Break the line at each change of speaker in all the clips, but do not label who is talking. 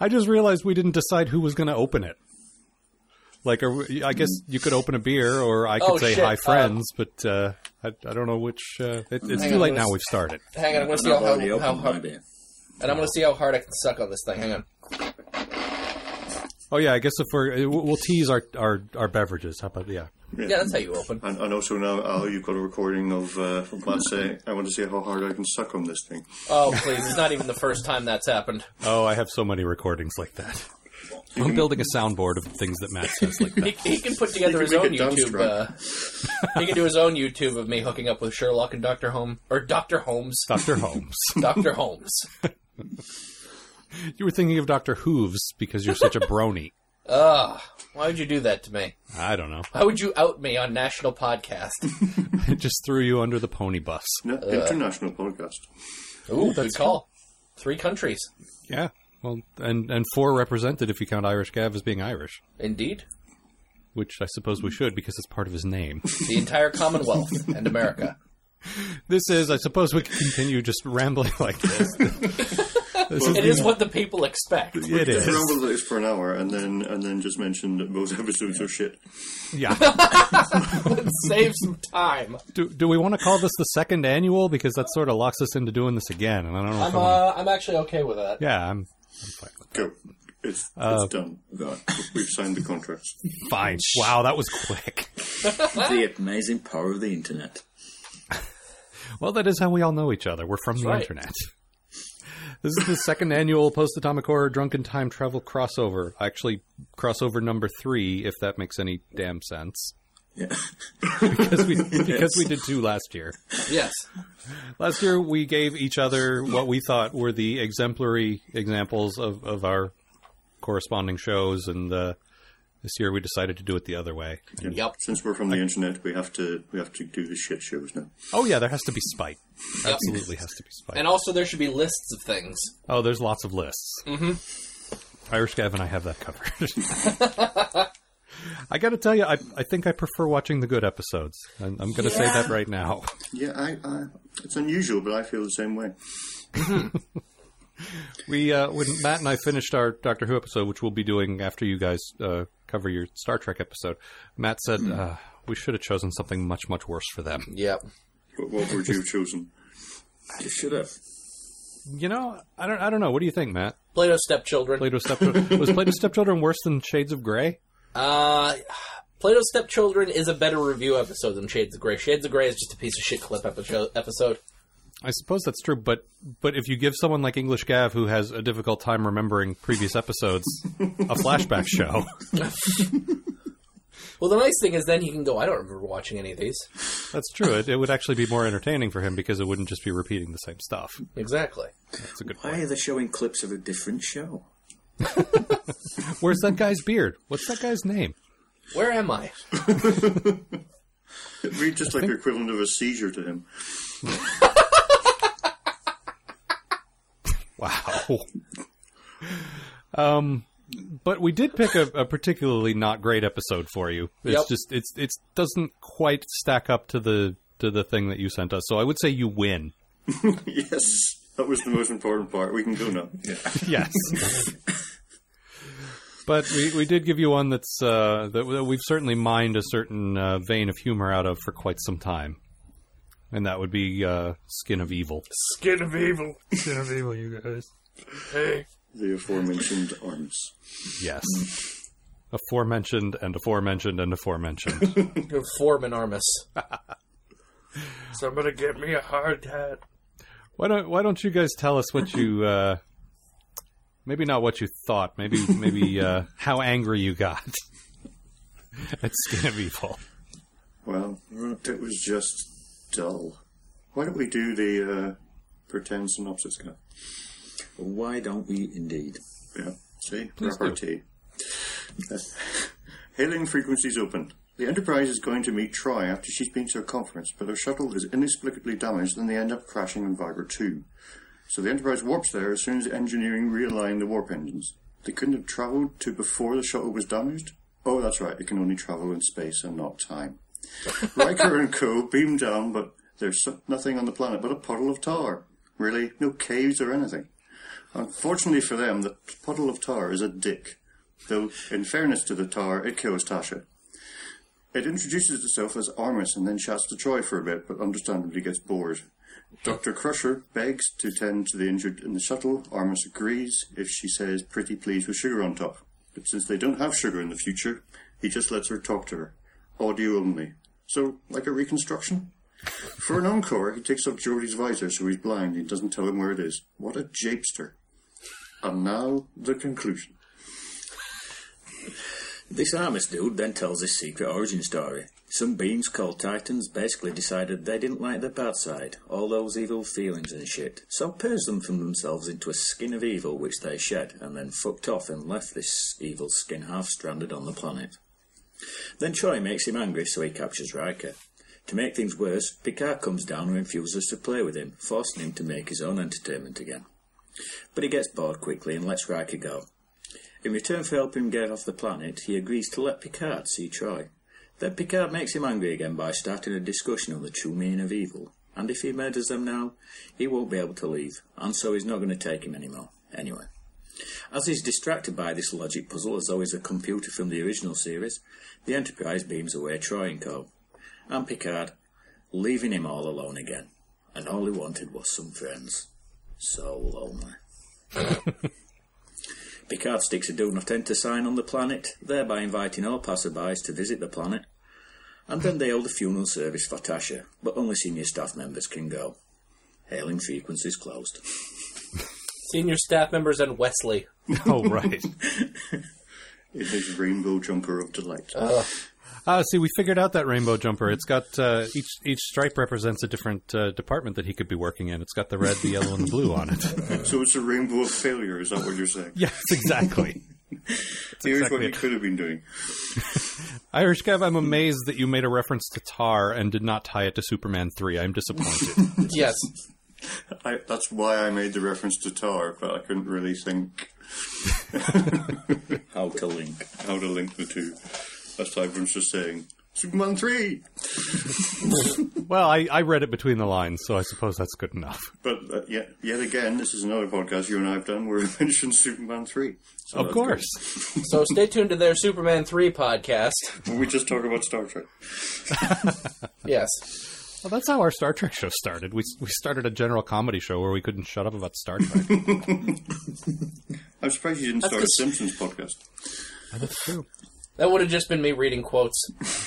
I just realized we didn't decide who was going to open it. Like, are we, I guess you could open a beer, or I could
Oh,
say
shit.
hi, friends. but uh, I, I don't know which. Uh, it, it's
Hang
too
on,
late
let's-
now. We've started.
Hang on, I'm gonna see
I've
how,
already
how, how
opened my
hard,
beer.
and I'm gonna see how hard I can suck on this thing. Hang on.
Oh yeah, I guess if we're uh, we'll we'll tease our our, our beverages. How about yeah?
Yeah, that's how you open.
And, and also now, Al, you've got a recording of uh, of Matt saying, I want to see how hard I can suck on this thing.
Oh, please! It's not even the first time that's happened.
Oh, I have so many recordings like that. I'm building a soundboard of things that Matt says like
He,
that.
he can put together
can
his
make
own
a dumpster
YouTube. Uh, he can do his own YouTube of me hooking up with Sherlock and Doctor Holmes or Doctor Holmes,
Doctor Holmes.
Doctor Holmes.
You were thinking of Doctor Hooves because you're such a brony.
Ugh! Why would you do that to me?
I don't know.
Why would you out me on national podcast?
I just threw you under the pony bus.
No, international podcast.
Ooh, good call. Three countries,
Yeah. Well, and and four represented if you count Irish Gav as being Irish,
indeed.
which I suppose we should because it's part of his name.
The entire Commonwealth and America.
this is, I suppose, we can continue just rambling like this. this
It is what the people expect.
It
Just
is.
ramble this for an hour and then and then just mention that both episodes are shit.
Yeah.
It saves some time.
Do, do we want to call this the second annual because that sort of locks us into doing this again? And I don't know. if
I'm
I wanna-
uh, I'm actually okay with that.
yeah. I'm
Go. It's,
Uh.
it's done. We've signed the contracts.
fine. Wow, that was quick.
the amazing power of the internet.
Well, that is how we all know each other. We're from the
right.
internet. This is the second annual post atomic horror drunken time travel crossover. Actually, crossover number three, if that makes any damn sense.
Yeah.
Because we, because we did two last year.
Yes.
Last year, we gave each other what we thought were the exemplary examples of, of our corresponding shows, and uh, this year we decided to do it the other way.
Yep.
Since we're from the internet, we have to we have to do the shit shows now.
Oh, yeah, there has to be spite. Absolutely has to be spite.
And also, there should be lists of things.
Oh, there's lots of lists. Mm-hmm. Irish Gav and I have that covered. I got to tell you, I, I think I prefer watching the good episodes. I'm, I'm going to say that right now.
Yeah, I, I, it's unusual, but I feel the same way.
We uh, when Matt and I finished our Doctor Who episode, which we'll be doing after you guys uh, cover your Star Trek episode, Matt said uh, we should have chosen something much much worse for them.
Yep.
What, what would you have chosen?
You should have.
You know, I don't I don't know. What do you think, Matt?
Plato's stepchildren.
Plato's stepchildren was Plato's stepchildren worse than Shades of Grey?
Uh, Plato's Stepchildren is a better review episode than Shades of Grey. Shades of Grey is just a piece of shit clip episode. episode.
I suppose that's true, but but if you give someone like English Gav, who has a difficult time remembering previous episodes, a flashback show,
Well, the nice thing is then he can go, I don't remember watching any of these.
that's true. It, it would actually be more entertaining for him because it wouldn't just be repeating the same stuff.
Exactly.
That's a good
Why
point.
are they showing clips of a different show?
Where's that guy's beard? What's that guy's name?
Where am I?
Read just like the equivalent of a seizure to him.
Wow. Um, but we did pick a, a particularly not great episode for you. It's
Yep.
just it's it's doesn't quite stack up to the to the thing that you sent us. So I would say you win.
Yes, that was the most important part. We can go now.
yes. but we, we did give you one that's uh, that, that we've certainly mined a certain uh, vein of humor out of for quite some time, and that would be uh, Skin of Evil.
Skin of evil.
Skin of Evil, you guys.
Hey.
The aforementioned arms.
Yes. Aforementioned and aforementioned and aforementioned.
You're Foreman Armus. Somebody get me a hard hat.
why don't Why don't you guys tell us what you uh, maybe not what you thought, maybe maybe uh, how angry you got at Skin of Evil.
Well, it was just dull. Why don't we do the uh, pretend synopsis now?
Why don't we indeed?
Yeah. See? Repartee. Hailing frequencies open. The Enterprise is going to meet Troy after she's been to a conference, but her shuttle is inexplicably damaged and they end up crashing on Viber 2. So the Enterprise warps there as soon as the engineering realign the warp engines. They couldn't have travelled to before the shuttle was damaged? Oh, that's right, it can only travel in space and not time. Riker and co. beam down, but there's so- nothing on the planet but a puddle of tar. Really, no caves or anything. Unfortunately for them, the puddle of tar is a dick, though, in fairness to the tar, it kills Tasha. It introduces itself as Armus and then shouts to Troy for a bit, but understandably gets bored. Dr. Crusher begs to tend to the injured in the shuttle. Armus agrees if she says pretty please with sugar on top. But since they don't have sugar in the future, he just lets her talk to her. Audio only. So, like a reconstruction? For an encore, he takes off Geordie's visor so he's blind and doesn't tell him where it is. What a japester. And now, the conclusion.
This Armus dude then tells his secret origin story. Some beings called Titans basically decided they didn't like the bad side, all those evil feelings and shit, so purged them from themselves into a skin of evil which they shed, and then fucked off and left this evil skin half stranded on the planet. Then Troy makes him angry, so he captures Riker. To make things worse, Picard comes down and refuses to play with him, forcing him to make his own entertainment again. But he gets bored quickly and lets Riker go. In return for helping him get off the planet, he agrees to let Picard see Troy. Then Picard makes him angry again by starting a discussion on the true meaning of evil. And if he murders them now, he won't be able to leave, and so he's not going to take him anymore, anyway. As he's distracted by this logic puzzle, as though he's a computer from the original series, the Enterprise beams away Troy and Co. and Picard, leaving him all alone again. And all he wanted was some friends. So lonely. Picard sticks a do not enter sign on the planet, thereby inviting all passerbys to visit the planet. And then they hold a funeral service for Tasha, but only senior staff members can go. Hailing frequencies closed.
Senior staff members and Wesley.
Oh, right.
It is rainbow jumper of delight.
Ah, see, we figured out that rainbow jumper. It's got uh, each each stripe represents a different uh, department that he could be working in. It's got the red, the yellow, and the blue on it.
so it's a rainbow of failure, is that what you're saying?
yes, exactly. exactly
Here's what you
it.
could have been doing.
Irish Kev, I'm amazed that you made a reference to Tar and did not tie it to Superman 3. I'm disappointed.
Yes.
I, that's why I made the reference to tar, but I couldn't really think
How to link.
how to link the two. That's why everyone's just saying, Superman 3!
well, I, I read it between the lines, so I suppose that's good enough.
But uh, yet, yet again, this is another podcast you and I have done where we mentioned Superman 3. So
Of
that's
course.
So stay tuned to their Superman 3 podcast.
good. We just talk about Star Trek.
Yes.
Well, that's how our Star Trek show started. We, we started a general comedy show where we couldn't shut up about Star Trek.
I'm surprised you didn't start a
just-
Simpsons podcast.
that's true.
That would have just been me reading quotes.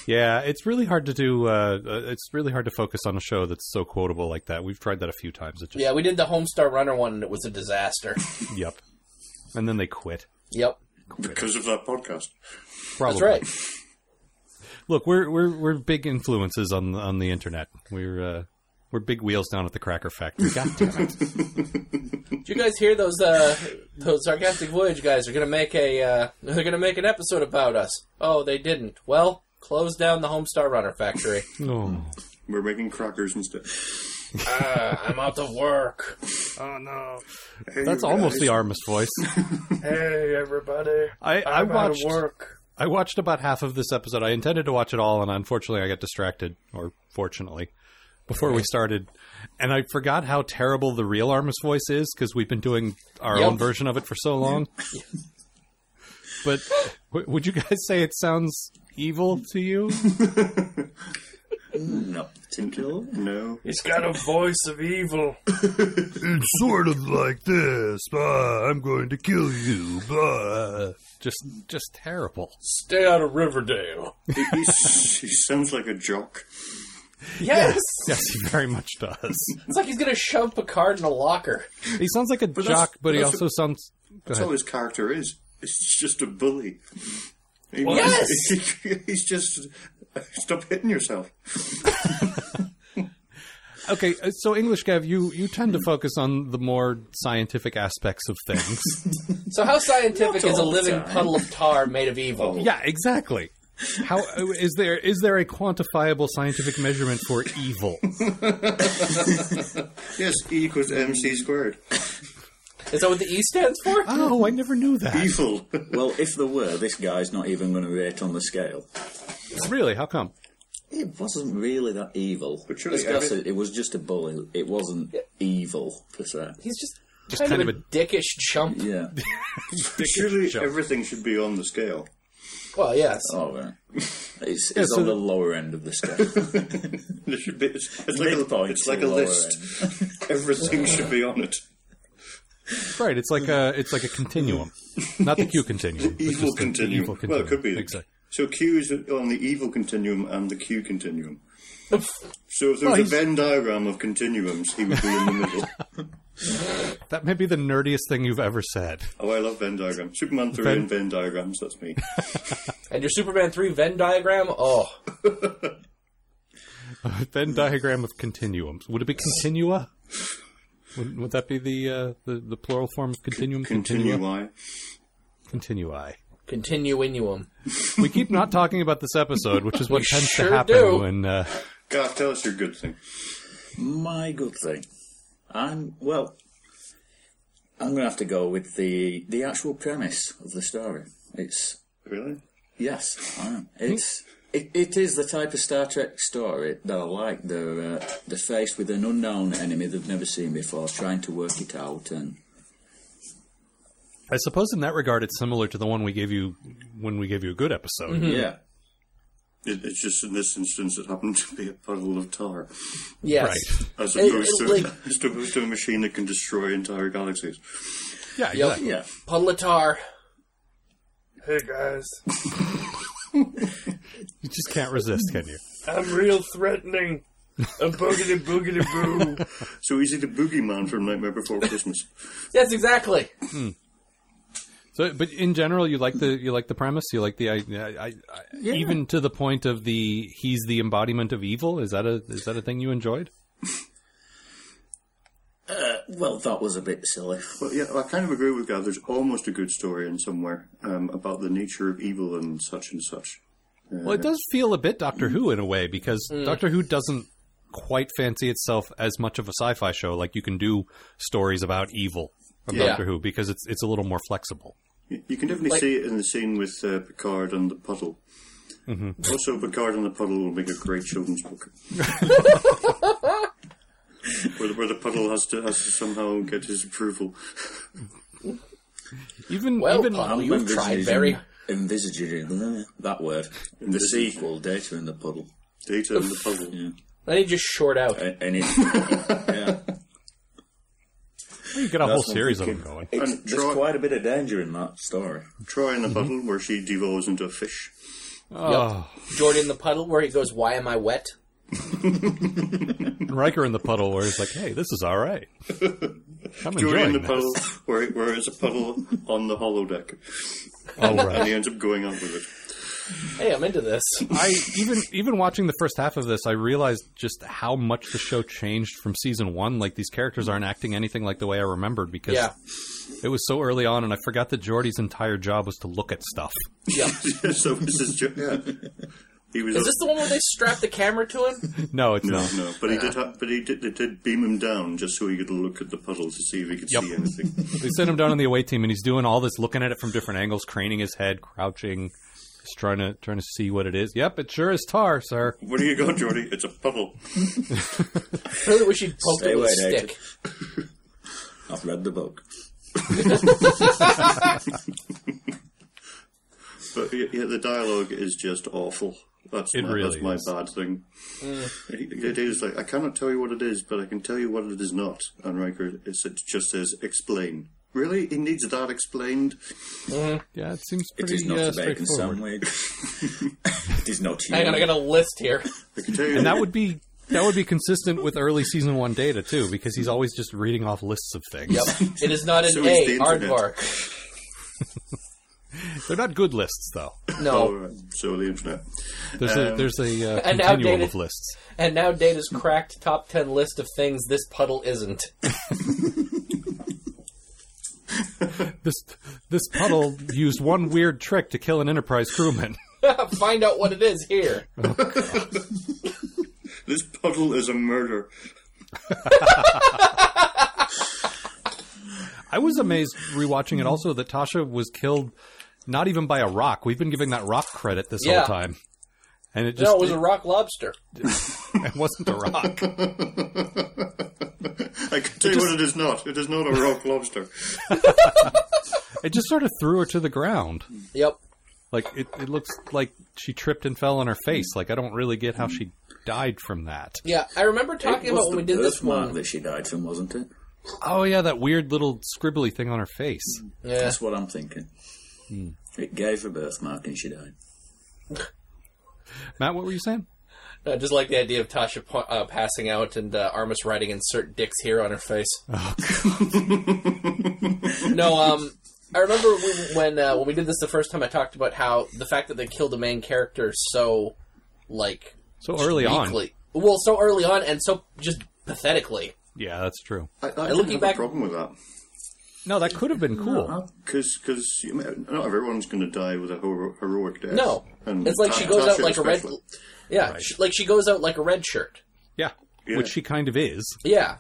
Yeah, it's really hard to do. Uh, uh, it's really hard to focus on a show that's so quotable like that. We've tried that a few times. It just,
Yeah, we did the Homestar Runner one and it was a disaster.
Yep. And then they quit.
Yep.
Because of that podcast.
Probably.
That's right.
Look, we're we're we're big influences on on the internet. We're uh, we're big wheels down at the cracker factory. God damn it!
Did you guys hear those uh those sarcastic voyage guys are gonna make a uh they're gonna make an episode about us. Oh, they didn't. Well, close down the Homestar Runner factory.
Oh,
We're making crackers instead.
uh, I'm out of work.
oh no!
Hey,
That's
you
almost the
guys.
Armist voice.
Hey everybody.
I I watched
work.
I watched about half of this episode. I intended to watch it all, and unfortunately, I got distracted, or fortunately, before we started, and I forgot how terrible the real Armist voice is because we've been doing our
Yep.
own version of it for so long. but w- would you guys say it sounds evil to you?
Not particularly.
No.
He's got a voice of evil.
it's sort of like this. Ah, I'm going to kill you. Just, just terrible.
Stay out of Riverdale.
he, he s- he sounds like a jock.
Yes.
Yes, he very much does.
It's like he's gonna shove Picard in a locker.
he sounds like a
that's-
jock, but he
that's-
also sounds. Go
That's all
ahead.
his character is. It's just a bully. He-
Yes!
he's just. Stop hitting yourself.
Okay, uh, so English Gav, you you tend to focus on the more scientific aspects of things.
So how scientific
Not
is a
all the
living
time.
puddle of tar made of evil?
yeah, exactly. How uh, is there is there a quantifiable scientific measurement for evil?
Yes, E equals MC squared.
Is that what the E stands for?
Oh, I never knew that.
Evil.
Well, if there were, this guy's not even going to rate on the scale.
Really? How come?
It wasn't really that evil.
But surely
Let's be honest,
every-
it was just a bully. It wasn't evil per se.
He's just
just
Kind, of, a dickish chump.
Yeah.
Surely
Sure.
everything should be on the scale.
Well, yes.
All right. It's, it's
so
on
the-
the lower end of the scale.
There should be. It's, it's like a,
Midpoint
it's like a
to lower
list. everything should be on it.
Right, it's like a it's like a continuum, not the Q continuum. but
Evil
just the- the
continuum.
evil
Well, it could be.
Exactly.
So Q is on the evil continuum and the Q continuum. So if there
Well,
was
he's-
a Venn diagram of continuums, he would be in the middle.
That may be the nerdiest thing you've ever said.
Oh, I love Venn diagrams. Superman 3
Venn-
and Venn diagrams, that's me.
And your Superman 3 Venn diagram? Oh,
Venn diagram of continuums. Would it be continua? Would, would that be the, uh, the the plural form of continuum?
Continue
Continua.
why?
Continui.
continuinuum.
We keep not talking about this episode, which is what
We
tends
sure
to happen
do.
when. Uh,
Gav, tell us your good thing.
My good thing. I'm well. I'm going to have to go with the the actual premise of the story. It's
Really?
yes, I am. It's it, it is the type of Star Trek story that I like. They're uh, they're faced with an unknown enemy they've never seen before, trying to work it out, and
I suppose in that regard, it's similar to the one we gave you when we gave you a good episode.
Mm-hmm.
yeah,
It, it's just in this instance it happened to be a puddle of tar,
Yes.
Right.
as
It-
opposed,
it-
to,
like-
as opposed to a machine that can destroy entire galaxies.
Yeah, exactly.
yeah.
Puddle of tar. Hey, guys.
You just can't resist, can you?
I'm real threatening. A boogity boogity boo.
So is he the boogeyman from Nightmare Before Christmas?
yes, exactly.
So, but in general, you like the you like the premise. You like the I, I, I, even to the point of the he's the embodiment of evil. Is that a is that a thing you enjoyed?
Well, that was a bit silly.
Well, yeah, I kind of agree with Gav. There's almost a good story in somewhere um, about the nature of evil and such and such.
Well, it does feel a bit Doctor Who in a way because Doctor Who doesn't quite fancy itself as much of a sci-fi show. Like you can do stories about evil from
Yeah.
Doctor Who because it's it's a little more flexible.
You, you can definitely
Like-
see it in the scene with uh, Picard and the puddle. Also, Picard and the puddle will make a great children's book. where, the, where the puddle has to has to somehow get his approval.
Even
Well,
even
uh,
Paul, you've tried very.
envisaging that word. The sequel, data in the puddle,
Data and the puddle.
Let me just short out.
A- and it, yeah.
you get a whole series of
thinking.
them going.
It's,
And
there's
Troy-
quite a bit of danger in that story.
Troy and the puddle, where she devolves into a fish.
Oh,
Jordan the puddle, where he goes, "Why am I wet?"
Riker in the puddle, where it's like, hey, this is all right. I'm
Jory
enjoying
and the
this.
puddle, where, where it's a puddle on the holodeck.
All
And
right.
he ends up going up with it.
Hey, I'm into this.
I even even watching the first half of this, I realized just how much the show changed from season one. Like these characters aren't acting anything like the way I remembered because
Yeah,
it was so early on, and I forgot that Geordie's entire job was to look at stuff.
yeah.
so this is Joe. Yeah. He was.
Is this the one where they strap the camera to him?
No, it's
no,
not.
no, but he did. Ha- but he did. They did beam him down just so he could look at the puddle to see if he could
Yep.
see anything.
They sent him down on the away team, and he's doing all this, looking at it from different angles, craning his head, crouching, just trying to trying to see what it is. Yep, it sure is tar, sir.
Where do you go, Jordy? It's a puddle.
I really wish he'd poked
Stay
it with a
away, Nathan.
stick.
I've read the book.
But y- yeah, the dialogue is just awful. That's
It
my,
really
that's my
is.
bad thing. It- It is like I cannot tell you what it is, but I can tell you what it is not. And Riker, it's, it just says explain. Really, he needs that explained.
Yeah, it seems
It
pretty
is not
uh,
a bacon
straightforward.
sandwich. it is not you.
Hang on, I got a list here.
I can tell you
And that would be that would be consistent with early season one data too, because he's always just reading off lists of things.
Yep. It is not an
So is the
A,
internet.
aardvark.
They're not good lists though.
No.
Oh, so the internet.
There's a there's a uh,
an
continuum
outdated-
of lists.
And now Data's cracked top 10 list of things this puddle isn't.
This this puddle used one weird trick to kill an Enterprise crewman.
Find out what it is here.
This puddle is a murder.
I was amazed rewatching it also that Tasha was killed not even by a rock. We've been giving that rock credit this
Yeah.
whole time. And it just
No, it was a rock lobster.
It wasn't a rock.
I can tell you what it is not. It is not a rock lobster.
It just sort of threw her to the ground.
Yep.
Like it, it looks like she tripped and fell on her face. Like I don't really get how she died from that.
Yeah, I remember talking
It was
about when we
the
did this
birthmark
one.
that she died from, wasn't it?
Oh yeah, that weird little scribbly thing on her face.
Yeah.
That's what I'm thinking.
Hmm.
It gave her birthmark and she died.
Matt, what were you saying?
I Uh, just like the idea of Tasha po- uh, passing out and uh, Armis writing "insert dicks here" on her face.
Oh.
no, um, I remember when when, uh, when we did this the first time. I talked about how the fact that they killed the main character so like
So early on.
weakly, well, so early on, and so just pathetically.
Yeah, that's true.
I, I didn't
looking
have
back-
a problem with that.
No, that could have been
Uh-huh.
cool.
Because cause, you know, not everyone's going to die with a hero- heroic death.
No,
And
it's like
Ta-
she goes out
Tasha
like a red.
especially.
Yeah, she- like she goes out like a red shirt.
Yeah.
Yeah.
Which she kind of is.
Yeah,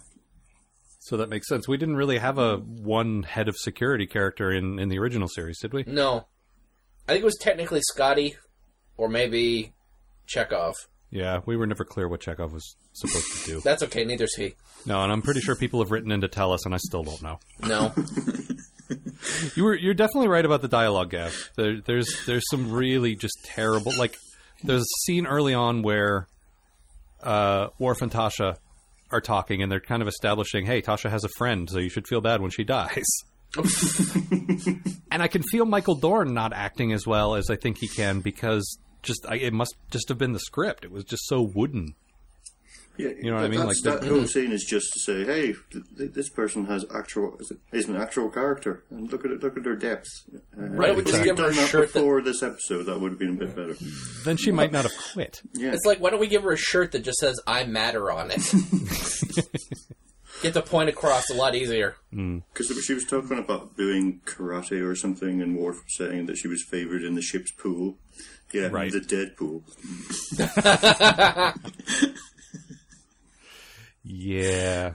So that makes sense. We didn't really have a one head of security character in, in the original series, did we?
no, I think it was technically Scotty, or maybe Chekhov.
Yeah, we were never clear what Chekhov was supposed to do.
That's okay. Neither's he.
No, and I'm pretty sure people have written in to tell us, and I still don't know.
No.
You were you're definitely right about the dialogue, Gav. There, there's there's some really just terrible. Like there's a scene early on where uh, Worf and Tasha are talking, and they're kind of establishing, "Hey, Tasha has a friend, so you should feel bad when she dies." and I can feel Michael Dorn not acting as well as I think he can because just I, it must just have been the script. It was just so wooden.
Yeah,
You know what I mean?
that's-
Like
that whole scene is just to say, hey, th- th- this person has actual is, is an actual character, and look at it, look at their depth. Uh,
Right,
if
we just
they'd
give her a
done that
shirt that-
before this episode. That would have been a bit better.
Then she might not have quit.
Yeah,
It's like, why don't we give her a shirt that just says "I matter" on it? Get the point across a lot easier.
because she was talking about doing karate or something, and Worf was saying that she was favored in the ship's pool. Yeah,
Right.
the dead pool.
Yeah.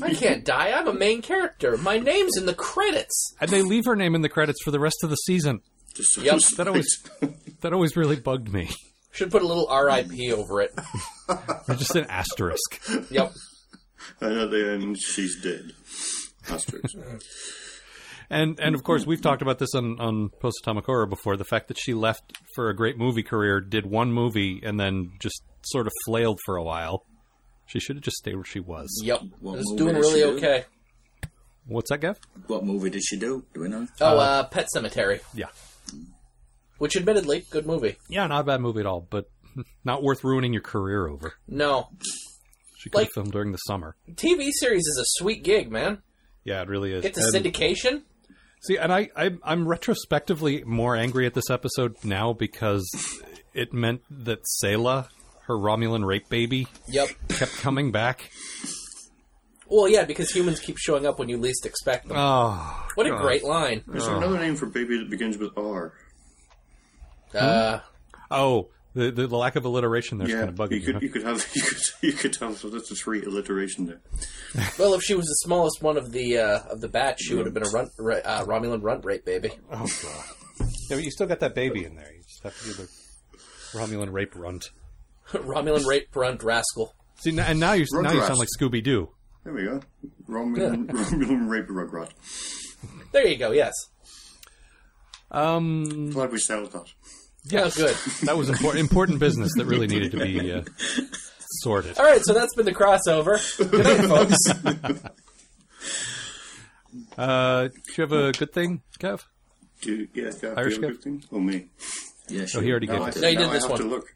I can't die. I'm a main character. My name's in the credits.
and they leave her name in the credits for the rest of the season.
Just
Yep,
That always that always really bugged me.
Should put a little R.I.P. over it.
Just an asterisk.
Yep.
and at the end, she's dead. Asterisk.
And and of course we've talked about this on on Post Atomic Horror before. The fact that she left for a great movie career, did one movie, and then just sort of flailed for a while. She should have just stayed where she was.
Yep.
What
it's
movie
doing
is
really
she doing?
okay.
What's that, Gav?
What movie did she do? Do we know?
Oh, uh, Pet Cemetery,
Yeah,
which admittedly, good movie.
yeah, not a bad movie at all, but not worth ruining your career over.
No,
She could
Like-
have filmed during the summer.
TV series is a sweet gig, man.
Yeah, it really is.
Get to
And-
syndication.
See, and I, I I'm retrospectively more angry at this episode now because it meant that Selah, her Romulan rape baby,
Yep.
kept coming back.
Well, yeah, because humans keep showing up when you least expect them.
Oh,
what a great line.
Is there another name for baby that begins with R?
Hmm?
Uh,
oh, the the, the lack of alliteration there's
Yeah,
kind of bugging
you
me,
could
huh?
you could have you could you could have that's a three alliteration there.
Well, if she was the smallest one of the uh, of the batch, she would have been a runt, ra- uh, Romulan runt rape baby.
Oh god. Yeah, but you still got that baby in there. You just have to do the Romulan rape runt.
Romulan rape runt rascal.
See, n- and now you now you
Rugrats.
sound like Scooby Doo.
There we go. Romulan, Romulan rape rugrat.
There you go. Yes.
Um,
Glad we settled that.
Yeah. Oh, good.
that was important important business that really needed to be uh, sorted.
All right. So that's been the crossover. Good night, folks.
Uh, do you have a good thing, Kev?
Do you, yeah, do you have
Irish
the other
guy?
thing? Oh me.
Yeah,
Oh,
sure.
he already gave
Now
it.
I,
to
No, you
now
did
I
this
have
one.
to look.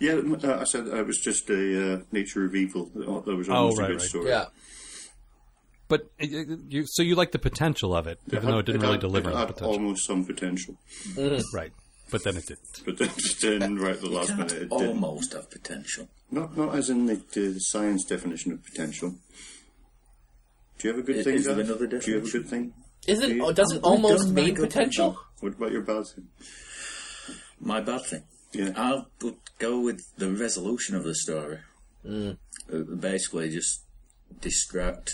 Yeah, m- uh, I said uh, it was just a uh, nature of evil. That that was almost
Oh, right,
a good
right.
story.
Yeah.
But uh, you, so you like the potential of it, even though it didn't really
had,
deliver on
it
the
had
potential,
almost some potential,
right? But then it didn't.
but then, then right at the last minute it
Oh.
did.
Almost have potential.
Not not as in the, the science definition of potential. Do you have a good
Is-
thing?
is there
Gav?
another
Do you have a
definition?
good thing?
Isn't
Yeah.
oh, doesn't
Oh, it
almost
doesn't
mean
make a
potential?
What about your bad thing?
My bad thing.
Yeah.
Ah.
I'll put, go with the resolution of the story.
Hmm.
Uh, basically, just distract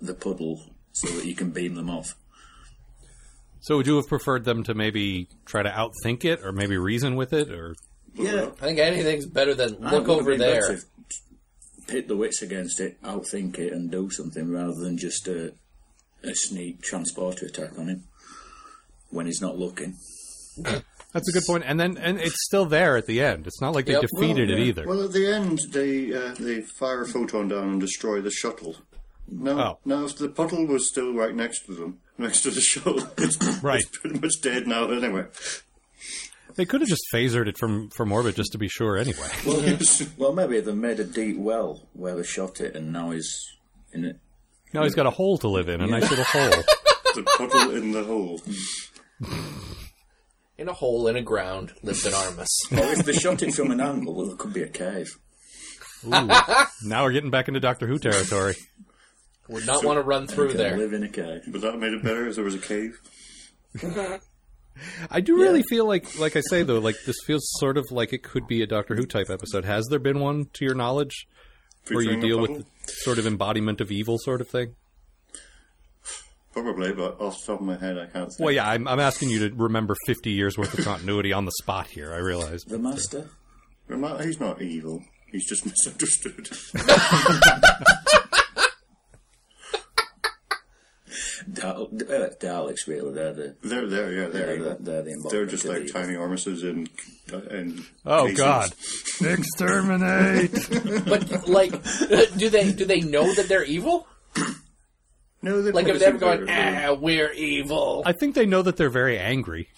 the puddle so that you can beam them off.
So would you have preferred them to maybe try to outthink it, or maybe reason with it, or
Yeah,
I think anything's better than
I'm
look
gonna
over
be back
there.
to Pit the wits against it, outthink it, and do something rather than just a, a sneak transporter attack on him when he's not looking.
That's a good point. And then and it's still there at the end. It's not like they
Yep.
defeated
Well,
it
yeah.
either.
Oh, Well, at the end, they uh, they fire a photon down and destroy the shuttle. No,
Oh.
no, if the puddle was still right next to them, next to the shuttle, it's,
Right.
it's pretty much dead now anyway.
They could have just phasered it from from orbit just to be sure anyway.
Well, maybe they made a deep well where they shot it, and now he's in it.
Now he's got a hole to live in, a nice little hole.
the puddle in the hole.
In a hole in a ground lived an Armus.
Or if they shot it from an angle, well, it could be a cave.
Now we're getting back into Doctor Who territory.
Would not want to run through
Can
there.
Live in a cave.
But that made it better, as there was a cave.
I do really feel like, like I say though, like this feels sort of like it could be a Doctor Who type episode. Has there been one, to your knowledge, where you
featuring a
deal with
puddle.
the sort of embodiment of evil sort of thing?
Probably, but off the top of my head, I can't think.
Well, yeah, I'm, I'm asking you to remember 50 years worth of continuity on the spot here. I realize.
The master?
Rema- He's not evil. He's just misunderstood.
Dal- D- uh, Daleks, really. They're the,
they're there, yeah,
they're
they're
the, they're the embodiment
They're just
of
like
evil.
tiny armises and and.
Oh
cases.
God! Exterminate!
But like, do they do they know that they're evil?
No, they
Like if
put us
they're
in
going,
there.
ah, we're evil.
I think they know that they're very angry.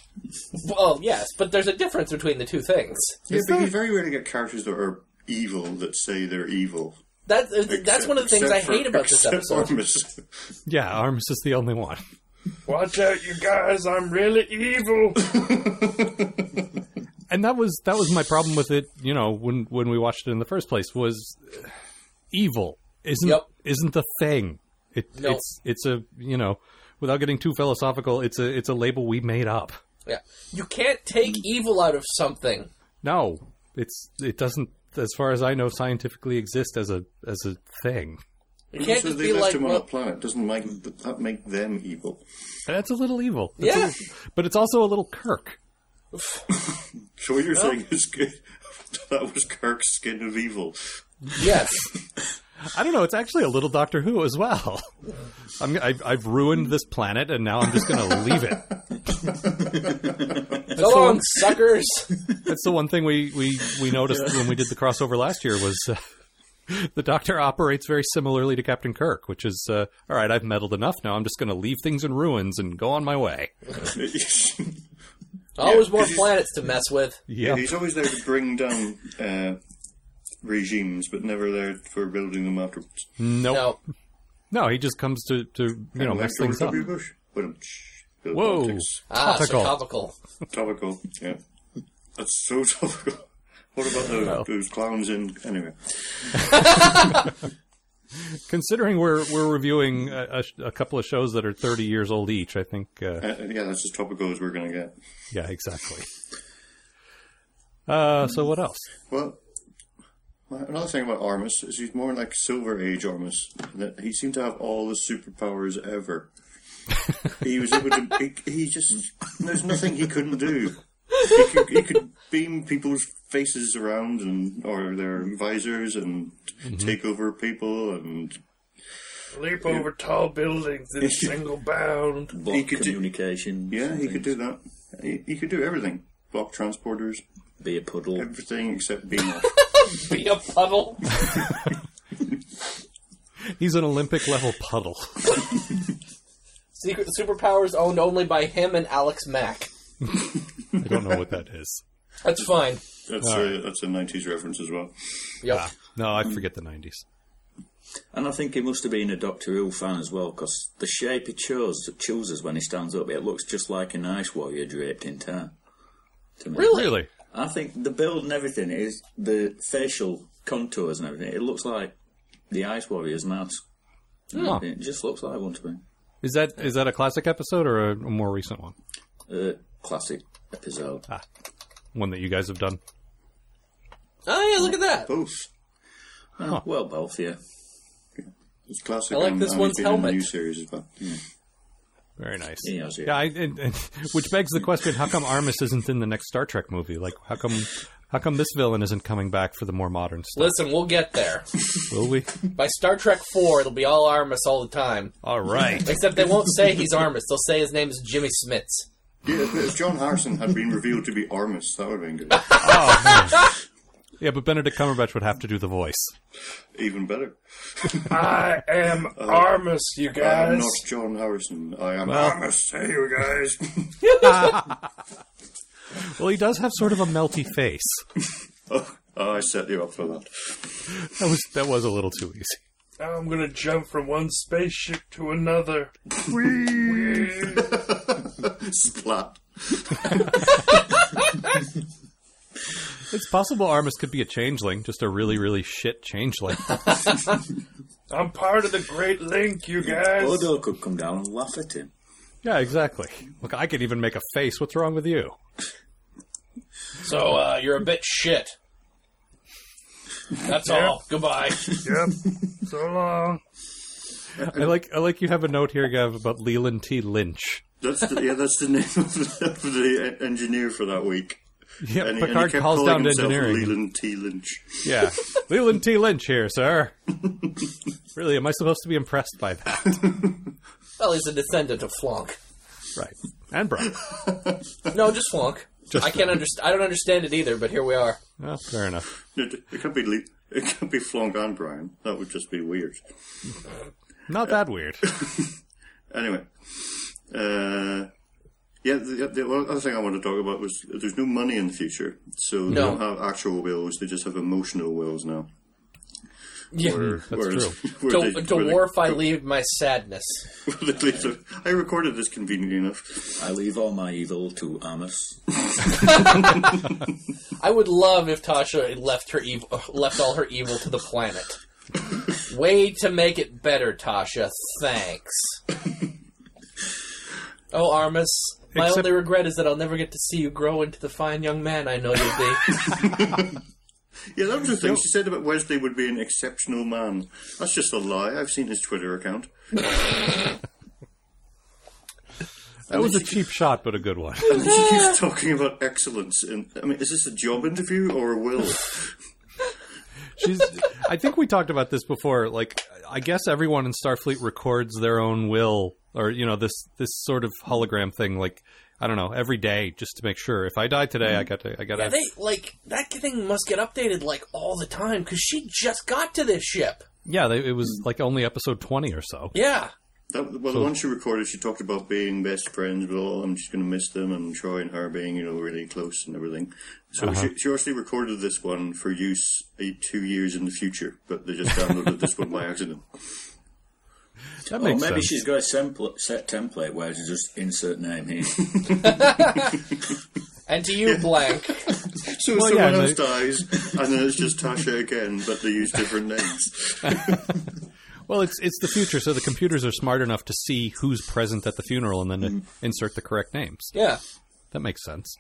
Well, yes, but there's a difference between the two things.
yeah, but you very rarely get characters that are evil that say they're evil.
That that's
Except-
one of the things I
except for-
hate about this
except
episode.
Armis.
Yeah, Arms is the only one.
Watch out, you guys! I'm really evil.
and that was that was my problem with it. You know, when when we watched it in the first place, was uh, evil isn't
Yep.
isn't the thing. It,
No.
It's it's a you know, without getting too philosophical, it's a it's a label we made up.
Yeah, you can't take evil out of something.
No, it's it doesn't, as far as I know, scientifically exist as a as a thing.
You can't
so
just be
they left
like,
him on
well,
a planet. Doesn't make that make them evil?
And that's a little evil. That's a
yeah.
little- but it's also a little Kirk.
So what you're saying is good. that was Kirk's skin of evil.
Yes.
I don't know. It's actually a little Doctor Who as well. I'm, I've, I've ruined this planet, and now I'm just going to leave it.
So long, suckers.
That's the one thing we we we noticed when we did the crossover last year was uh, the Doctor operates very similarly to Captain Kirk, which is uh, all right. I've meddled enough now. I'm just going to leave things in ruins and go on my way.
Always more
'cause he's-
planets to mess with.
Yeah,
He's always there to bring down uh, regimes, but never there for building them afterwards.
no,
No,
no. He just comes to to you know mess
After
things up.
W. Bush. Ba-dum-tsh. Bill
Whoa.
Politics.
ah,
Topical.
so topical.
Topical. Yeah. That's so topical. What about those, those clowns in. Anyway.
Considering we're we're reviewing a, a sh- a couple of shows that are 30 years old each, I think. Uh,
Uh, yeah, that's as topical as we're going to get.
yeah, exactly. Uh, so what else?
Well, another thing about Armus is he's more like Silver Age Armus. That he seemed to have all the superpowers ever. he was able to. He, he just. There's nothing he couldn't do. He could, he could beam people's faces around and or their visors and take over people and
leap over tall buildings in a single bound.
Block
He could do-
communication.
yeah he could do that. He, he could do everything. Block transporters,
Be a puddle.
everything except beam off.
Be a puddle.
He's an Olympic level puddle.
Secret superpowers owned only by him and Alex Mack.
I don't know what that is.
That's fine.
That's a, that's a '90s reference as well.
Yep.
Ah, no, I forget the 90s.
And I think he must have been a Doctor Who fan as well, because the shape he chose chooses when he stands up, it looks just like an ice warrior draped in tan. to me.
Really?
Really?
I think the build and everything is the facial contours and everything. It looks like the ice warrior's mask.
Oh.
It just looks like one to me.
Is that is that a classic episode or a, a more recent one?
Uh, classic episode.
One that you guys have done?
Oh yeah, look at that.
Both.
Oh, well, both yeah.
It's classic.
I like
and-
this
and
one's
it's been in the
helmet.
New series as well.
Very nice.
He knows, yeah.
Yeah, I, and, and, which begs the question: How come Armis isn't in the next Star Trek movie? Like, how come, how come this villain isn't coming back for the more modern stuff?
Listen, we'll get there.
Will we?
By Star Trek 4, it'll be all Armus all the time.
All right.
Except they won't say he's Armus. They'll say his name is Jimmy Smits.
Yeah, if, if John Harrison had been revealed to be Armus, that would have been good.
Yeah, but Benedict Cumberbatch would have to do the voice.
Even better.
I am Armus, you
I am
guys.
not John Harrison. I am
Well-
Armus. Hey, you guys.
Well, he does have sort of a melty face.
oh, I set you up for that.
That was that was a little too easy.
Now I'm gonna jump from one spaceship to another.
Splat.
It's possible Armis could be a changeling, just a really, really shit changeling.
I'm part of the Great Link, you guys.
Odo could come down and laugh at him.
yeah, exactly. Look, I could even make a face. What's wrong with you?
So, uh, you're a bit shit. That's all. Goodbye.
Yep. So long.
I like I like you have a note here, Gav, about Leland T. Lynch.
That's the, yeah, that's the name of the, of the engineer for that week.
Yeah,
And he, and he
Picard
kept
calls
calling
down to
himself
engineering.
Leland T. Lynch.
Yeah. Leland T. Lynch here, sir. really, am I supposed to be impressed by that?
Well, he's a descendant of Flonk.
Right. And Brian.
No, just Flonk. I can't understand. I don't understand it either, but here we are.
Oh, fair enough.
It, it could be Le- it could be Flonk and Brian. That would just be weird.
Not that weird.
Anyway, uh, yeah. The, the other thing I want to talk about was there's no money in the future, so they
No.
don't have actual wills. They just have emotional wills now.
Yeah.
That's
Whereas-
true.
where
To,
they-
to
where they-
wharf I leave my sadness.
where they leave the- I recorded this conveniently enough.
I leave all my evil to Amos.
I would love if Tasha left her evil, left all her evil to the planet. Way to make it better, Tasha. Thanks. Oh, Armus, my
Except-
only regret is that I'll never get to see you grow into the fine young man I know you'll be.
Yeah, that was the thing she said about Wesley would be an exceptional man. That's just a lie. I've seen his Twitter account.
That was a cheap shot, but a good one.
And she keeps talking about excellence. In, I mean, is this a job interview or a will?
She's. I think we talked about this before. Like, I guess everyone in Starfleet records their own will, or you know, this this sort of hologram thing. Like, I don't know, every day just to make sure. If I die today, I got to. I got to.
they like that thing must get updated like all the time because she just got to this ship.
yeah, they, it was
Hmm.
like only episode twenty or so.
Yeah,
That, well, the one she recorded, she talked about being best friends with all of them. She's going to miss them, and Troy and her being, you know, really close and everything. So she, she actually recorded this one for use uh, two years in the future, but they just downloaded this one by accident.
That
oh,
Or
makes
maybe
sense.
she's got a sempl- set template where she just insert name here.
and to you, blank.
So
Well, yeah,
someone
and
else
they-
dies, and then it's just Tasha again, but they use different names.
Well, it's it's the future, so the computers are smart enough to see who's present at the funeral and then
Hmm.
to insert the correct names.
Yeah.
That makes sense.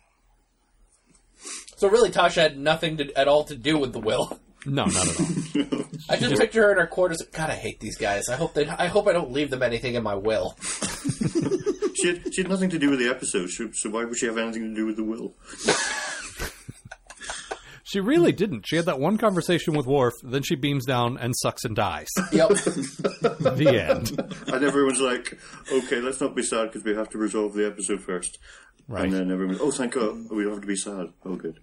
So really, Tasha had nothing to, at all to do with the will.
No, not at all.
I just picture her in her quarters. God, I hate these guys. I hope they. I hope I don't leave them anything in my will.
She had, she had nothing to do with the episode, so, so why would she have anything to do with the will?
she really didn't. She had that one conversation with Worf, then she beams down and sucks and dies.
Yep.
the end.
And everyone's like, okay, let's not be sad because we have to resolve the episode first.
Right.
And then everyone's, oh, thank God, we don't have to be sad. Oh, good.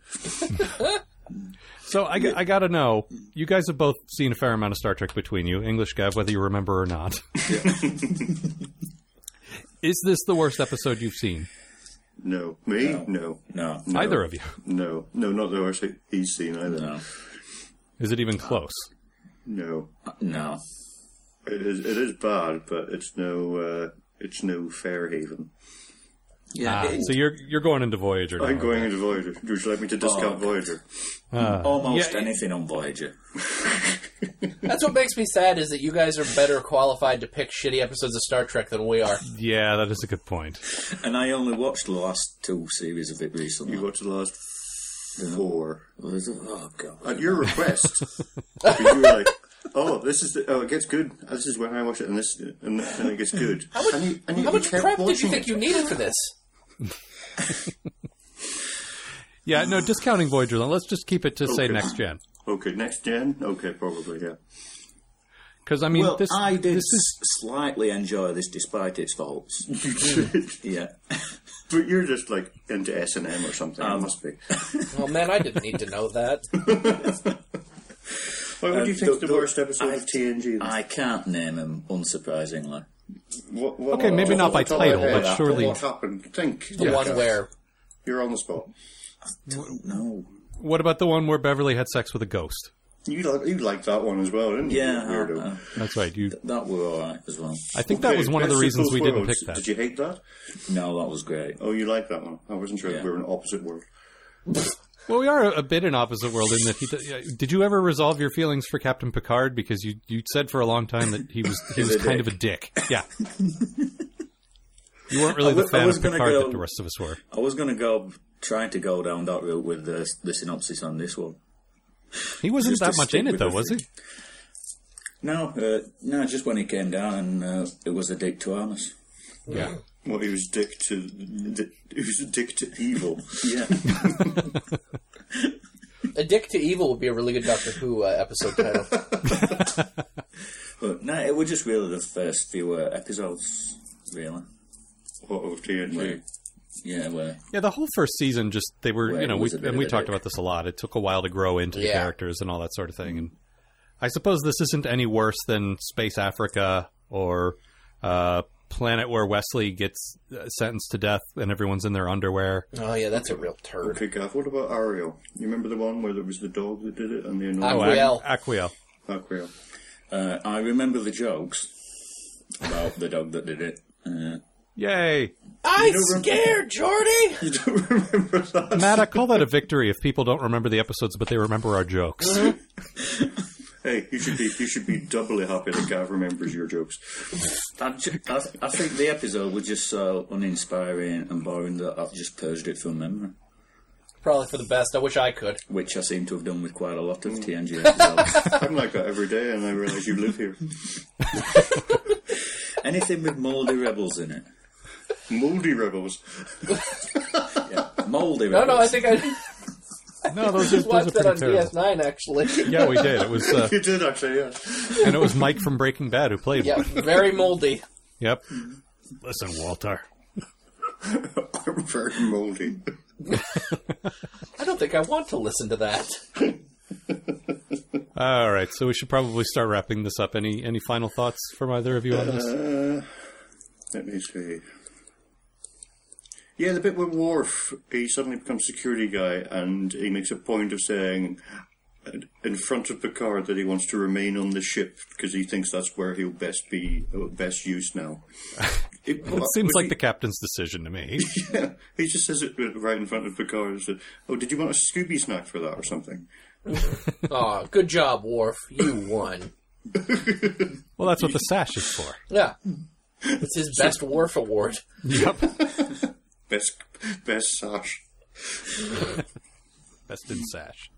So I, g- I gotta know, you guys have both seen a fair amount of Star Trek between you, English Gav, whether you remember or not. Is this the worst episode you've seen?
No. Me? No.
No.
Either of you?
No. No, not the worst he's seen either.
No.
Is it even close?
No.
No.
It is, it is bad, but it's no, uh, it's no fair haven.
Yeah.
Ah,
it-
so you're you're going into Voyager.
Oh,
Now.
I'm going into Voyager. Would you like me to discount
Fuck.
Voyager?
almost
ah. yeah, it-
anything on Voyager.
That's what makes me sad is that you guys are better qualified to pick shitty episodes of Star Trek than we are.
Yeah, that is a good point.
And I only watched the last two series of it recently.
You watched the last four.
Was it- Oh, God.
At your request. 'Cause you were like, Oh, this is the, oh, it gets good. This is when I watch it, and this and, and it gets good.
How much,
and you, and you,
how
you
much
kept
prep did you
watching
think
it.
you needed for this?
Yeah, no, discounting Voyager. then, Let's just keep it to say
Okay.
next gen.
Okay, next gen. Okay, probably yeah.
Because I mean,
well,
this
I did
this is
s- slightly enjoy this despite its faults.
You should,
yeah.
but you're just like into S and M or something.
Um,
I must be.
uh,
Oh man, I didn't need to know that.
Why would you think
Um, the-
the,
the-
worst episode
I-
of TNG? then?
I can't name them, unsurprisingly.
What- what-
Okay, maybe not by
off the top of
title,
my head,
but surely-
What happened? Think.
The one where
You're on the spot.
No.
what about the one where Beverly had sex with a ghost?
You like you liked that one as well, didn't you?
Yeah,
you weirdo?
uh-huh.
uh, uh,
That's right. You,
that were alright as well.
I think that
Okay,
was one of the
best
reasons
both
we didn't
worlds.
pick that.
Did you hate that?
No, that was great.
Oh, you liked that one. I wasn't sure
Yeah.
if we were in opposite world.
Well, we are a bit in opposite world in that he. d- Did you ever resolve your feelings for Captain Picard because you you said for a long time that he was he was
a
kind
dick.
of a dick. Yeah. You weren't really
I
the
wa- I
fan
was
of
gonna
Picard
go-
that the rest of us were.
I was going to go, trying to go down that route with the, the synopsis on this one.
He wasn't
Just to
that much
stick
in it
with
though,
the
was he?
No, uh, no, just when he came down and uh, it was a dick to Armas.
Yeah.
Well, he was dick to th- he was a dick to evil.
Yeah.
a dick to evil would be a really good Doctor Who uh, episode title.
but no, it was just really the first few uh, episodes, really.
What oh, of TNG?
Where, yeah, where
Yeah, the whole first season just they were,
Right,
you know,
it
we
was a bit
and
of
we
a
talked
dick.
about this a lot. It took a while to grow into the
Yeah.
characters and all that sort of thing. And I suppose this isn't any worse than Space Africa or uh, Planet where Wesley gets uh, sentenced to death and everyone's in their underwear.
Oh yeah, that's a real turd.
Okay, Gav. What about Ariel? You remember the one where there was the dog that did it and the
Oh,
annoying
I- Aquiel.
Aquiel.
Aquariel?
Uh, I remember the jokes about the dog that did it. Uh,
Yay,
I scared Jordy.
You don't remember that?
Matt! I call that a victory if people don't remember the episodes, but they remember our jokes.
Hey, you should be you should be doubly happy that Gav remembers your jokes.
I've ju- I, I think the episode was just so uninspiring and boring that I've just purged it from memory,
Probably for the best. I wish I could.
which I seem to have done with quite a lot of
Mm.
TNG episodes.
I'm like that every day, and I realise you live here.
Anything with mouldy rebels in it.
Mouldy rebels.
Mouldy
No,
rebels.
no, I think I
No, those are, those are
watched that on
pretty terrible.
DS9 actually.
Yeah, we did. It was, uh,
You did actually, yeah.
and it was Mike from Breaking Bad who played.
Yeah,
one.
very moldy.
Yep.
Mm-hmm.
Listen, Walter.
I'm very mouldy.
I don't think I want to listen to that.
All right, so we should probably start wrapping this up. Any any final thoughts from either of you on this?
Uh, let me see. Yeah, the bit where Worf he suddenly becomes security guy, and he makes a point of saying in front of Picard that he wants to remain on the ship because he thinks that's where he'll best be best use now. It,
It seems
was
like
he-
the captain's decision to me.
He just says it right in front of Picard. and says, "Oh, did you want a Scooby snack for that or something?"
Aw, good job, Worf. You won.
Well, that's what the sash is for.
Yeah. It's his best Worf award.
Yep.
Best, best sash.
Best in sash.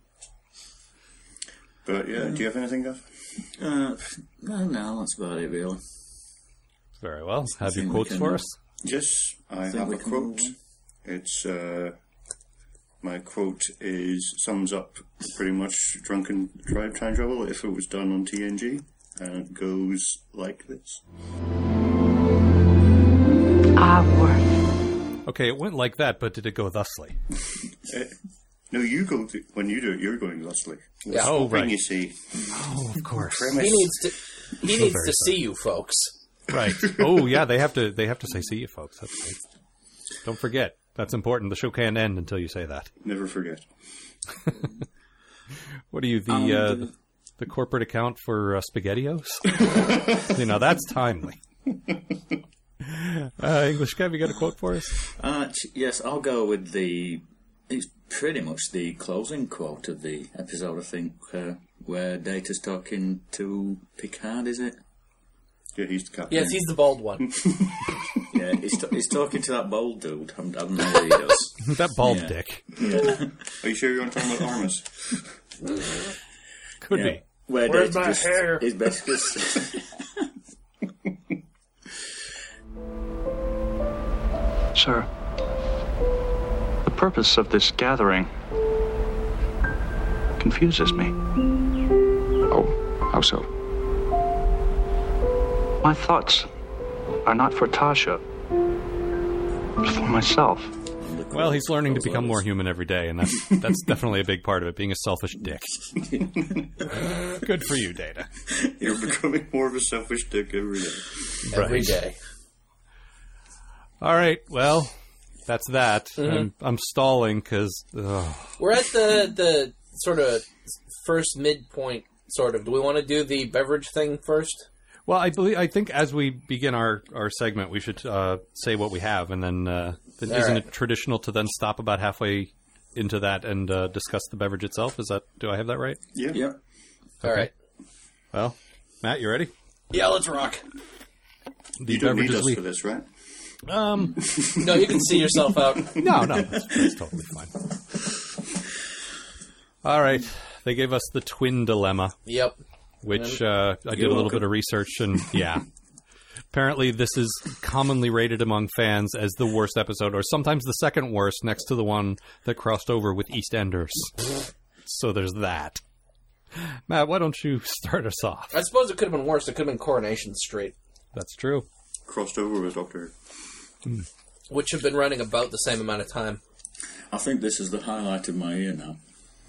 But yeah, do you have anything, Gav?
Uh, no, no, that's about it, really.
Very well. Have your
Think we
quotes
can-
for us?
Yes, I
Think
have
we
a
can
quote.
move on.
It's uh, my quote is sums up pretty much drunken drive time travel if it was done on TNG, and uh, it goes like this.
Ah, Worf.
Okay, it went like that, but did it go thusly?
Eh, no, you go to, when you do it. You're going thusly.
Yeah.
Oh,
When you
right.
see,
Oh, of course.
He needs to he needs to see you folks.
Right. Oh, yeah. They have to. They have to say, "See you, folks." That's right. Don't forget. That's important. The show can't end until you say that.
never forget.
What are you, the
Um,
uh,
the-
the, the corporate account for uh, Spaghettios? you know, that's timely. Uh, English guy, have you got a quote for us?
Uh, t- yes, I'll go with the. It's pretty much the closing quote of the episode, I think, uh, where Data's talking to Picard, is it?
Yeah, he's the captain.
Yes, he's the bald one.
Yeah, he's, t- he's talking to that bold dude. I'm, I don't know what he does.
that bald
Yeah.
dick.
Are you sure you're on time with Armas?
Could
Yeah.
be.
Where
Where's
Data
my
just
hair?
Is basically s-
Sir, the purpose of this gathering confuses me.
Oh, how so?
My thoughts are not for Tasha, but for myself.
Well, he's learning to
Those
become
others.
more human every day, and that's that's definitely a big part of it. Being a selfish dick. Good for you, Data.
You're becoming more of a selfish dick every day.
every
Right.
day.
All right. Well, that's that. I'm, I'm stalling because
We're at the the sort of first midpoint. Sort of. Do we want to do the beverage thing first?
Well, I believe I think as we begin our, our segment, we should uh, say what we have, and then, uh, then
All
isn't
right.
it traditional to then stop about halfway into that and uh, discuss the beverage itself? Is that do I have that right?
Yeah.
Yep.
All right.
Well, Matt, you ready?
Yeah, let's rock.
The
You don't need
beverages
us
we-
for this, right?
um
No, you can see yourself out.
no no that's, that's totally fine. All right, they gave us the twin dilemma.
Yep.
which uh, I did a little bit of research and yeah. Apparently, this is commonly rated among fans as the worst episode, or sometimes the second worst, next to the one that crossed over with EastEnders. so there's that. Matt, why don't you start us off?
I suppose it could have been worse. It could have been Coronation Street,
That's true.
Crossed over with Doctor.
which have been running about the same amount of time.
I think this is the highlight of my year now.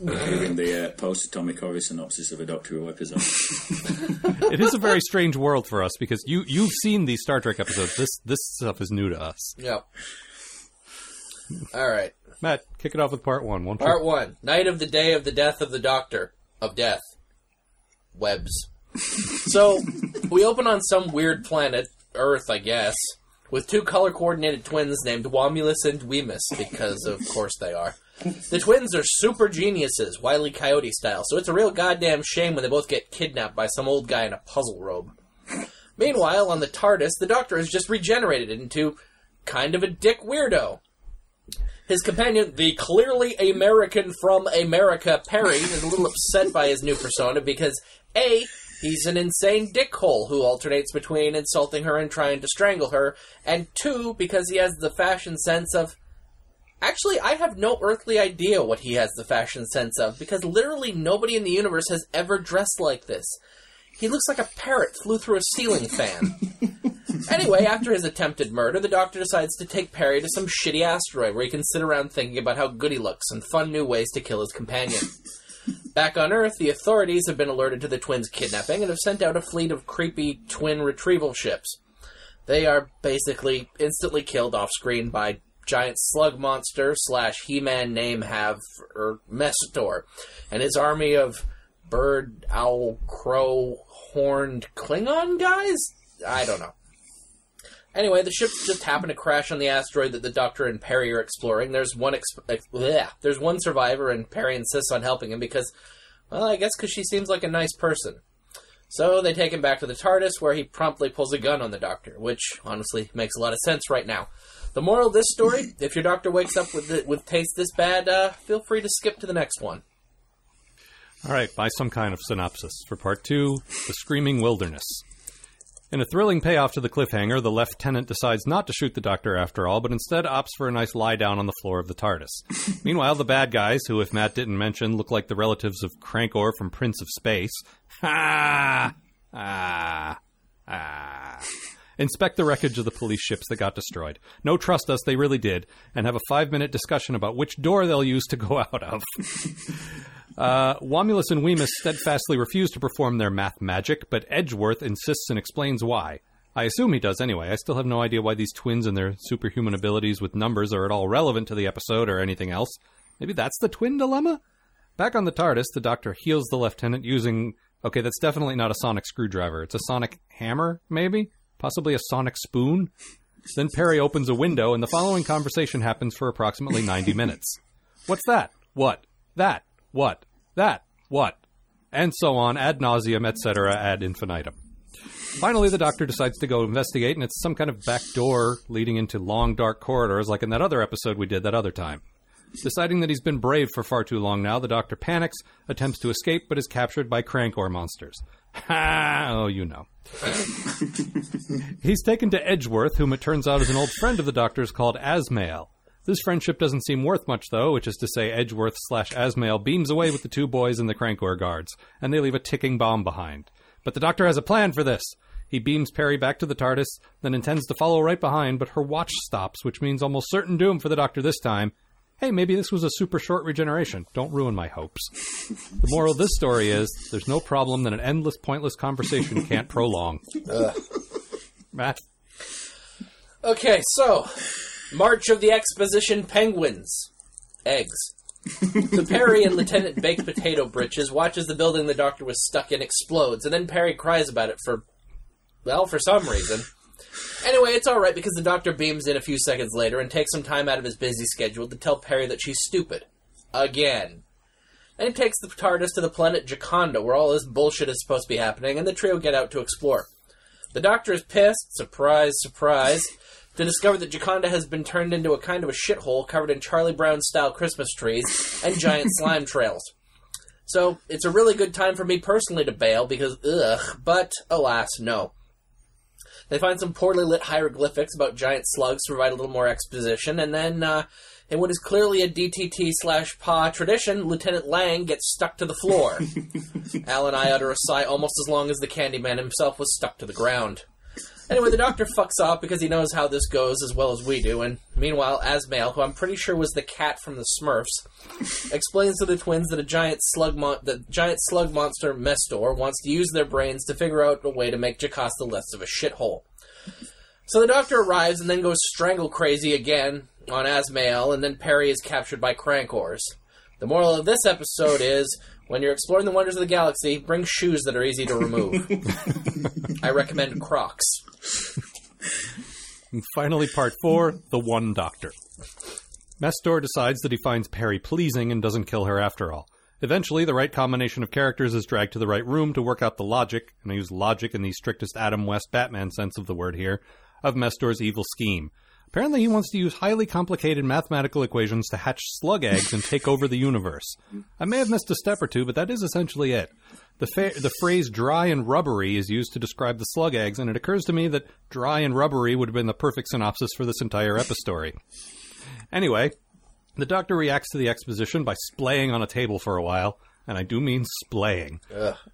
Hearing the uh, post-atomic horror synopsis of a Doctor Who episode.
It is a very strange world for us because you you've seen these Star Trek episodes. This this stuff is new to us.
Yep. All right.
Matt, kick it off with part one. One
Part one. Night of the day of the death of the doctor. Of death. Webs. so, we open on some weird planet, Earth, I guess, with two color coordinated twins named Womulus and Dwemus, because of course they are. The twins are super geniuses, Wily Coyote style, so it's a real goddamn shame when they both get kidnapped by some old guy in a puzzle robe. Meanwhile, on the TARDIS, the doctor has just regenerated into kind of a dick weirdo. His companion, the clearly American from America, Perry, is a little upset by his new persona because A, he's an insane dickhole who alternates between insulting her and trying to strangle her, and two, because he has the fashion sense of. Actually, I have no earthly idea what he has the fashion sense of because literally nobody in the universe has ever dressed like this. He looks like a parrot flew through a ceiling fan. Anyway, after his attempted murder, the doctor decides to take Perry to some shitty asteroid where he can sit around thinking about how good he looks and fun new ways to kill his companion. Back on Earth, the authorities have been alerted to the twins' kidnapping and have sent out a fleet of creepy twin retrieval ships. They are basically instantly killed off screen by giant slug monster slash He Man name have or Mesitor and his army of bird, owl, crow, horned Klingon guys? I don't know. Anyway, the ships just happen to crash on the asteroid that the Doctor and Perry are exploring. There's one exp- ex- bleh. there's one survivor, and Perry insists on helping him because, well, I guess because she seems like a nice person. So they take him back to the TARDIS, where he promptly pulls a gun on the Doctor, which honestly makes a lot of sense right now. The moral of this story: if your Doctor wakes up with the, with taste this bad, uh, feel free to skip to the next one.
All right, by some kind of synopsis for part two The Screaming Wilderness. In a thrilling payoff to the cliffhanger, the lieutenant decides not to shoot the doctor after all, but instead opts for a nice lie down on the floor of the TARDIS. Meanwhile, the bad guys, who, if Matt didn't mention, look like the relatives of Crankor from Prince of Space, ha! Ah! Ah! Inspect the wreckage of the police ships that got destroyed. No, trust us, they really did, and have a five minute discussion about which door they'll use to go out of. Uh, Womulus and Wemus steadfastly refuse to perform their math magic, but Edgeworth insists and explains why. I assume he does anyway. I still have no idea why these twins and their superhuman abilities with numbers are at all relevant to the episode or anything else. Maybe that's the twin dilemma? Back on the TARDIS, the doctor heals the lieutenant using. Okay, that's definitely not a sonic screwdriver. It's a sonic hammer, maybe? Possibly a sonic spoon? Then Perry opens a window, and the following conversation happens for approximately 90 minutes. What's that? What? That? What? That? What? And so on, ad nauseum, etc., ad infinitum. Finally, the doctor decides to go investigate, and it's some kind of back door leading into long, dark corridors, like in that other episode we did that other time. Deciding that he's been brave for far too long now, the doctor panics, attempts to escape, but is captured by Crankor monsters. Ha! Oh, you know. he's taken to Edgeworth, whom it turns out is an old friend of the doctor's called Asmael. This friendship doesn't seem worth much, though, which is to say, Edgeworth slash Asmael beams away with the two boys and the Crankor guards, and they leave a ticking bomb behind. But the doctor has a plan for this. He beams Perry back to the TARDIS, then intends to follow right behind, but her watch stops, which means almost certain doom for the doctor this time. Hey, maybe this was a super short regeneration. Don't ruin my hopes. The moral of this story is there's no problem that an endless, pointless conversation can't prolong. Matt?
Okay, so March of the Exposition Penguins. Eggs. so Perry in Lieutenant Baked Potato Britches watches the building the doctor was stuck in explodes, and then Perry cries about it for, well, for some reason. Anyway, it's alright because the doctor beams in a few seconds later and takes some time out of his busy schedule to tell Perry that she's stupid. Again. Then he takes the TARDIS to the planet Jaconda, where all this bullshit is supposed to be happening, and the trio get out to explore. The doctor is pissed, surprise, surprise, to discover that Jaconda has been turned into a kind of a shithole covered in Charlie Brown style Christmas trees and giant slime trails. So it's a really good time for me personally to bail because ugh, but alas, no. They find some poorly lit hieroglyphics about giant slugs to provide a little more exposition, and then, uh, in what is clearly a DTT slash PA tradition, Lieutenant Lang gets stuck to the floor. Al and I utter a sigh almost as long as the Candyman himself was stuck to the ground. Anyway, the doctor fucks off because he knows how this goes as well as we do, and meanwhile, Asmail, who I'm pretty sure was the cat from the Smurfs, explains to the twins that a giant slug mon- the giant slug monster Mestor wants to use their brains to figure out a way to make Jocasta less of a shithole. So the doctor arrives and then goes strangle crazy again on Asmael, and then Perry is captured by Crankors. The moral of this episode is when you're exploring the wonders of the galaxy, bring shoes that are easy to remove. I recommend Crocs.
And finally, part four The One Doctor. Mestor decides that he finds Perry pleasing and doesn't kill her after all. Eventually, the right combination of characters is dragged to the right room to work out the logic, and I use logic in the strictest Adam West Batman sense of the word here, of Mestor's evil scheme. Apparently, he wants to use highly complicated mathematical equations to hatch slug eggs and take over the universe. I may have missed a step or two, but that is essentially it. The, fa- the phrase dry and rubbery is used to describe the slug eggs, and it occurs to me that dry and rubbery would have been the perfect synopsis for this entire epistory. Anyway, the doctor reacts to the exposition by splaying on a table for a while, and I do mean splaying,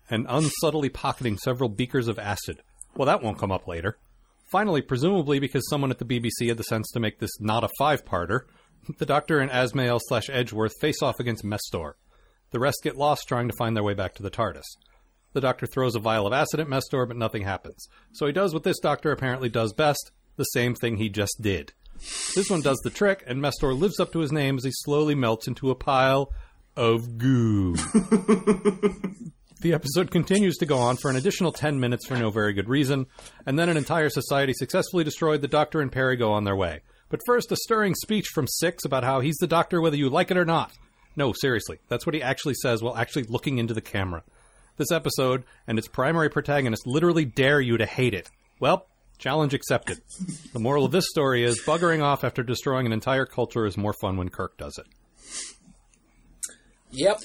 and unsubtly pocketing several beakers of acid. Well, that won't come up later. Finally, presumably because someone at the BBC had the sense to make this not a five-parter, the doctor and Asmael slash Edgeworth face off against Mestor. The rest get lost trying to find their way back to the TARDIS. The doctor throws a vial of acid at Mestor, but nothing happens. So he does what this doctor apparently does best the same thing he just did. This one does the trick, and Mestor lives up to his name as he slowly melts into a pile of goo. the episode continues to go on for an additional 10 minutes for no very good reason, and then an entire society successfully destroyed. The doctor and Perry go on their way. But first, a stirring speech from Six about how he's the doctor whether you like it or not. No, seriously, that's what he actually says while actually looking into the camera. This episode and its primary protagonist literally dare you to hate it. Well, challenge accepted. The moral of this story is buggering off after destroying an entire culture is more fun when Kirk does it.
Yep.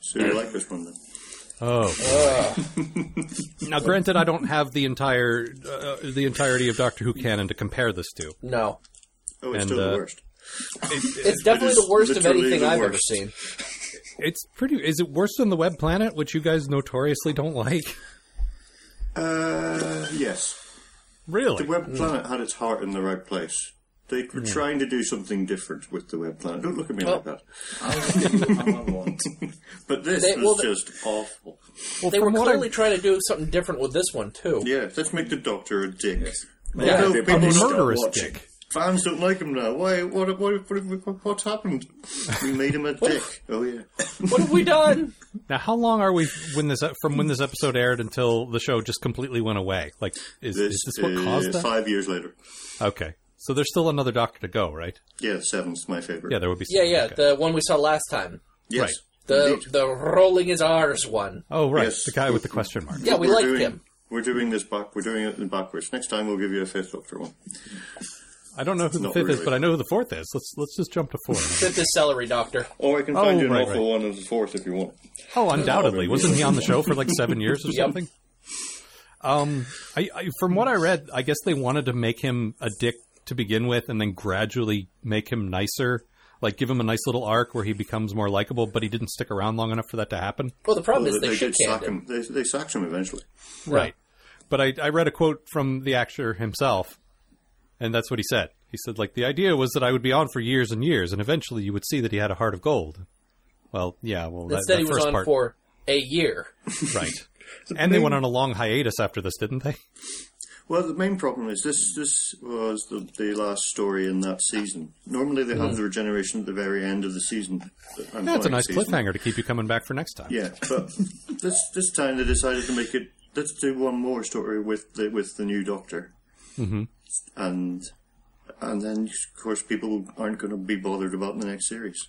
So you like this one then?
Oh. now, granted, I don't have the entire uh, the entirety of Doctor Who canon to compare this to.
No.
Oh, it's
And,
still
uh,
the worst.
It's definitely
is
the worst of
literally
anything
the
I've ever
worst.
seen.
It's pretty. Is it worse than the Web Planet, which you guys notoriously don't like?
Uh, yes.
Really?
The
mm.
Web Planet had its heart in the right place. They were trying to do something different with the Web Planet. Don't look at me
Oh.
like that.
I want.
But this
They-
was
well, the-
just awful.
well,
They were
from what I-
clearly trying to do something different with this one too.
Yeah, let's make the Doctor a dick.
Yeah,
Although
they
people
probably
a
don't-
murderous
watching.
dick.
Fans don't like him now. Why? What? What? What? what what's happened? We made him a dick. Oh yeah.
What have we done?
Now, how long are we when this from when this episode aired until the show just completely went away? Like, is
This,
is this what
is
caused that?
Five years later.
Okay, so there's still another Doctor to go, right?
Yeah, seven's my favorite.
Yeah, there would be.
yeah, yeah,
okay.
the one we saw last time.
yes.
right.
The
indeed.
the rolling his R's one.
oh, right,
Yes.
the guy with the question mark.
Yeah, we
We're
liked
doing-
him.
We're doing this back. We're doing it in backwards. Next time we'll give you a fifth Doctor one.
I don't know who the
Not
fifth is,
really.
but I know who the fourth is. Let's let's just jump to four.
Fifth is Celery Doctor.
Or I can
Oh,
find you an
right,
awful
right.
one as a fourth if you want.
oh, undoubtedly, wasn't he on the show for like seven years or
Yep.
something? Um, I, I from what I read, I guess they wanted to make him a dick to begin with, and then gradually make him nicer. Like give him a nice little arc where he becomes more likable, but he didn't stick around long enough for that to happen.
Well, the problem
Well,
is they,
Oh, they,
shit
did
canned
sack
him.
him. They, they sacked him eventually.
Right. But I, I read a quote from the actor himself, and that's what he said. He said, like, the idea was that I would be on for years and years, and eventually you would see that he had a heart of gold. Well, yeah, well, that,
Instead,
that
he was
first
on
part,
for a year.
right. and they went on a long hiatus after this, didn't they?
Well, the main problem is this. This was the, the last story in that season. Normally, they have the regeneration at the very end of the season. I'm
Hmm. That's a
calling it
nice
season.
cliffhanger to keep you coming back for next time.
Yeah, but this this time they decided to make it. Let's do one more story with the with the new Doctor, mm-hmm. and and then of course people aren't going to be bothered about the next series.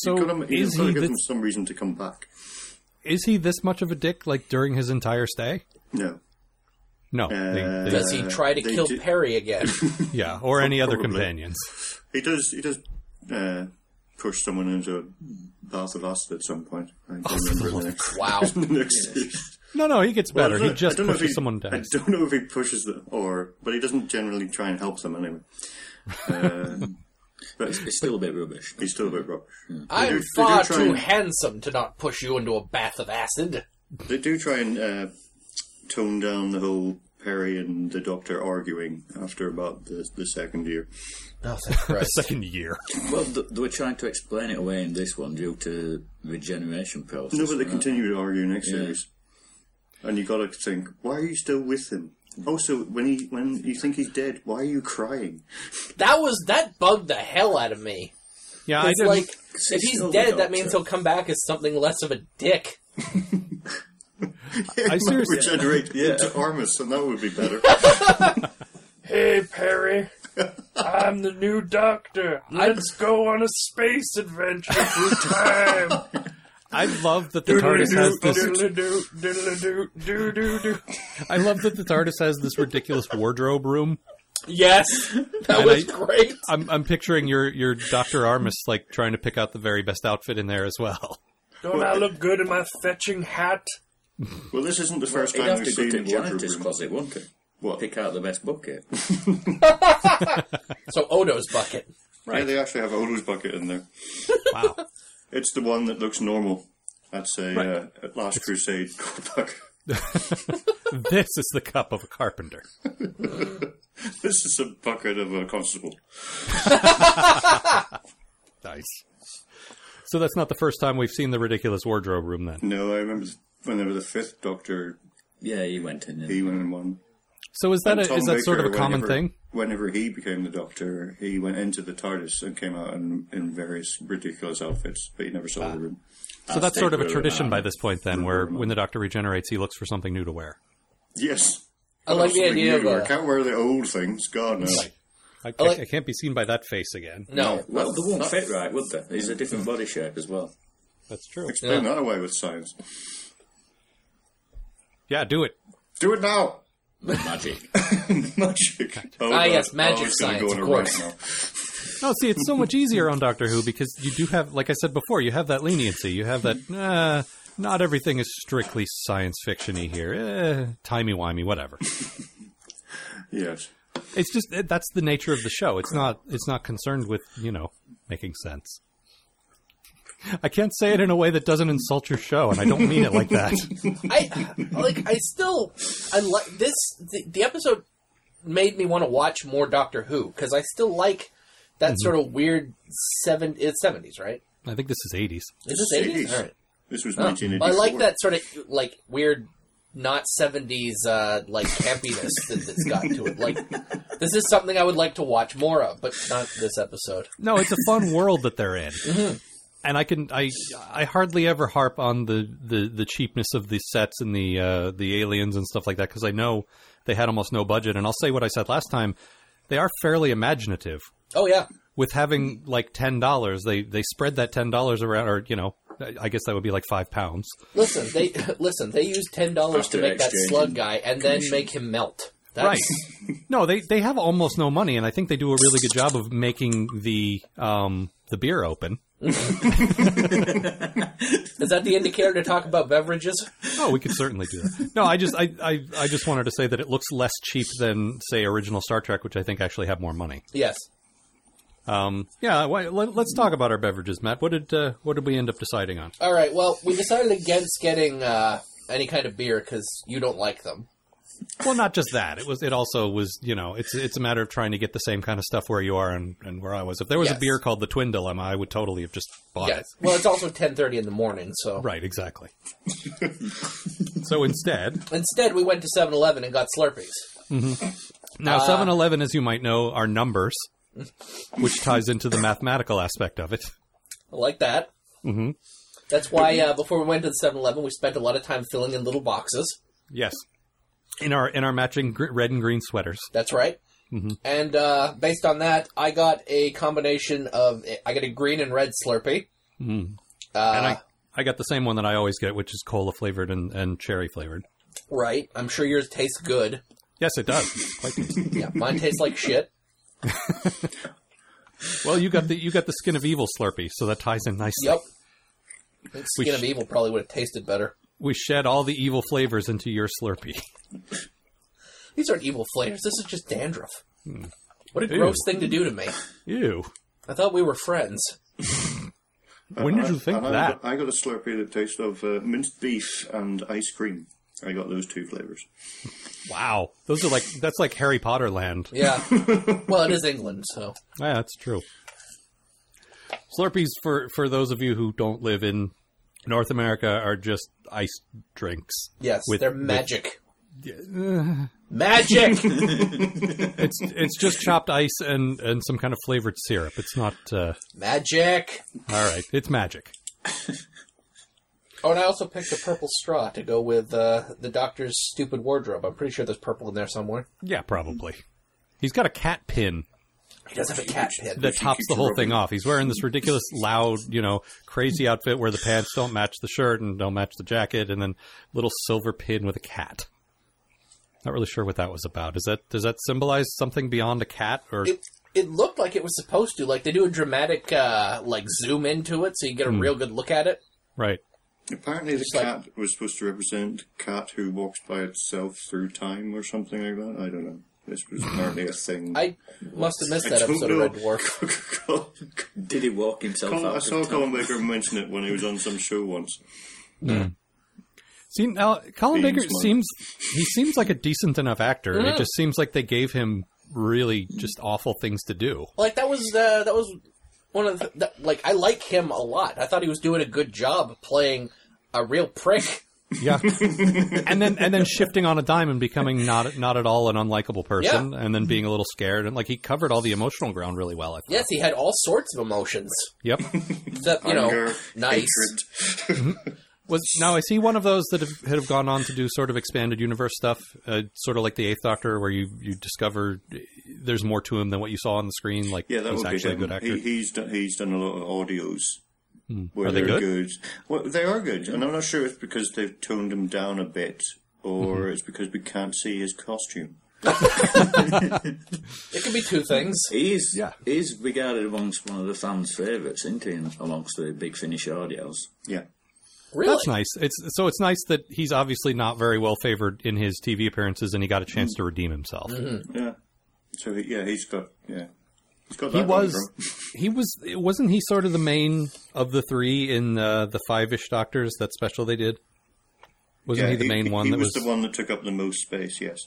so
You've got to,
is,
you've got to
he
give
this,
them some reason to come back.
is he this much of a dick, like, during his entire stay?
No,
No. they-
Uh,
they-
Does he try to
they
kill
do-
Perry again?
yeah, or any other
Probably.
companions.
he does. He does uh, push someone into a bath of acid at some point. I don't
Oh,
remember the next,
wow.
the next series.
No, no, he gets
Well, I
better.
don't-
he just
I don't know if
pushes
he-
someone down.
I don't know if he pushes them, or but he doesn't generally try and help them anyway. Uh, but
It's still a bit rubbish.
he's still a bit rubbish. They do-
I'm
they do
far
try
too
and-
handsome to not push you into a bath of acid.
They do try and uh, tone down the whole Perry and the Doctor arguing after about the, the second year.
Oh, thank Christ.
Second year.
Well, th- they were trying to explain it away in this one due to regeneration process.
No, but they
right?
continue to argue next
Yeah.
series, and you got to think, why are you still with him? Also, when he when you think he's dead, why are you crying?
that was that bugged the hell out of me.
Yeah, I
It's
didn't.
like if
it's
he's
still the
dead, that means
doctor.
he'll come back as something less of a dick.
I
seriously-
regenerate into Armus, and that would be better.
Hey, Perry. I'm the new doctor. Let's go on a space adventure through time.
I love that the TARDIS has this
Doodle-doo, doodle-doo, doodle-doo.
I love that the TARDIS has this ridiculous wardrobe room.
Yes, that
And
was
I-
great.
I'm, I'm picturing your, your Dr. Armis like trying to pick out the very best outfit in there as well.
Don't I look good in my fetching hat?
well, this isn't the first
He'd
time
have
we've
to go
seen
to
the
the
wardrobe
janitor's
room.
closet, wouldn't he?
What?
Pick out the best bucket.
So Odo's bucket.
Yeah, they actually have Odo's bucket in there.
Wow.
It's the one that looks normal. That's a uh, Last Crusade bucket.
this is the cup of a carpenter.
This is a bucket of a constable.
Nice. So that's not the first time we've seen the ridiculous wardrobe room then.
No, I remember when they were the fifth Doctor,
Yeah, he went in.
he
And,
went in one.
So is that
And
a,
Tom
is that sort of
Baker,
a common
whenever-
thing?
Whenever he became the Doctor, he went into the TARDIS and came out in, in various ridiculous outfits, but you never saw the room.
So that's sort of a
Baker,
tradition
uh,
by this point then where when the doctor regenerates he looks for something new to wear.
Yes.
I like the
Something
idea of uh,
new. I
a,
can't wear the old things. God no.
I,
I like-
I can't be seen by that face again.
no.
well, they won't fit right, would they? He's a different body shape as well.
That's true.
Explain that away with science.
Yeah, do it.
Do it now.
Magic.
magic. Oh,
Ah,
God.
yes, magic
oh, it's gonna
science,
go on
of
a rant
course.
now.
No, Oh, see, it's so much easier on Doctor Who because you do have, like I said before, you have that leniency. You have that. Uh, not everything is strictly science fictiony here. Eh, timey wimey, whatever.
Yes.
It's just eh, that's the nature of the show. It's not. It's not concerned with you know making sense. I can't say it in a way that doesn't insult your show, and I don't mean it like that.
I like. I still. I like this. The, the episode made me want to watch more Doctor Who because I still like
Mm-hmm.
that sort of weird seven. It's seventies, right?
I think this is '80s.
Is this eighties?
80s.
All right.
This was
Oh.
1984.
I like that sort of like weird, not seventies uh, like campiness that, that's got to it. Like this is something I would like to watch more of, but not this episode.
No, it's a fun world that they're in. And I can I I hardly ever harp on the, the, the cheapness of the sets and the uh, the aliens and stuff like that because I know they had almost no budget. And I'll say what I said last time: they are fairly imaginative.
Oh yeah,
With having like ten dollars, they they spread that ten dollars around, or you know, I I guess that would be like five pounds.
listen, they listen. They used ten dollars to
After
make that
exchange
slug
and
guy and then make him melt. That's,
Right. No, they they have almost no money, and I think they do a really good job of making the um the beer open.
Is that the indicator to talk about beverages?
Oh, we could certainly do that. No, I just I, I I just wanted to say that it looks less cheap than say original Star Trek, which I think actually have more money.
Yes.
Um, yeah, why, let, let's talk about our beverages, Matt. What did uh, what did we end up deciding on?
All right. Well, we decided against getting uh, any kind of beer because you don't like them.
Well, not just that. It was it also was you know it's it's a matter of trying to get the same kind of stuff where you are and, and where I was. If there was a
Yes.
beer called the Twin Dilemma, I would totally have just bought
Yes.
it.
Well, it's also ten thirty in the morning, so
Right, exactly. so instead,
instead we went to 7-Eleven and got Slurpees.
Now,
Uh,
7 Eleven, as you might know, are numbers, which ties into the mathematical aspect of it.
I like that. Mm-hmm. That's why uh, before we went to the 7-Eleven, we spent a lot of time filling in little boxes.
Yes. In our in our matching gr- red and green sweaters.
That's right.
Mm-hmm.
And uh, based on that, I got a combination of I got a green and red Slurpee.
Mm-hmm.
Uh,
and I, I got the same one that I always get, which is cola flavored and, and cherry flavored.
Right. I'm sure yours tastes good.
Yes, it does. It's quite tasty.
Yeah, mine tastes like shit.
well, you got the you got the skin of evil Slurpee, so that ties in nicely.
Yep. I think
We
Skin
sh-
of Evil probably would have tasted better.
We shed all the evil flavors into your Slurpee.
These aren't evil flavors. This is just dandruff. What a
Hmm. Ew.
gross thing to do to me.
Ew.
I thought we were friends.
When did you think
Uh-huh.
And I
that?
Got, I got a Slurpee that tastes of uh, minced beef and ice cream. I got those two flavors.
Wow. Those are like that's like Harry Potter land.
Yeah. well, it is England, so
Yeah, that's true. Slurpees for for those of you who don't live in North America are just ice drinks.
yes,
With-
they're
with-
magic. magic.
It's it's just chopped ice and and some kind of flavored syrup. It's not uh,
magic.
all right. It's magic.
Oh, and I also picked a purple straw to go with uh, the doctor's stupid wardrobe. I'm pretty sure there's purple in there somewhere.
Yeah, probably. He's got a cat pin
He does have a cat pin.
that tops the whole thing off. He's wearing this ridiculous, loud, you know, crazy outfit where the pants don't match the shirt and don't match the jacket, and then little silver pin with a cat. Not really sure what that was about. Is that does that symbolize something beyond a cat or
it it looked like it was supposed to. Like they do a dramatic uh, like zoom into it, so you
Hmm.
get a real good look at it.
right?
Apparently, the
like-
cat was supposed to represent cat who walks by itself through time or something like that. I don't know. This was apparently a thing.
I must have missed
I
that
don't
episode of
know.
Red Dwarf.
Did he walk himself
Colin-
out?
I
of
saw
time?
Colin Baker mention it when he was on some show once.
See now, Colin
Being
Baker
smart.
seems he seems like a decent enough actor. It just seems like they gave him really just awful things to do.
Like that was uh, that was one of the, that, like I like him a lot. I thought he was doing a good job playing a real prick.
Yeah, and then and then shifting on a dime and becoming not not at all an unlikable person, and then being a little scared and like he covered all the emotional ground really well. I thought.
Yes, he had all sorts of emotions.
Yep.
That you know,
Anger,
nice.
hatred.
Was now I see one of those that have, have gone on to do sort of expanded universe stuff, uh, sort of like the Eighth Doctor, where you you discover there's more to him than what you saw on the screen. Like
Yeah, that
he's
would be
actually a
him.
good actor. Hmm.
He, he's done, he's done a lot of audios. Where
Are they
they're
good?
Well, they are good, and I'm not sure it's because they've toned him down a bit, or
Mm-hmm.
it's because we can't see his costume.
It could be two things.
He is,
Yeah.
he is regarded amongst one of the fans' favourites, isn't he? in- Amongst the big Finnish audios.
Yeah,
Really?
That's nice. It's so it's nice that he's obviously not very well favored in his TV appearances, and he got a chance to redeem himself.
yeah. So he, yeah, he's got yeah, he's got that
He
one
was,
from-
he was, wasn't he sort of the main of the three in uh, the Five Ish Doctors that special they did? Wasn't
Yeah,
he the main one
He
that
was, the one that took up the most space. Yes,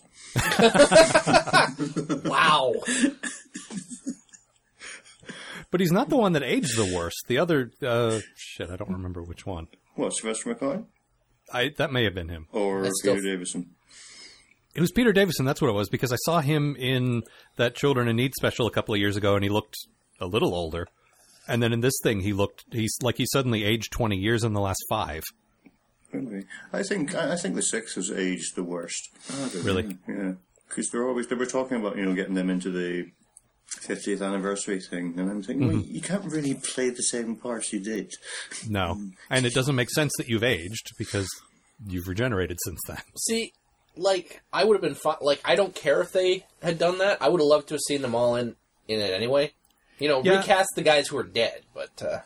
Wow.
But he's not the one that aged the worst. The other, uh, shit, I don't remember which one.
what Sylvester McCoy
I that may have been him.
or
I
Peter
still-
Davison?
It was Peter Davison. That's what it was because I saw him in that Children in Need special a couple of years ago, and he looked a little older. And then in this thing, he looked he's like he suddenly aged twenty years in the last five.
Anyway, I think I, I think the six has aged the worst.
Really,
Yeah, because they're always they were talking about you know getting them into the fiftieth anniversary thing, and I'm thinking
Mm-hmm.
well, you can't really play the same parts you did.
no. And it doesn't make sense that you've aged because you've regenerated since then.
See, like I would have been fi- like I don't care if they had done that. I would have loved to have seen them all in in it anyway. You know,
Yeah.
recast the guys who are dead, but uh,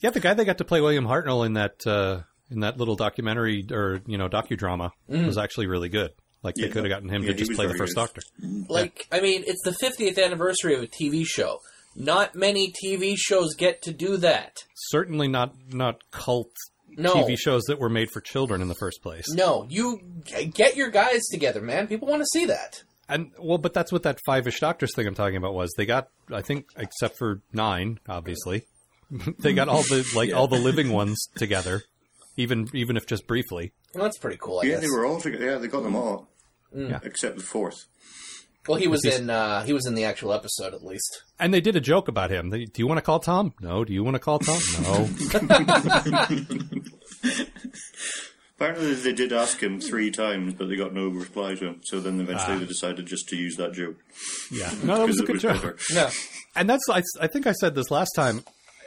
Yeah, the guy that got to play William Hartnell in that uh, in that little documentary or you know docudrama was actually really good. Like they
Mm. Yeah.
could have gotten him
Yeah,
to
he
just
was
play the
very
first
good.
Doctor.
like I mean, it's the 50th anniversary of a TV show. Not many TV shows get to do that.
Certainly not not cult
No.
TV shows that were made for children in the first place.
No, you g- get your guys together, man. People want to see that.
And well, but that's what that five-ish doctors thing I'm talking about was. They got, I think, except for nine, obviously, they got all the like all the living ones together, even even if just briefly.
Well, that's pretty cool. I
Yeah,
guess.
they were all together. Yeah, they got them all.
Mm.
Mm.
Yeah.
Except the fourth.
Well, he was in uh, he was in the actual episode at least.
And they did a joke about him. They, Do you want to call Tom? No. Do you want to call Tom? No.
Apparently, they did ask him three times, but they got no reply to him. So then eventually they decided just to use that joke.
yeah. No, Ah. Oh, that was a good joke.
better.
No,
And that's I, I think I said this last time.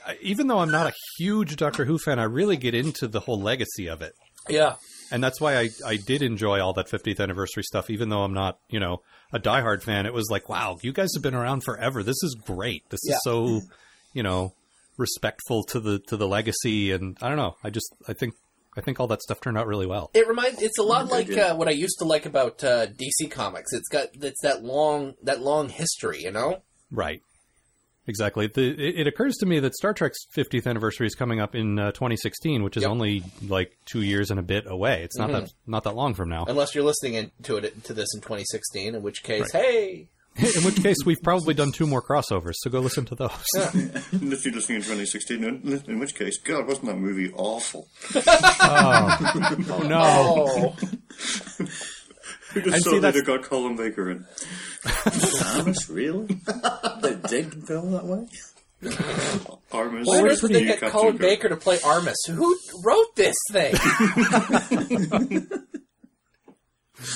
I- Even though I'm not a huge Doctor Who fan, I really get into the whole legacy of it.
yeah,
and that's why I, I did enjoy all that 50th anniversary stuff, even though I'm not, you know, a diehard fan. It was like, wow, you guys have been around forever. This is great. This
Yeah.
is so, you know, respectful to the to the legacy. And I don't know. I just I think I think all that stuff turned out really well.
it reminds. It's a lot like
did.
uh, what I used to like about uh, DC Comics. It's got it's that long that long history, you know.
Right. Exactly. The, it, it occurs to me that Star Trek's 50th anniversary is coming up in uh, 2016, which is
Yep. Mm-hmm.
only like two years and a bit away. It's not that not that long from now.
Unless you're listening in, to it to this in 2016, in which case, hey,
in which case, we've probably done two more crossovers. So go listen to those.
Unless you're listening in 2016, in, in which case, God, wasn't that movie awful?
Oh, no.
oh,
We just
And see,
saw that
that's-
it got Colin Baker in.
Thomas, really? they did go that way?
Armas.
where
was
did
the
they
new
get
Captain
Colin
Kirk.
Baker to play Armus? Who wrote this thing?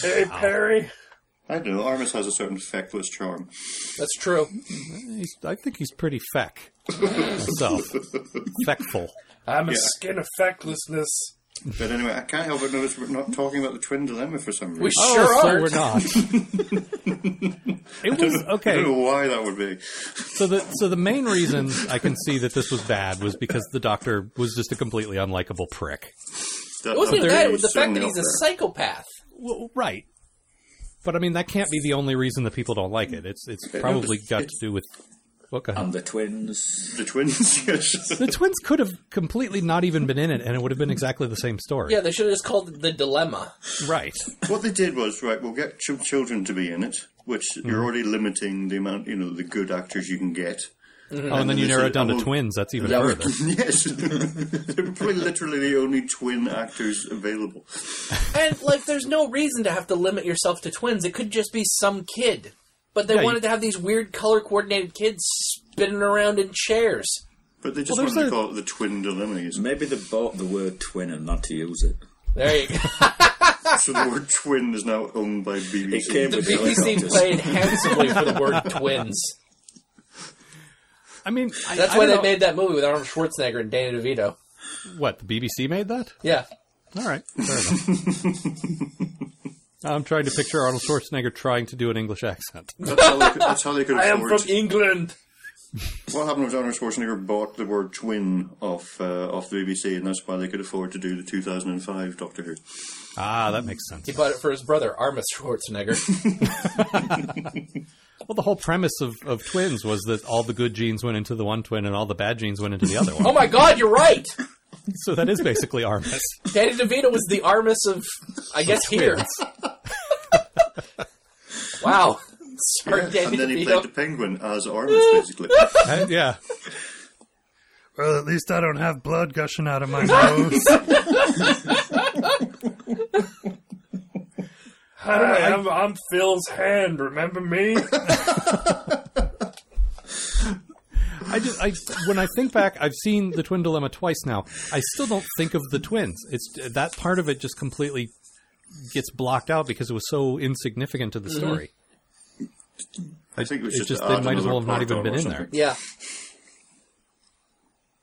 Hey, Perry.
I don't know. Armas has a certain feckless charm.
That's true.
He's, I think he's pretty feck himself. Feckful.
I'm a
Yeah.
skin of fecklessness.
But anyway, I can't help but notice we're not talking about the twin dilemma for some reason.
We sure
oh,
are.
so we're not. it was
I don't
okay.
know why that would be.
So the so the main reason I can see that this was bad was because the doctor was just a completely unlikable prick.
That,
It
Oh,
wasn't even
that
that. It
would
was
be
the fact
certainly
that he's a
up there.
psychopath.
Well, right. But I mean, that can't be the only reason that people don't like it. It's it's probably got to do with. Well, go
Um,
ahead.
And the twins.
The twins, yes.
The twins could have completely not even been in it, and it would have been exactly the same story.
Yeah, they should have just called it the dilemma.
Right.
what they did was, right, we'll get some children to be in it, which
Mm-hmm.
you're already limiting the amount, you know, the good actors you can get.
Mm-hmm.
Oh, and then you
they
narrow
said,
it down
oh,
to twins. That's even
Yeah.
further.
Yes. They're probably literally the only twin actors available.
And like, there's no reason to have to limit yourself to twins. It could just be some kid. But they
Yeah, you-
wanted to have these weird color coordinated kids spinning around in chairs.
But they just
Well, there's
wanted to
the-
call it the twin dilemma. Yes.
Maybe they bought the word twin and not to use it.
There you go.
so the word twin is now owned by
It
BBC.
came
The
with
BBC
helicopters.
played handsomely for the word twins.
I mean, I-
That's
I
why
don't
they
know-
made that movie with Arnold Schwarzenegger and Danny DeVito.
what the BBC made that.
Yeah.
All right. Fair enough. I'm trying to picture Arnold Schwarzenegger trying to do an English accent.
That's how they could, that's how they could
I am
afford
from England.
What happened was Arnold Schwarzenegger bought the word twin off, uh, off the BBC, and that's why they could afford to do the 2005 Doctor Who.
Ah, that makes sense.
He bought it for his brother, Armus Schwarzenegger.
Well, the whole premise of, of twins was that all the good genes went into the one twin and all the bad genes went into the other
oh
one.
my god, you're right!
So that is basically Armus.
Danny DeVito was the Armus of, I guess, here. wow. Sorry, Danny
and then he
DeVito.
played the penguin as Armus, basically.
Uh, yeah.
Well, at least I don't have blood gushing out of my nose.
Hi, I'm, I'm Phil's hand. Remember me?
I just I when I think back, I've seen the twin dilemma twice now. I still don't think of the twins. It's that part of it just completely gets blocked out because it was so insignificant to the story.
I think it was
It's
just,
just
to
they
add
might as well have
another
not even
part
been
on or
in there.
something.
Yeah.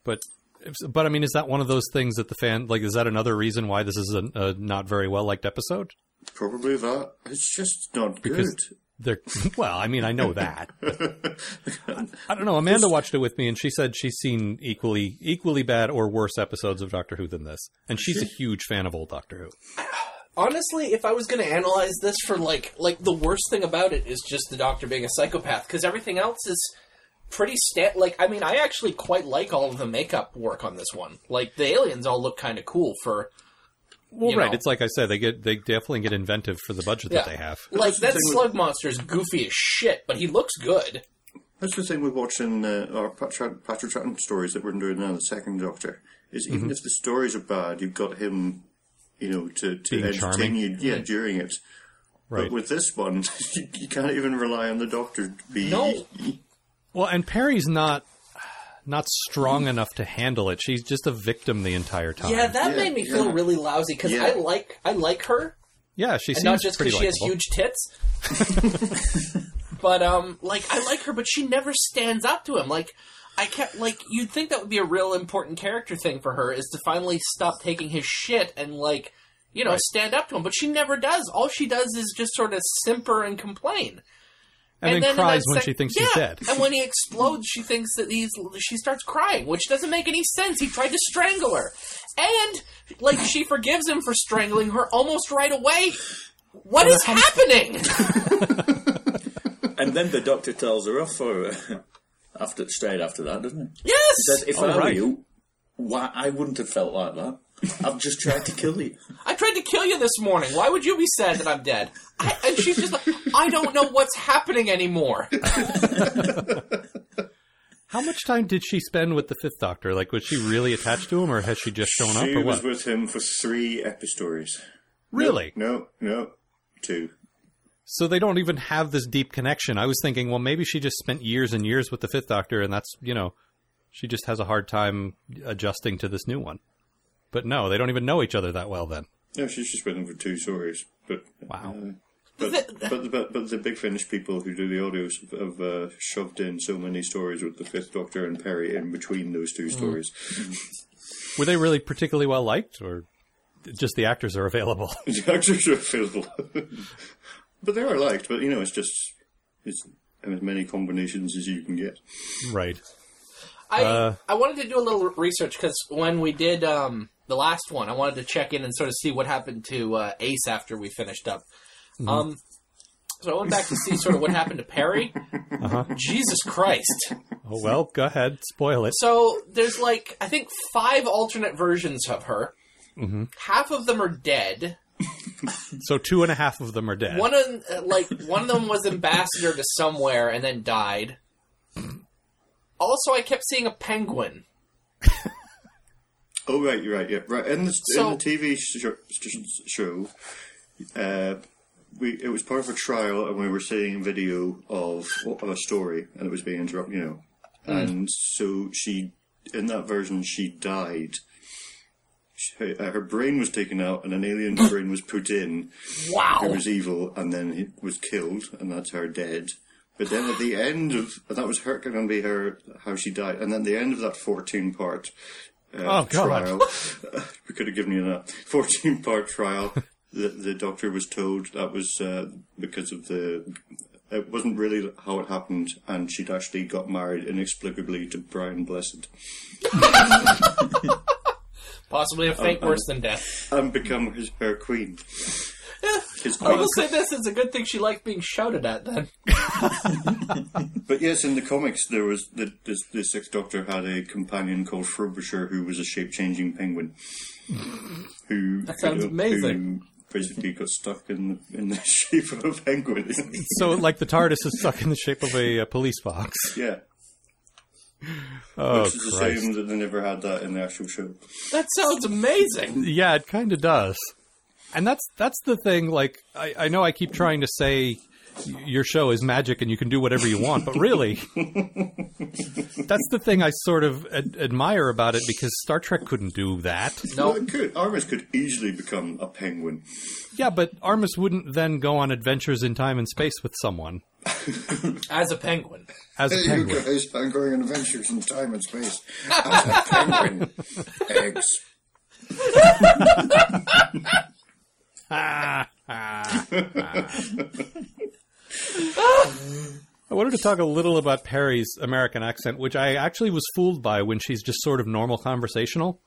But but I mean, is that one of those things that the fan like? Is that another reason why this is a, a not very well liked episode?
Probably that. It's just not
Because-
good.
They're, well, I mean, I know that. I don't know. Amanda watched it with me, and she said she's seen equally equally bad or worse episodes of Doctor Who than this, and she's a huge fan of old Doctor Who.
honestly, if I was going to analyze this for like like the worst thing about it is just the doctor being a psychopath because everything else is pretty stat. Like I mean, I actually quite like all of the makeup work on this one. Like the aliens all look kind of cool for
Well,
You
right.
know.
It's like I said, they get they definitely get inventive for the budget that they have.
Like that
the thing with-
slug monster's goofy as shit, but he looks good.
That's the thing with watching uh, our Pat- Pat- Patrick Troughton stories that we're doing now, the second Doctor, is
Mm-hmm.
even if the stories are bad, you've got him, you know, to, to
Being
entertain
charming.
you yeah, during it.
Right.
But with this one, you, you can't even rely on the Doctor to be...
No.
Well, and Perry's not not strong enough to handle it. She's just a victim the entire time.
Yeah, that
Yeah,
made me feel
yeah.
really lousy because
Yeah.
I like I like her,
yeah. She seems
and not just
pretty
because she has
likable.
huge tits. but um, like I like her, but she never stands up to him. Like I kept like you'd think that would be a real important character thing for her is to finally stop taking his shit and like you know stand up to him, but she never does. All she does is just sort of simper and complain.
and, then,
in
cries
that
when
sec-
she thinks
yeah.
he's dead.
And when he explodes, she thinks that he's. She starts crying, which doesn't make any sense. He tried to strangle her, and like she forgives him for strangling her almost right away. What is happening?
And then the doctor tells her off for it. after straight after that, doesn't he?
yes,
Says, if
Oh,
I
right.
were you, why I wouldn't have felt like that. I've just tried to kill you.
I tried to kill you this morning. Why would you be sad that I'm dead? I, and she's just like, I don't know what's happening anymore.
How much time did she spend with the Fifth Doctor? Like, was she really attached to him, or has she just shown up,
She
or
was
what?
with him for three epistories.
really?
No, no, two.
So they don't even have this deep connection. I was thinking, well, maybe she just spent years and years with the Fifth Doctor, and that's you know, she just has a hard time adjusting to this new one. But no, they don't even know each other that well. Then
No, she's just with him for two stories. But
wow.
but, but, but, but the big Finnish people who do the audios have, have uh, shoved in so many stories with the Fifth Doctor and Perry in between those
Mm.
two stories.
Were they really particularly well liked, or just the actors are available?
The actors are available. but they are liked, but you know, it's just it's as many combinations as you can get.
right.
I
Uh,
I wanted to do a little research because when we did um, the last one, I wanted to check in and sort of see what happened to uh, Ace after we finished up. Um, so I went back to see sort of what happened to Perry. Jesus Christ!
Oh well, go ahead, spoil it.
So there's like I think five alternate versions of her. Half of them are dead.
So two and a half of them are dead.
One of uh, like one of them was ambassador to somewhere and then died. Also, I kept seeing a penguin.
Oh right, you're right, yeah, right. In the
So-
in the TV show, show uh, we it was part of a trial, and we were seeing video of of a story, and it was being interrupted, you know. And so she, in that version, she died. She- Her, uh, her brain was taken out, and an alien's brain was put in. Who
Wow!
was evil, and then he was killed, and that's her dead. But then at the end of and that was her going to be her how she died, and then the end of that fourteen part uh,
oh god.
trial. we could have given you that fourteen part trial. the, the doctor was told that was uh, because of the. It wasn't really how it happened, and she'd actually got married inexplicably to Brian Blessed
Possibly a fate worse than death.
and become his her queen. His
I
queen.
will say this: it's a good thing she liked being shouted at. Then
But yes, in the comics, there was the, the, the Sixth Doctor had a companion called Frobisher, who was a shape changing penguin. Who that
sounds amazing.
Who basically got stuck in the, in the shape of a penguin.
So like the TARDIS is stuck in the shape of a, uh police box.
yeah,
Oh
which is a shame that they never had that in the actual show.
that sounds amazing.
Yeah, it kind of does. And that's that's the thing. Like, I, I know I keep trying to say y- your show is magic and you can do whatever you want, but really, that's the thing I sort of ad- admire about it because Star Trek couldn't do that.
Well, it could. Armus could easily become a penguin.
Yeah, but Armus wouldn't then go on adventures in time and space with someone
As a penguin,
as a penguin.
guys, I'm going on adventures in time and space. I'm a penguin. Eggs.
Ah, I wanted to talk a little about Perry's American accent, which I actually was fooled by when she's just sort of normal conversational.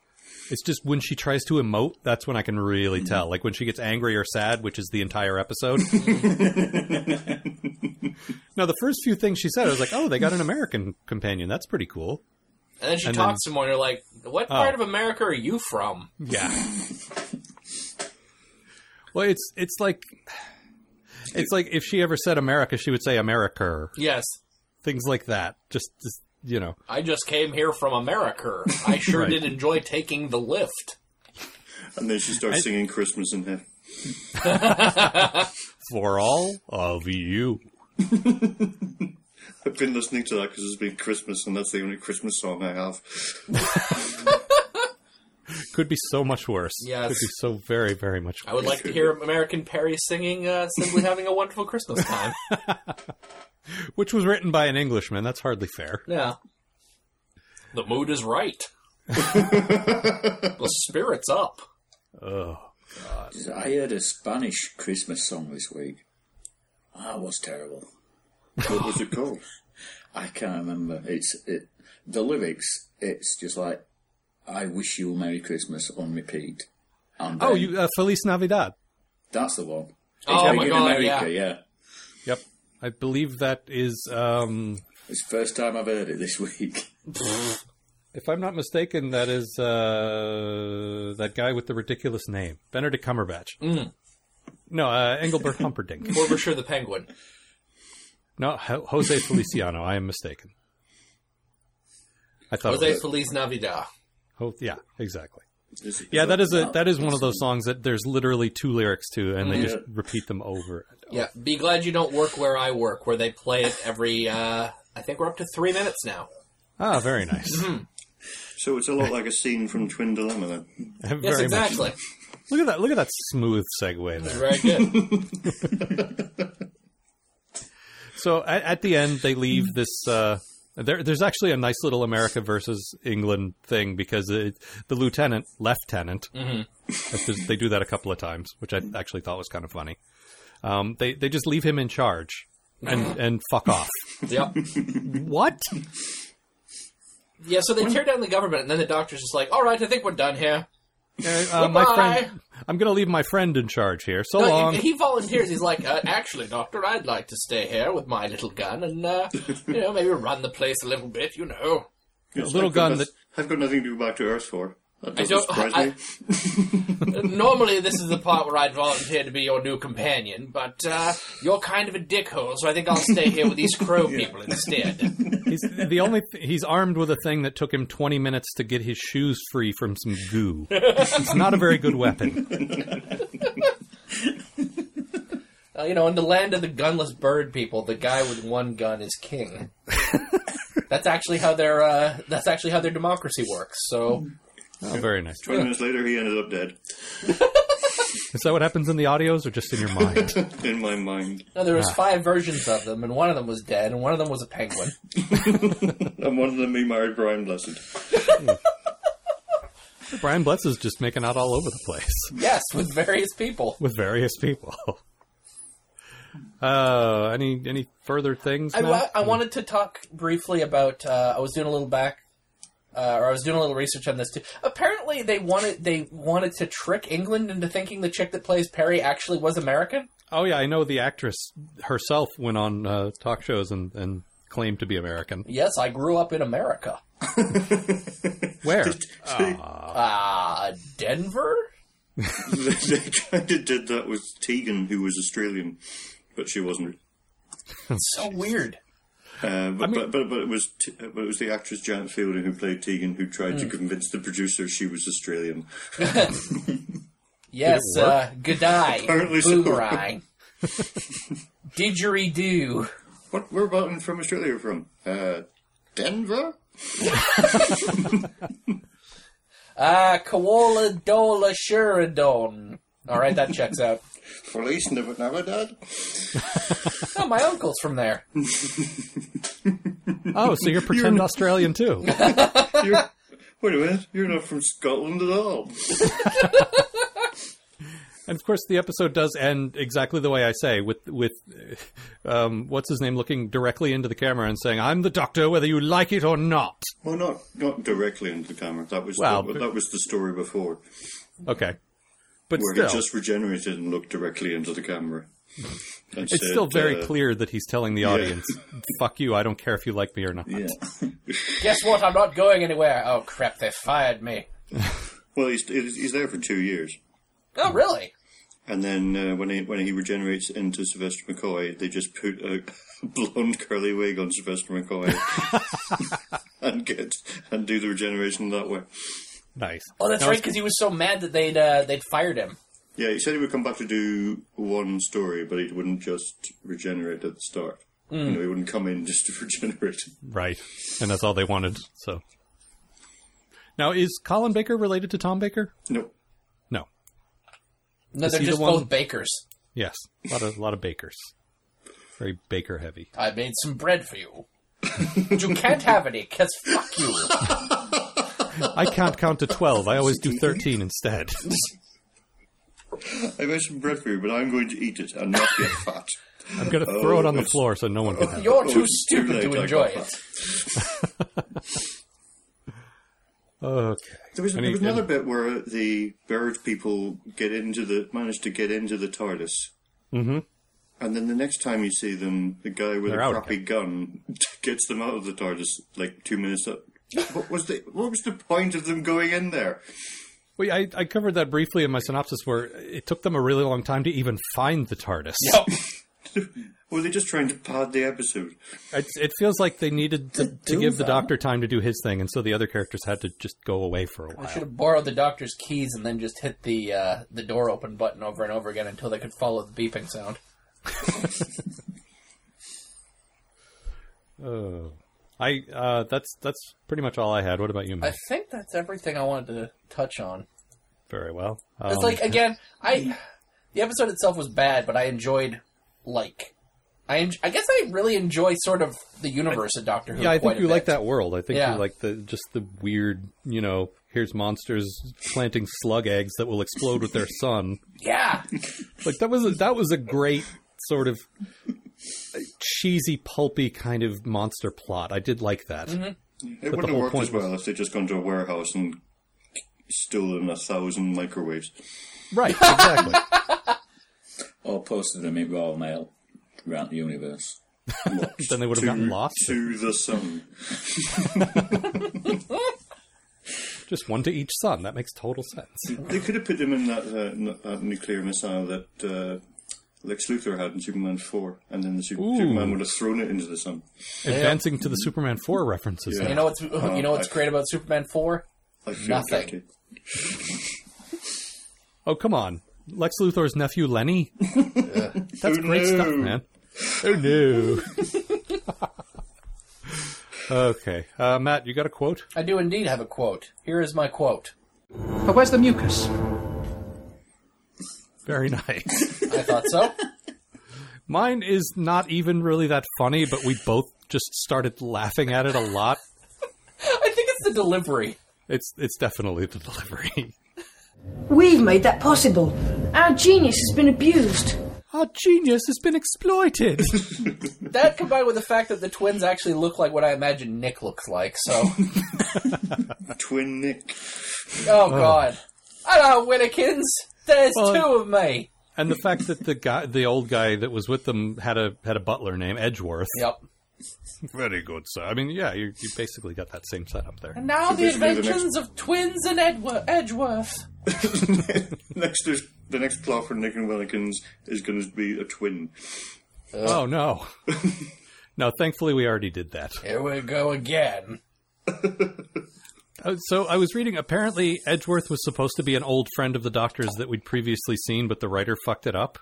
It's just when she tries to emote, that's when I can really tell. Like when she gets angry or sad, which is the entire episode. now, the first few things she said, I was like, oh, they got an American companion. That's pretty cool.
And then she
And
talks to more, and you're like, what
Oh.
part of America are you from?
Yeah. well, it's it's like it's like if she ever said America, she would say America.
Yes,
Things like that. Just, just you know.
I just came here from America. I sure
Right.
did enjoy taking the lift.
And then she starts singing Christmas in Heaven.
For all of E you.
I've been listening to that because it's been Christmas, and that's the only Christmas song I have.
Could be so much worse.
Yes.
Could be so very, very much
I
worse.
would like to hear American Perry singing uh, Simply Having a Wonderful Christmas Time.
Which was written by an Englishman. That's hardly fair.
Yeah. The mood is right. the spirit's up.
Ugh.
I heard a Spanish Christmas song this week. That was terrible.
What was it called?
I can't remember. It's it, the lyrics. It's just like, "I wish you a Merry Christmas" on repeat. And
Oh,
then-
you uh, Feliz Navidad.
That's the one.
Oh
Big
my
in
God,
America, yeah.
Yep. I believe that is, um,
It's the first time I've heard it this week.
if I'm not mistaken, that is uh, that guy with the ridiculous name, Benedict Cumberbatch.
Mm.
No, uh, Engelbert Humperdinck.
Overture the Penguin.
no, Ho- Jose Feliciano. I am mistaken. I thought. it
Jose
was-
Feliz Navidad.
Ho- yeah, exactly.
Is it-
Yeah, that is a that is one of those songs that there's literally two lyrics to, and they just repeat them over.
Yeah. Be glad you don't work where I work, where they play it every, uh, I think we're up to three minutes now.
Ah, very nice.
So it's a lot like a scene from Twin Dilemma, then.
Very
Yes,
much.
exactly.
Look at that! Look at that smooth segue there.
Very good.
So at, at the end, they leave this. Uh, there, there's actually a nice little America versus England thing because it, the lieutenant, lieutenant, that's just- they do that a couple of times, which I actually thought was kind of funny. Um, they they just leave him in charge and and fuck off.
yep.
what?
Yeah, so they tear down the government, and then the doctor's just like, all right, I think we're done here.
Uh, my
Goodbye.
friend, I'm going to leave my friend in charge here. So
No,
long.
he- He volunteers. He's like, uh, actually, Doctor, I'd like to stay here with my little gun and, uh, you know, maybe run the place a little bit, you know.
Yes,
little
I've got
gun
noth- I've got nothing to go back to Earth for. That doesn't
don't-
surprise
I-
me.
Normally, this is the part where I'd volunteer to be your new companion, but uh, you're kind of a dickhole, so I think I'll stay here with these crow people instead.
He's the only. Th- he's armed with a thing that took him 20 minutes to get his shoes free from some goo. it's not a very good weapon.
Uh, you know, in the land of the gunless bird people, the guy with one gun is king. that's actually how their uh, that's actually how their democracy works. So
Oh, very nice.
Twenty minutes later, he ended up dead.
Is that what happens in the audios or just in your mind?
In my mind,
no, there was five versions of them, and one of them was dead, and one of them was a penguin.
and one of them he married Brian Blessed.
Brian Bless is just making out all over the place
Yes, with various people.
with various people. Uh, any any further things?
I,
now?
wa- I wanted to talk briefly about. Uh, I was doing a little back, uh, or I was doing a little research on this too. Apparently, they wanted they wanted to trick England into thinking the chick that plays Perry actually was American.
oh yeah, I know the actress herself went on uh, talk shows and, and claimed to be American.
Yes, I grew up in America.
Where?
Ah, Denver.
they kind of did that with Tegan, who was Australian, but she wasn't.
So weird.
Uh, but, but, but but it was t- uh, but it was the actress Janet Fielding who played Tegan who tried
Hmm.
to convince the producer she was Australian.
Yes, uh, G'day,
Apparently so.
Boomerang, Didgeridoo.
What where about in from Australia are you from? Uh, Denver.
Ah, Koala Dola Shuradon. All right, that checks out.
Police never never did.
Oh, my uncle's from there.
oh, so you're pretend Australian too?
You're, wait a minute, you're not from Scotland at all.
And of course, the episode does end exactly the way I say, with with um, what's his name looking directly into the camera and saying, "I'm the doctor, whether you like it or not."
Well, not not directly into the camera. That was
Well,
that,
but-
that was the story before,
Okay, but
where
still,
he just regenerated and looked directly into the camera. and
it's
said,
still very
uh,
clear that he's telling the audience, "Fuck you, I don't care if you like me or not."
Yeah.
Guess what? I'm not going anywhere. Oh crap! They fired me.
Well, he's he's he's there for two years,
Oh really?
and then uh, when he when he regenerates into Sylvester McCoy, they just put a blonde curly wig on Sylvester McCoy and get and do the regeneration that way.
Nice.
Oh, that's
Now,
right. Because he was so mad that they'd uh, they'd fired him.
Yeah, he said he would come back to do one story, but he wouldn't just regenerate at the start.
Hmm.
You know, he wouldn't come in just to regenerate.
Right. And that's all they wanted. So now is Colin Baker related to Tom Baker?
No,
No.
No,
Is
they're
he the
just
one-
both bakers.
Yes. A lot of a lot of bakers. Very baker heavy.
I made some bread for you. but you can't have any, cause fuck you.
I can't count to twelve. I always do thirteen instead.
I made some bread for you, but I'm going to eat it and not get fat.
I'm gonna
Oh,
throw it on the
it's-
floor so no one can have it.
You're
Oh,
too
it's too
stupid
late,
to
I
enjoy
got
it.
that.
Okay.
There was,
And
there
he-
was another bit where the bird people get into the manage to get into the TARDIS. Mm-hmm. And then the next time you see them, the guy with
They're
a
out
crappy gun gets them out of the TARDIS like two minutes. Up. What was the what was the point of them going in there?
Well, I, I covered that briefly in my synopsis where it took them a really long time to even find the TARDIS.
Yep.
Were they just trying to pad the episode?
It, it feels like they needed to, to,
do
give the
that.
doctor time to do his thing, and so the other characters had to just go away for a
I
while.
should have borrowed the doctor's keys and then just hit the uh, the door open button over and over again until they could follow the beeping sound.
Oh, I uh, that's that's pretty much all I had. What about you,
I
Matt?
think that's everything I wanted to touch on.
Very well.
It's
Um,
like again, I the episode itself was bad, but I enjoyed like I en- I guess I really enjoy sort of the universe of Doctor Who.
yeah, I
quite
think
a
you like
bit.
that world. I think
Yeah.
you like the just the weird, you know, here's monsters planting slug eggs that will explode with their sun.
Yeah,
Like that was a, that was a great sort of uh, cheesy, pulpy kind of monster plot. I did like that.
It
the whole
wouldn't have worked
point
as well if they'd just gone to a warehouse and stolen a thousand microwaves.
Right, exactly.
Or posted them in Royal Mail around the universe.
then they would have
to,
gotten lost.
to the sun.
Just one to each sun. That makes total sense.
They could have put them in that, uh, n- that nuclear missile that uh, Lex Luthor had in Superman 4, and then the Su-
Ooh.
Superman would have thrown it into the sun.
Advancing to the Superman four references.
Yeah.
now.
you know what's you know what's
I-
great about Superman four?
I feel
Nothing.
guilty.
Oh, come on. Lex Luthor's nephew Lenny? That's
Oh,
great
no.
stuff, man. Oh, no. okay. Uh, Matt, you got a quote?
I do indeed have a quote. Here is my quote.
But where's the mucus?
Very nice.
I thought so.
Mine is not even really that funny, but we both just started laughing at it a lot.
I think it's the delivery.
It's it's definitely the delivery.
We've made that possible. Our genius has been abused.
Our genius has been exploited.
That combined with the fact that the twins actually look like what I imagine Nick looks like. So, oh
Twin Nick.
god, hello Winnikins. There's
Well,
two of me.
and the fact that the guy, the old guy that was with them, had a had a butler named Edgeworth.
Yep.
Very good, sir. I mean, yeah, you, you basically got that same setup there.
Now the
basically the
inventions of twins and Edward Edgeworth.
next, there's- the next plot for Nick and Willikins is going to be a twin.
Oh no. no, thankfully we already did that.
Here we go again.
Uh, So I was reading apparently Edgeworth was supposed to be an old friend of the doctor's that we'd previously seen but the writer fucked it up.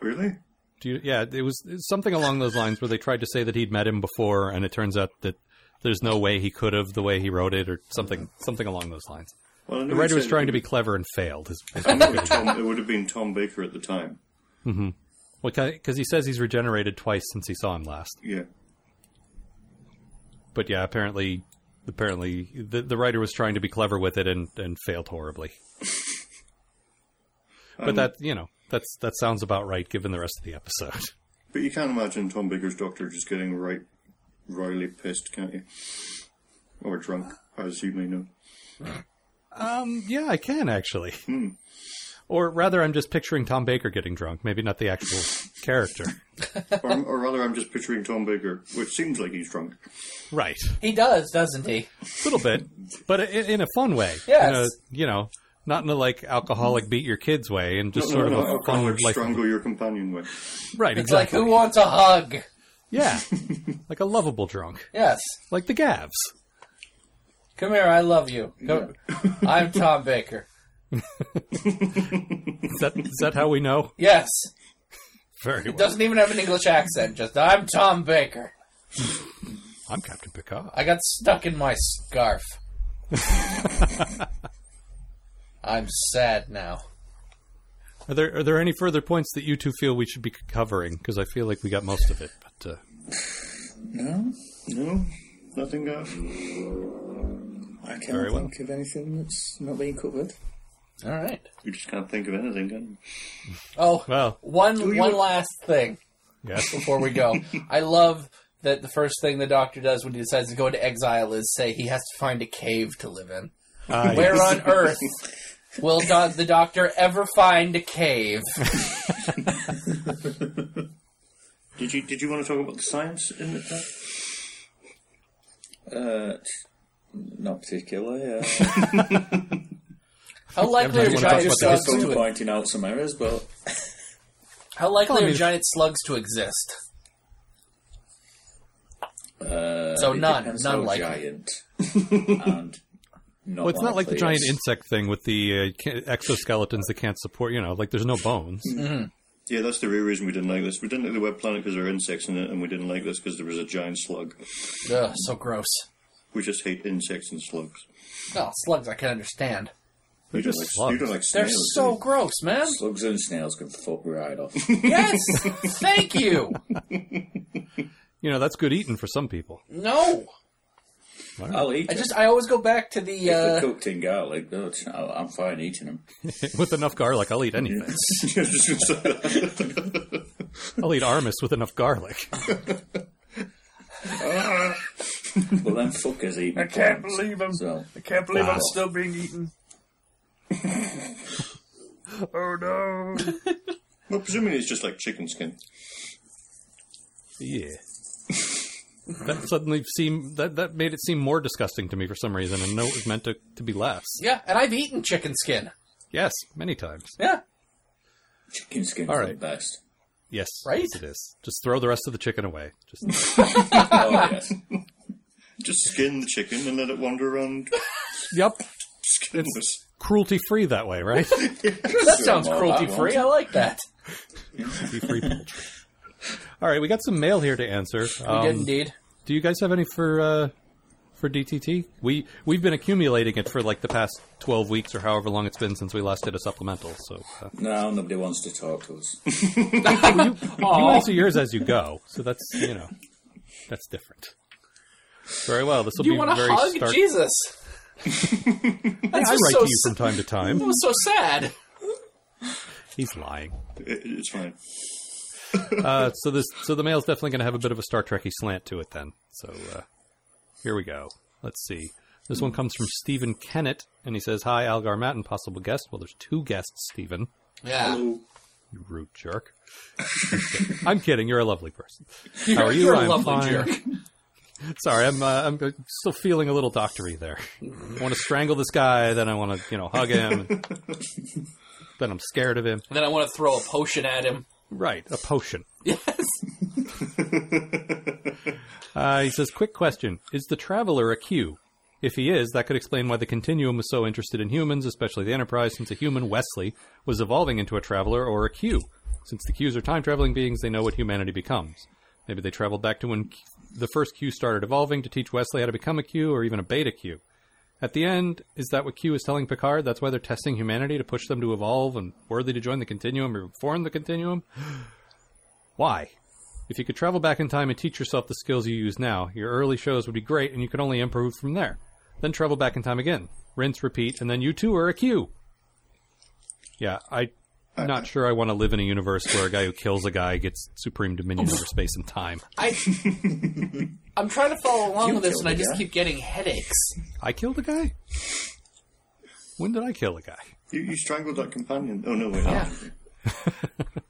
Really?
Do you, yeah, it was it's something along those lines where they tried to say that he'd met him before and it turns out that there's no way he could have the way he wrote it or something something along those lines.
Well, I know
The
you
writer was
said
trying to
it
be clever and failed. Is, is
would- Tom, it would have been Tom Baker at the time.
because he says he's regenerated twice since he saw him last.
Yeah.
but yeah, apparently, apparently the the writer was trying to be clever with it and and failed horribly. But that you know that's that sounds about right given the rest of the episode.
But you can't imagine Tom Baker's doctor just getting right royally pissed, can't you? Or drunk, as you may know.
Um, yeah, I can actually. Or rather, I'm just picturing Tom Baker getting drunk. Maybe not the actual character.
Or, or rather, I'm just picturing Tom Baker, which seems like he's drunk.
Right.
He does, doesn't he?
little bit, but i- in a fun way.
Yes.
In a, you know, not in a like alcoholic beat your kids way, and just
No,
sort of
no, no,
a fun
alcoholic
like
strangle your companion with.
right,
It's
exactly.
like, who wants a hug?
yeah, like a lovable drunk,
Yes.
like the Gavs.
Come here, I love you. Come- I'm Tom Baker.
Is that is that how we know?
Yes.
Very well.
Doesn't even have an English accent, just, I'm Tom Baker.
I'm Captain Picard.
I got stuck in my scarf. I'm sad now.
Are there are there any further points that you two feel we should be covering? Because I feel like we got most of it. But uh,
No,
No, nothing, uh, Gav.
I can't
Very well.
think of anything that's not being covered.
All right.
You just can't think of anything, can you?
Oh,
well,
one
you-
one last thing
yes,
before we go. I love that the first thing the doctor does when he decides to go into exile is say he has to find a cave to live in.
uh,
Where on earth will do- the doctor ever find a cave?
Did you Did you want to talk about the science in it? Gav?
Uh, not particularly. Uh,
How likely are
Everybody wanna
giant
talk about
slugs
the
I'm
to
pointing out some errors, but
How likely
Well, I
are
mean-
giant slugs to exist? so
Uh, it
none,
depends
none
how
likely.
giant. and not
Well, it's not like the
likely
giant
is.
insect thing with the uh, ca- exoskeletons that can't support. You know, like there's no bones.
Mm-hmm.
Yeah, that's the real reason we didn't like this. We didn't like the web planet because there were insects in it, and we didn't like this because there was a giant slug.
Ugh, so gross.
We just hate insects and slugs.
Oh, slugs, I can understand.
You don't
just
like
slugs.
you don't like
They're
snails.
so
do you?
gross, man.
Slugs and snails can fuck right off.
Yes, thank you.
You know, that's good eating for some people.
No,
I'll eat
I
them.
just I always go back to the.
If they're
Uh,
cooked in garlic, good. I'll, I'm fine eating them.
with enough garlic, I'll eat anything.
Mm-hmm.
I was just gonna say that.
I'll eat Armis with enough garlic.
But then fuckers eat
I
my
can't
plants.
believe I'm.
So,
I can't believe
Wow.
I'm still being eaten. oh no!
well, presumably it's just like chicken skin.
Yeah. That suddenly seemed that that made it seem more disgusting to me for some reason, and no, it was meant to, to be less.
yeah, and I've eaten chicken skin.
Yes, many times.
Yeah,
chicken skin's
All
the
right.
best.
Yes,
Right?
yes, it is. Just throw the rest of the chicken away. Just
Oh, yes.
Just skin the chicken and let it wander around.
yep,
Skinless.
cruelty free that way, right?
that sounds
more about
cruelty free. I like that.
Be free poultry. All right, we got some mail here to answer.
We
Um,
did indeed.
Do you guys have any for uh, for DTT? We we've been accumulating it for like the past twelve weeks or however long it's been since we last did a supplemental. So uh,
No, nobody wants to talk to us.
you answer yours as you go. So that's you know that's different. Very well. This will
Do you
be
want a
very
hug?
stark.
Jesus,
I
just
write
so
to you from time to
that
time.
was so sad.
He's lying.
It, it's fine.
Uh, so this so the mail's definitely going to have a bit of a Star Trekky slant to it then. So uh, here we go. Let's see. This one comes from Stephen Kennett, and he says, "Hi, Algar Matt and possible guest." Well, there's two guests, Stephen.
Yeah,
You rude jerk. I'm kidding. You're a lovely person.
you're,
How are you?
you're a
I'm
lovely
fine.
jerk.
Sorry, I'm uh, I'm still feeling a little doctory there. I want to strangle this guy, then I want to you know hug him, then I'm scared of him.
And then I want to throw a potion at him.
Right, a potion.
Yes.
Uh, he says, "Quick question: Is the Traveler a Q? If he is, that could explain why the Continuum was so interested in humans, especially the Enterprise, since a human Wesley was evolving into a Traveler or a Q. Since the Qs are time traveling beings, they know what humanity becomes. Maybe they traveled back to when Q- the first Q started evolving to teach Wesley how to become a Q or even a Beta Q. At the end, is that what Q is telling Picard? That's why they're testing humanity to push them to evolve and worthy to join the Continuum or form the Continuum. Why?" If you could travel back in time and teach yourself the skills you use now, your early shows would be great and you could only improve from there. Then travel back in time again. Rinse, repeat, and then you too are a Q. Yeah, I not sure I want to live in a universe where a guy who kills a guy gets supreme dominion over space and time.
I, I'm trying to follow along
You
with this,
killed
and I
a
just
guy.
keep getting headaches.
I killed a guy. When did I kill a guy?
You, you strangled that companion. Oh no, wait.
Yeah.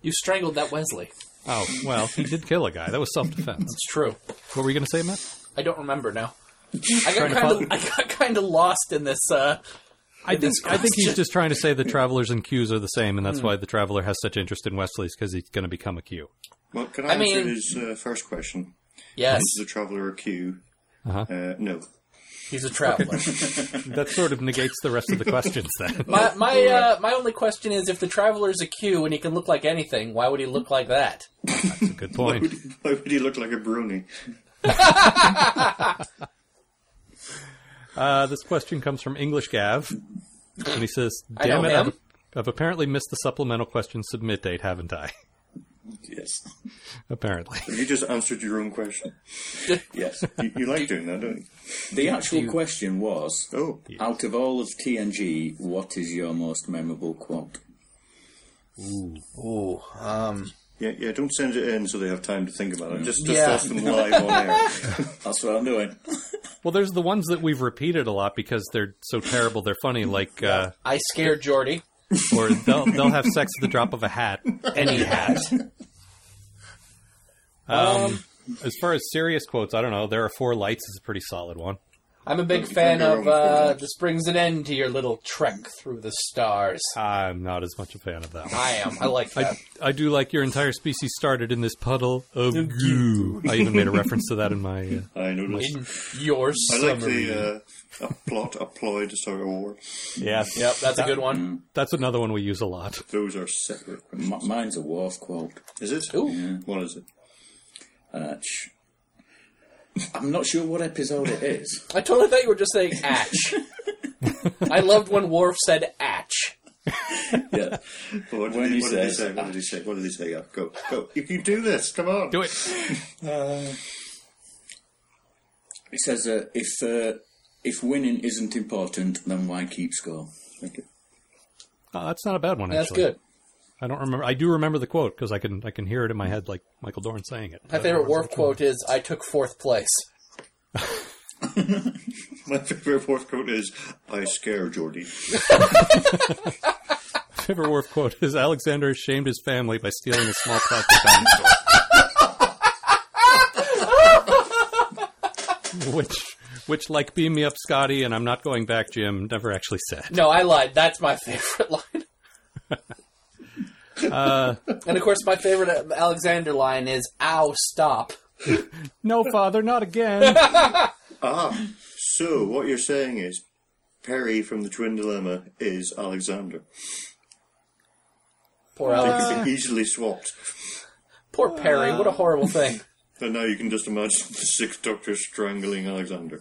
you strangled that Wesley.
Oh well, he did kill a guy. That was self defense.
It's true.
What were you going to say, Matt?
I don't remember now.
Trying
I got
to
kind of
follow-
I got kind of lost in this. Uh,
I think
this
I think he's
question.
just trying to say the travelers and Qs are the same, and that's why the traveler has such interest in Wesley's because he's going to become a Q.
Well, can I,
I
answer
mean-
his uh, first question?
yes,
Is the traveler a Q?
Uh-huh.
Uh, no.
he's a traveler.
That sort of negates the rest of the questions. Then
my my uh, my only question is if the traveler's a Q and he can look like anything, why would he look like that?
that's a good point.
Why would he look like a brony?
Uh, this question comes from English Gav, and he says,
I
"Damn
know
it, I've,
him.
I've apparently missed the supplemental question submit date, haven't I?
Yes.
apparently,
You just answered your own question.
Yes.
You, you like doing that, don't you?
The actual question was
Oh,
out of all of TNG, what is your most memorable quote?
Ooh, um,
yeah, yeah. Don't send it in so they have time to think about it. Just, just
Yeah.
ask them live on air.
That's what I'm doing.
well, there's the ones that we've repeated a lot because they're so terrible. They're funny, like uh,
I scared Jordy.
or they'll they'll have sex at the drop of a hat, any hat. Um, as far as serious quotes, I don't know. There are four lights is a pretty solid one.
I'm a big
you
fan
turned
of
your own
uh,
corner.
this brings an end to your little trek through the stars.
I'm not as much a fan of that. One.
I am. I like that.
I, I do like your entire species started in this puddle of goo. I even made a reference to that in my. Uh,
I noticed.
In your
I
summary.
like the uh, a plot, a ploy to start a war.
yeah,
Yep, that's a good
Mm.
one.
That's another one we use a lot.
Those are separate. questions.
M- mine's a Worf quote.
Is it?
Ooh.
What is it?
Uh, sh- I'm not sure what episode it is.
I totally thought you were just saying "atch." I loved when Worf said "atch."
Yeah.
What did,
When
he,
he
what did he
says-
say? What did he say? What did he say? Yeah, go, go. You can do this. Come on.
Do it.
It says uh, if uh, if winning isn't important, then why keep score?
Oh, that's not a bad one.
That's
actually.
good.
I don't remember. I do remember the quote because I can I can hear it in my head like Michael Dorn saying it.
My favorite Worf quote is "I took fourth place."
My favorite fourth quote is, "I scare Jordy."
favorite Worf quote is Alexander shamed his family by stealing a small plastic dinosaur. which, which, like, beam me up, Scotty, and I'm not going back, Jim, never actually said.
No, I lied. That's my favorite line.
Uh,
and of course, my favorite uh, Alexander line is "Ow, stop."
No, father, not again.
So what you're saying is, Perry from the Twin Dilemma is Alexander.
Poor
They
Alex.
Uh.
can be easily swapped.
Poor Perry. What a horrible thing.
And now you can just imagine the Sixth Doctor strangling Alexander.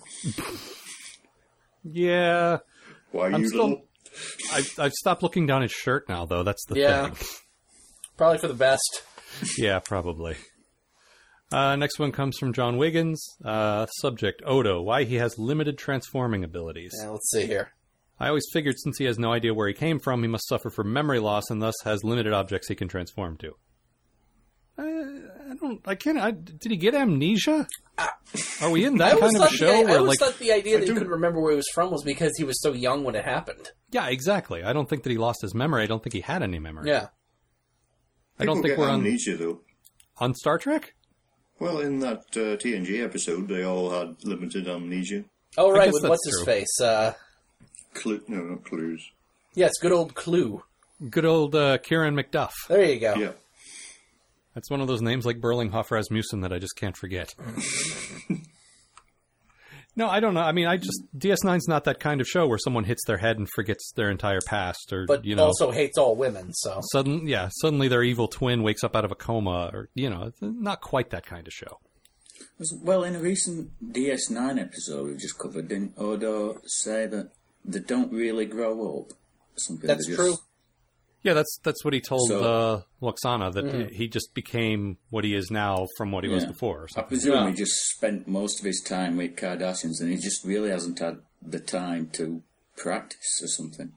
yeah.
Why
I'm
you
still-
little?
I've, I've stopped looking down his shirt now, though. That's the
Yeah.
thing.
Probably for the best.
Yeah, probably. Uh, next one comes from John Wiggins. Uh, subject Odo, why he has limited transforming abilities.
Now, let's see here.
I always figured since he has no idea where he came from, he must suffer from memory loss and thus has limited objects he can transform to. Uh, I, I don't. I can't. I, did he get amnesia? Are we in
Ah. I
that
always,
kind of a
thought, the, I
show? Where
always
like,
thought the idea that he couldn't remember where he was from was because he was so young when it happened.
yeah, exactly. I don't think that he lost his memory. I don't think he had any memory.
Yeah.
I don't
People
think
get
we're on
amnesia though.
on Star Trek.
Well, in that uh, TNG episode, they all had limited amnesia.
Oh,
I
right,
guess
with
that's
what's his
true.
face? Uh,
Clue? No, not clues.
yes, good old Clue.
Good old uh, Kieran McDuff.
There you go.
Yeah.
That's one of those names like Berlinghoff Rasmussen that I just can't forget. no, I don't know. I mean, I just DS9's not that kind of show where someone hits their head and forgets their entire past, or
But
you know,
also hates all women, so.
sudden yeah, suddenly their evil twin wakes up out of a coma, or you know, it's not quite that kind of show.
Well, in a recent DS9 episode we've just covered, didn't Odo say that they don't really grow up? Something
That's
they just-
true.
Yeah, that's that's what he told
So-
uh, Loxana that he just became what he is now from what he was
Yeah.
before. Or
I
something.
presume he just spent most of his time with Kardashians, and he just really hasn't had the time to practice or something.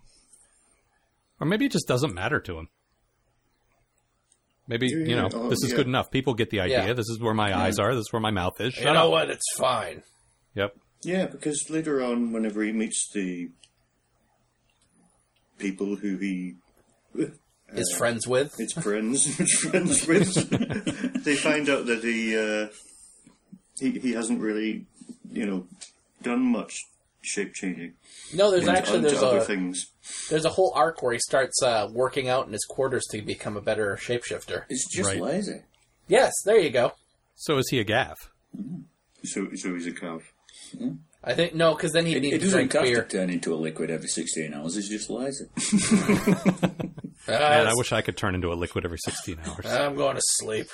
Or maybe it just doesn't matter to him. Maybe you know
Oh,
this is
yeah.
good enough. People get the idea.
Yeah.
This is where my eyes are. This is where my mouth is. Shut
you know
up.
what? It's fine.
Yep.
Yeah, because later on, whenever he meets the people who he
Is friends with.
is friends friends with, they find out that he uh, he he hasn't really, you know, done much shape changing.
No, there's
into-
actually
onto
there's
other
a
things.
there's a whole arc where he starts uh, working out in his quarters to become a better shapeshifter.
It's just
Right.
lazy.
Yes, there you go.
So is he a gaff?
So so he's a calf.
I think no, because then he
It,
needs
it
to drink
doesn't have
beer.
to turn into a liquid every 16 hours. It's just lazy.
Uh,
And I wish I could turn into a liquid every sixteen hours.
I'm going to sleep.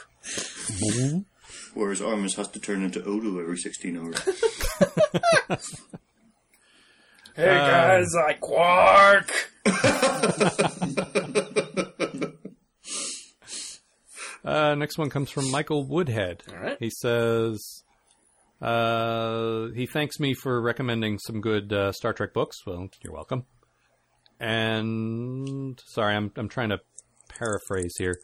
Whereas Armus has to turn into Odo every sixteen hours.
Hey guys, I quark.
Uh, next one comes from Michael Woodhead. All
right.
He says uh, he thanks me for recommending some good uh, Star Trek books. Well, you're welcome. And sorry, I'm I'm trying to paraphrase here.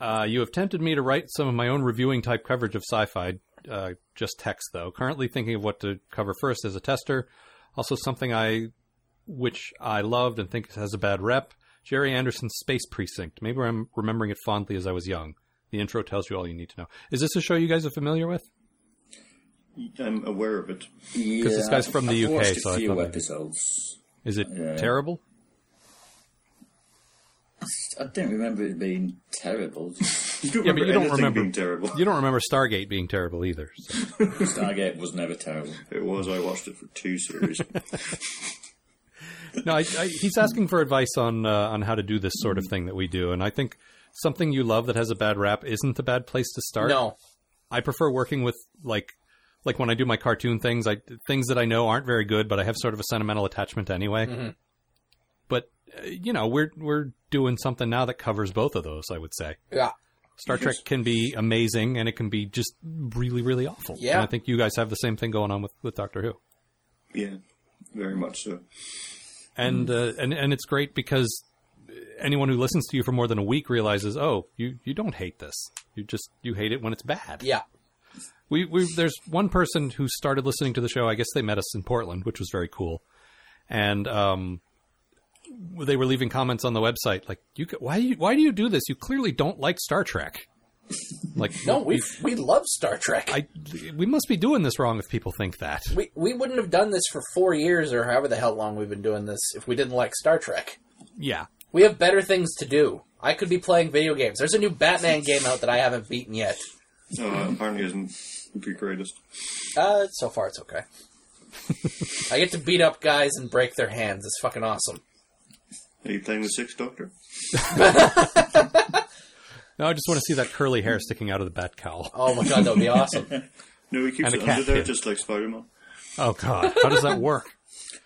Uh, you have tempted me to write some of my own reviewing type coverage of sci-fi, uh, just text though. Currently thinking of what to cover first as a tester. Also, something I which I loved and think has a bad rep. Jerry Anderson's Space Precinct. Maybe I'm remembering it fondly as I was young. The intro tells you all you need to know. Is this a show you guys are familiar with?
I'm aware of it.
Because
this guy's from the
I've
UK,
watched a
so I
few
thought maybe-
episodes.
Is it
Yeah.
terrible?
I don't remember it being terrible. Just
You don't
Yeah, but you don't
anything
remember-
being terrible.
You don't remember Stargate being terrible either. so.
Stargate was never terrible.
It was. I watched it for two series.
No, I, I, he's asking for advice on uh, on how to do this sort of thing that we do, and I think something you love that has a bad rap isn't a bad place to start.
No,
I prefer working with like like when I do my cartoon things, I things that I know aren't very good, but I have sort of a sentimental attachment to anyway. But uh, you know, we're we're doing something now that covers both of those. I would say
yeah,
Star Trek can be amazing, and it can be just really, really awful.
Yeah.
and I think you guys have the same thing going on with, with Doctor Who,
yeah, very much so.
and uh, and and it's great because anyone who listens to you for more than a week realizes, oh, you you don't hate this. You just you hate it when it's bad.
yeah.
we we there's one person who started listening to the show. I guess they met us in Portland, which was very cool. And um, they were leaving comments on the website like, "You c- why you, why do you do this? You clearly don't like Star Trek." Like,
No, we we love Star Trek.
I we must be doing this wrong if people think that.
we we wouldn't have done this for four years or however the hell long we've been doing this if we didn't like Star Trek.
Yeah,
We have better things to do. I could be playing video games. There's a new Batman game out that I haven't beaten yet.
No, that apparently isn't the greatest.
Uh, so far it's okay. I get to beat up guys and break their hands. It's fucking awesome.
Are you playing the Sixth Doctor?
no, I just want to see that curly hair sticking out of the bat cowl.
Oh my god, that would be awesome.
No, he keeps
And a
it under
cat
there
kid.
just like Spider Man.
Oh God, how does that work?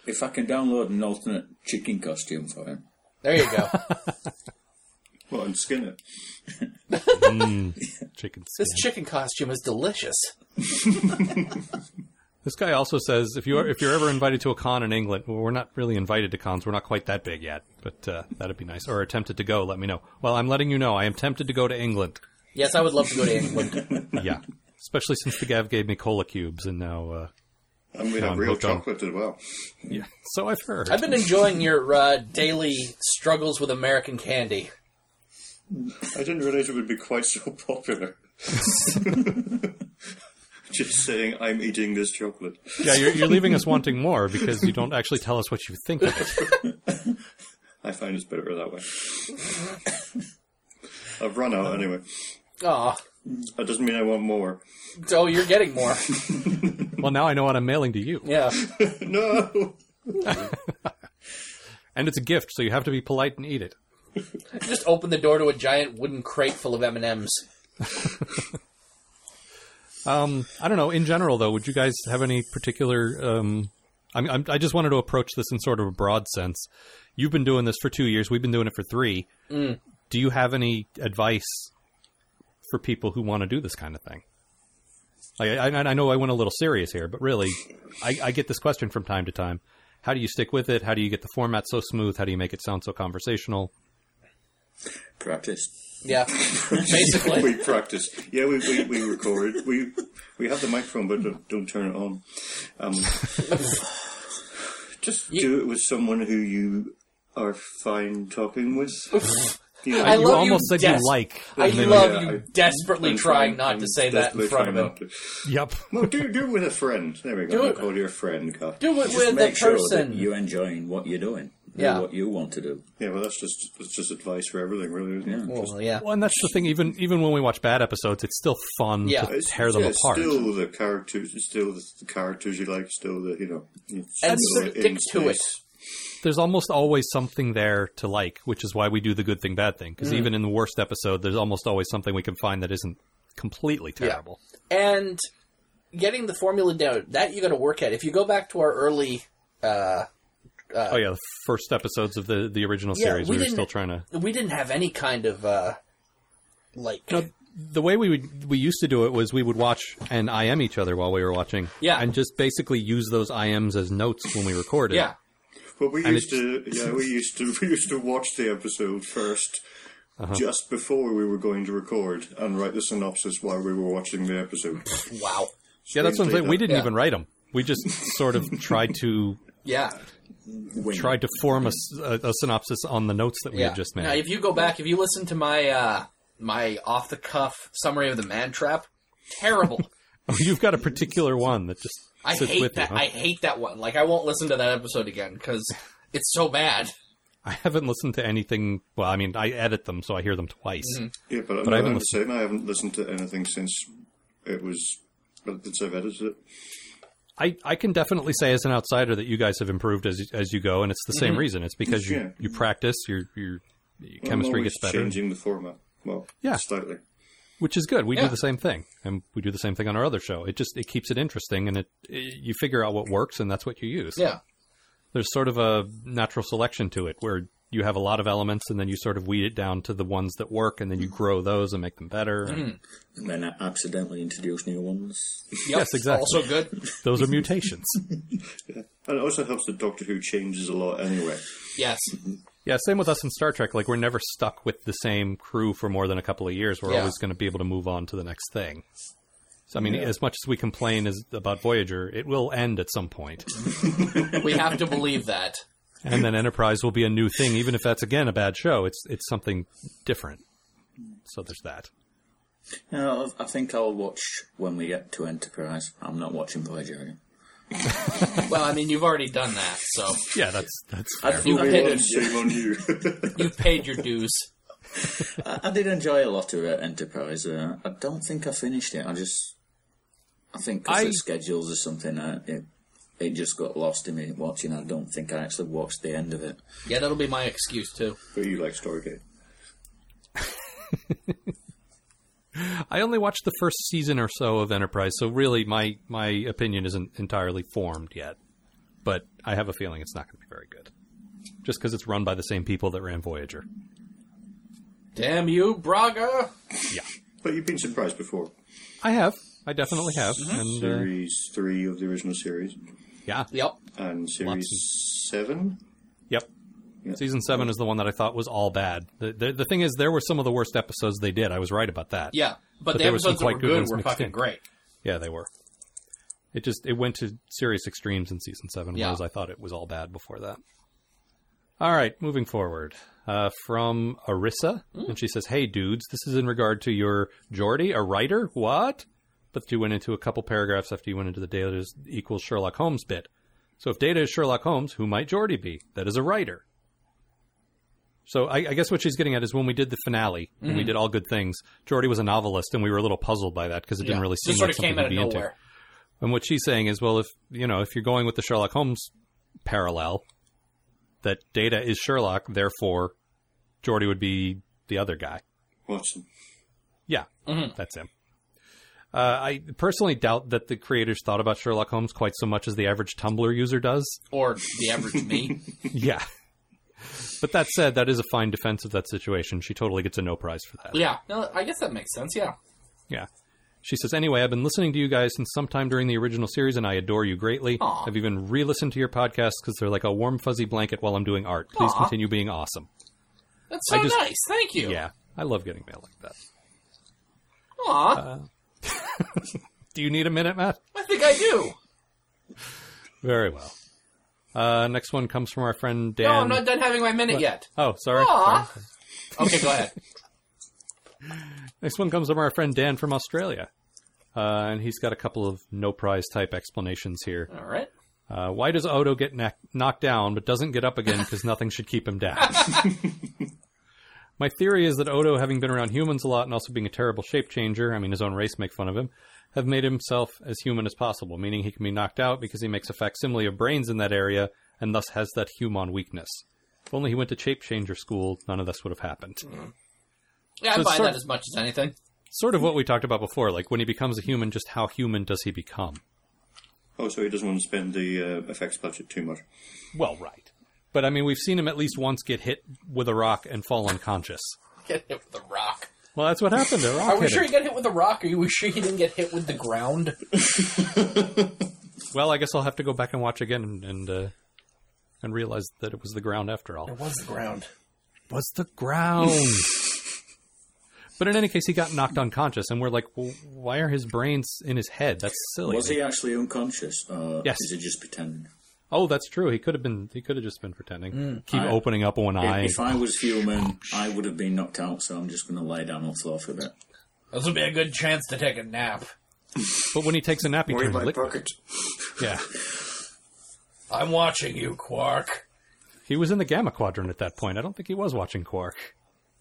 If I can download an alternate chicken costume for him.
There you go.
Well, and skin it.
Chicken skin.
This chicken costume is delicious.
This guy also says if you are, if you're ever invited to a con in England, well, we're not really invited to cons. We're not quite that big yet, but uh, that'd be nice. Or attempted to go, let me know. Well, I'm letting you know. I am tempted to go to England.
Yes, I would love to go to England.
Yeah, especially since the Gav gave me cola cubes, and now uh,
And we
I'm
have real
hooked on-
chocolate as well.
yeah. So I've heard.
I've been enjoying your uh, daily struggles with American candy.
I didn't realize it would be quite so popular. just saying, I'm eating this chocolate.
yeah, you're, you're leaving us wanting more because you don't actually tell us what you think. Of it.
I find it's better that way. I've run
Um,
out anyway.
Aw.
That doesn't mean I want more.
Oh, you're getting more.
Well, now I know what I'm mailing to you,
Yeah.
No!
and it's a gift, so you have to be polite and eat it.
Just open the door to a giant wooden crate full of M&Ms.
I don't know. In general, though, would you guys have any particular? Um, I'm, I'm, I just wanted to approach this in sort of a broad sense. You've been doing this for two years. We've been doing it for three.
Mm.
Do you have any advice for people who want to do this kind of thing? I, I, I know I went a little serious here, but really, I, I get this question from time to time. How do you stick with it? How do you get the format so smooth? How do you make it sound so conversational?
Practice.
Yeah, basically.
we practice. Yeah, we, we, we record. We we have the microphone, but don't, don't turn it on. Um, just do it with someone who you are fine talking with. You know,
I
you-
you
love you
almost said
des-
you like.
I
and then-
love
yeah,
you
I-
desperately
I'm
trying not
I'm
to say that in
desperately
front of him.
trying not to.
Yep.
Well, Oh, do, do it with a friend. There we go.
Do
I'll
it-
Call your friend, Kat.
Do it
Just
with
make
the
sure
person.
that you're enjoying what you're doing. Do
Yeah.
what you want to do.
Yeah, well, that's just that's just advice for everything, really. Isn't it? Just-
well, yeah.
Well, and that's the thing. Even even when we watch bad episodes, it's still fun
Yeah.
to tear them
yeah, it's
apart.
Still the characters, it's still the, the characters you like, still the you know, it's
And
still
stick
in
to it.
space.
There's almost always something there to like, which is why we do the good thing, bad thing.
Mm-hmm.
Because even in the worst episode, there's almost always something we can find that isn't completely terrible.
and getting the formula down that you got to work at if you go back to our early uh
oh yeah, the first episodes of the the original
Yeah,
series,
we
we, were
didn't-
still trying to.
we didn't have any kind of uh like
No, the way we would we used to do it was we would watch and IM each other while we were watching.
Yeah.
and just basically use those IMs as notes when we recorded.
yeah
But we
And
used to, yeah, we used to, we used to watch the episode 1st
Uh-huh.
just before we were going to record, and write the synopsis while we were watching the episode.
wow
yeah, that's what I'm saying. We didn't
Yeah.
even write them. We just sort of tried to
yeah
Win.
tried to form a, s- a- a synopsis on the notes that we
yeah
had just
now
made.
if you go back if you listen to my uh my off the cuff summary of the man trap terrible
You've got a particular one that just
i
sits
hate
with
that
you. huh?
i hate that one like i won't listen to that episode again because it's so bad
I haven't listened to anything. Well, I mean, I edit them, so I hear them twice.
Mm-hmm.
Yeah, but,
I
I,
haven't
am the same. I haven't listened to anything since it was since I've edited it.
I, I can definitely say as an outsider that you guys have improved as as you go, and it's the
Mm-hmm.
same reason. It's because you,
Yeah.
you practice, your your, your
I'm
chemistry
always
gets better,
Changing the format, well,
Yeah.
slightly.
which is good. We
Yeah.
do the same thing, and we do the same thing on our other show. It just it keeps it interesting, and it, it you figure out what works, and that's what you use.
yeah
there's sort of a natural selection to it where you have a lot of elements and then you sort of weed it down to the ones that work and then you grow those and make them better. and
And then I accidentally introduce new ones.
Yep.
Yes, exactly.
also good
Those are mutations.
And it also helps that Doctor Who changes a lot anyway.
yes
yeah, same with us in Star Trek. Like we're never stuck with the same crew for more than a couple of years. We're
Yeah.
always going to be able to move on to the next thing. So I mean, as much as we complain as, about Voyager, it will end at some point,
we have to believe that
and then Enterprise will be a new thing. Even if that's again a bad show, it's it's something different. So there's that.
You know, I think I'll watch when we get to Enterprise. I'm not watching Voyager again.
well i mean you've already done that so
Yeah, that's that's
I,
you
I
did
did,
it.
Shame on you.
you've paid your dues
I, I did enjoy a lot of uh, Enterprise. Uh, I don't think I finished it. I just, I think 'cause
I-
the schedules or something, I, it, it just got lost in me watching. I don't think I actually watched the end of it.
yeah that'll be my excuse too
but you like Stargate.
I only watched the first season or so of Enterprise, so really my my opinion isn't entirely formed yet. But I have a feeling it's not going to be very good, just because it's run by the same people that ran Voyager.
Damn you, Braga!
But you've been surprised before.
I have, I definitely have, and uh,
Series three of the original series
yeah,
Yep.
and series seven.
yep. Season seven is the one that I thought was all bad. The, the the thing is, there were some of the worst episodes they did. I was right about that.
Yeah. But, the
there were some
episodes that
quite
were
good
good
ones
were
mixed
fucking
in.
great.
yeah, they were. It just it went to serious extremes in season seven,
Yeah.
whereas I thought it was all bad before that. All right, moving forward uh, from Arissa, and she says, "Hey dudes, this is in regard to your Geordie, a writer. What?" But you went into a couple paragraphs after you went into the data is equals Sherlock Holmes bit. So if data is Sherlock Holmes, who might Geordie be? That is a writer. So I, I guess what she's getting at is when we did the finale, when we
Mm-hmm.
did all good things, Geordie was a novelist, and we were a little puzzled by that because it
Yeah.
didn't really
Just
seem
sort
like
of came
something to
out of
be into.
nowhere.
And what she's saying is, well, if you know, if you're going with the Sherlock Holmes parallel, that Data is Sherlock, therefore Geordie would be the other guy.
Watson.
Yeah,
Mm-hmm.
that's him. Uh, I personally doubt that the creators thought about Sherlock Holmes quite so much as the average Tumblr user does.
Or the average me.
yeah. But that said, that is a fine defense of that situation. She totally gets a no prize for that.
Yeah. No, I guess that makes sense, yeah.
Yeah. She says, anyway, I've been listening to you guys since sometime during the original series, and I adore you greatly.
Aw.
I've even re listened to your podcasts because they're like a warm, fuzzy blanket while I'm doing art. Please
Aw.
continue being awesome.
That's so
I just-
nice. Thank you.
Yeah. I love getting mail like that.
Aw,
Do you need a minute, Matt?
I think I do.
Very well. Uh, next one comes from our friend Dan.
No, I'm not done having my minute yet.
Oh, sorry.
Aw.
Sorry.
Okay, go ahead.
Next one comes from our friend Dan from Australia. Uh, and he's got a couple of no prize type explanations here.
All right.
Uh, why does Odo get knack- knocked down but doesn't get up again because nothing should keep him down? My theory is that Odo, having been around humans a lot and also being a terrible shape changer, I mean, his own race make fun of him, have made himself as human as possible, meaning he can be knocked out because he makes a facsimile of brains in that area and thus has that human weakness. If only he went to shape changer school, none of this would have happened.
Yeah, I
So
buy
sort
that
of-
as much as anything.
Sort of what we talked about before, like when he becomes a human, just how human does he become?
Oh, so he doesn't want to spend the uh, effects budget too much.
Well, right. But I mean, we've seen him at least once get hit with a rock and fall unconscious.
Get hit with a rock.
Well, that's what happened. A rock
Are we
hit
sure
him.
he got hit with a rock? Are you sure he didn't get hit with the ground?
Well, I guess I'll have to go back and watch again and and, uh, and realize that it was the ground after all.
It was the ground.
was the ground. but in any case, he got knocked unconscious, and we're like, well, why are his brains in his head? That's silly.
Was he actually unconscious, or
Yes.
is he just pretending?
Oh, that's true. He could have been. He could have just been pretending. Keep opening up one
If-
eye.
If I was human, I would have been knocked out, so I'm just going to lay down on the floor for a bit.
This would be a good chance to take a nap.
But when he takes a nap, he
Or in
turns
my
liquid.
pocket.
Yeah,
I'm watching you, Quark.
he was in the gamma quadrant at that point. I don't think he was watching Quark.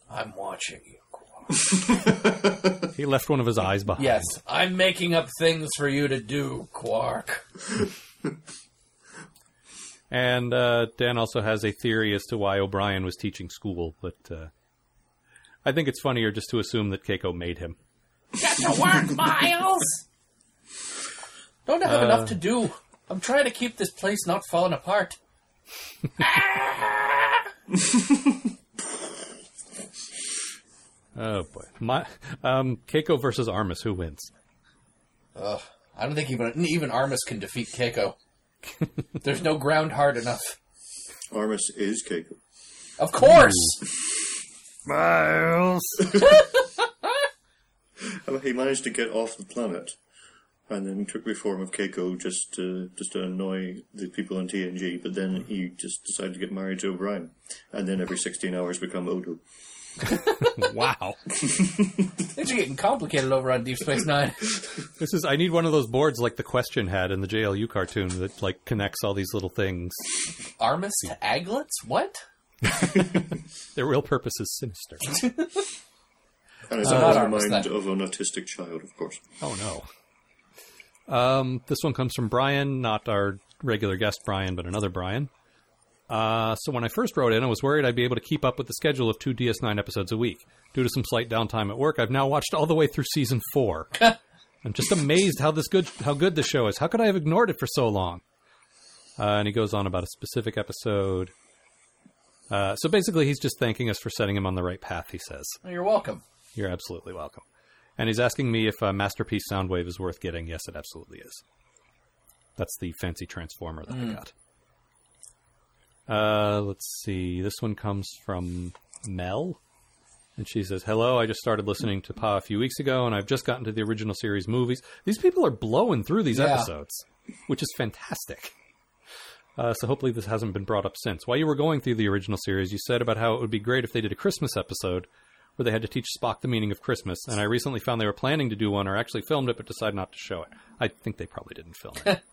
I'm watching you, Quark.
He left one of his eyes behind.
Yes, I'm making up things for you to do, Quark.
And uh, Dan also has a theory as to why O'Brien was teaching school, but uh, I think it's funnier just to assume that Keiko made him.
Get to work, Miles! Don't have enough to do. I'm trying to keep this place not falling apart.
Oh boy, my um, Keiko versus Armus, who wins?
I don't think even even Armus can defeat Keiko. There's no ground hard enough.
Armus is Keiko.
Of course!
Miles.
Oh, He managed to get off the planet and then took the form of Keiko just to, just to annoy the people in TNG, but then he just decided to get married to O'Brien and then every 16 hours become Odo.
Wow,
Things are getting complicated over on Deep Space Nine.
this is. I need one of those boards like the question had in the JLU cartoon that like connects all these little things.
Armus to Aglets? What?
Their real purpose is sinister.
And it's
not
out of the
Armus,
mind
that-
of an autistic child, of course.
Oh no. Um, this one comes from Brian, not our regular guest Brian, but another Brian. Uh, so when I first wrote in, I was worried I'd be able to keep up with the schedule of two DS9 episodes a week. Due to some slight downtime at work, I've now watched all the way through season four. I'm just amazed how this good how good this show is. How could I have ignored it for so long? Uh, and he goes on about a specific episode. Uh, so basically, he's just thanking us for setting him on the right path. He says.
Oh, You're welcome.
You're absolutely welcome. And he's asking me if uh, Masterpiece Soundwave is worth getting. Yes, it absolutely is. That's the fancy transformer that I got. Uh, let's see. This one comes from Mel. And she says, Hello, I just started listening to Pa a few weeks ago, and I've just gotten to the original series movies. These people are blowing through these
Yeah.
episodes, which is fantastic. Uh, so hopefully this hasn't been brought up since. While you were going through the original series, you said about how it would be great if they did a Christmas episode where they had to teach Spock the meaning of Christmas. And I recently found they were planning to do one, or actually filmed it, but decided not to show it. I think they probably didn't film it.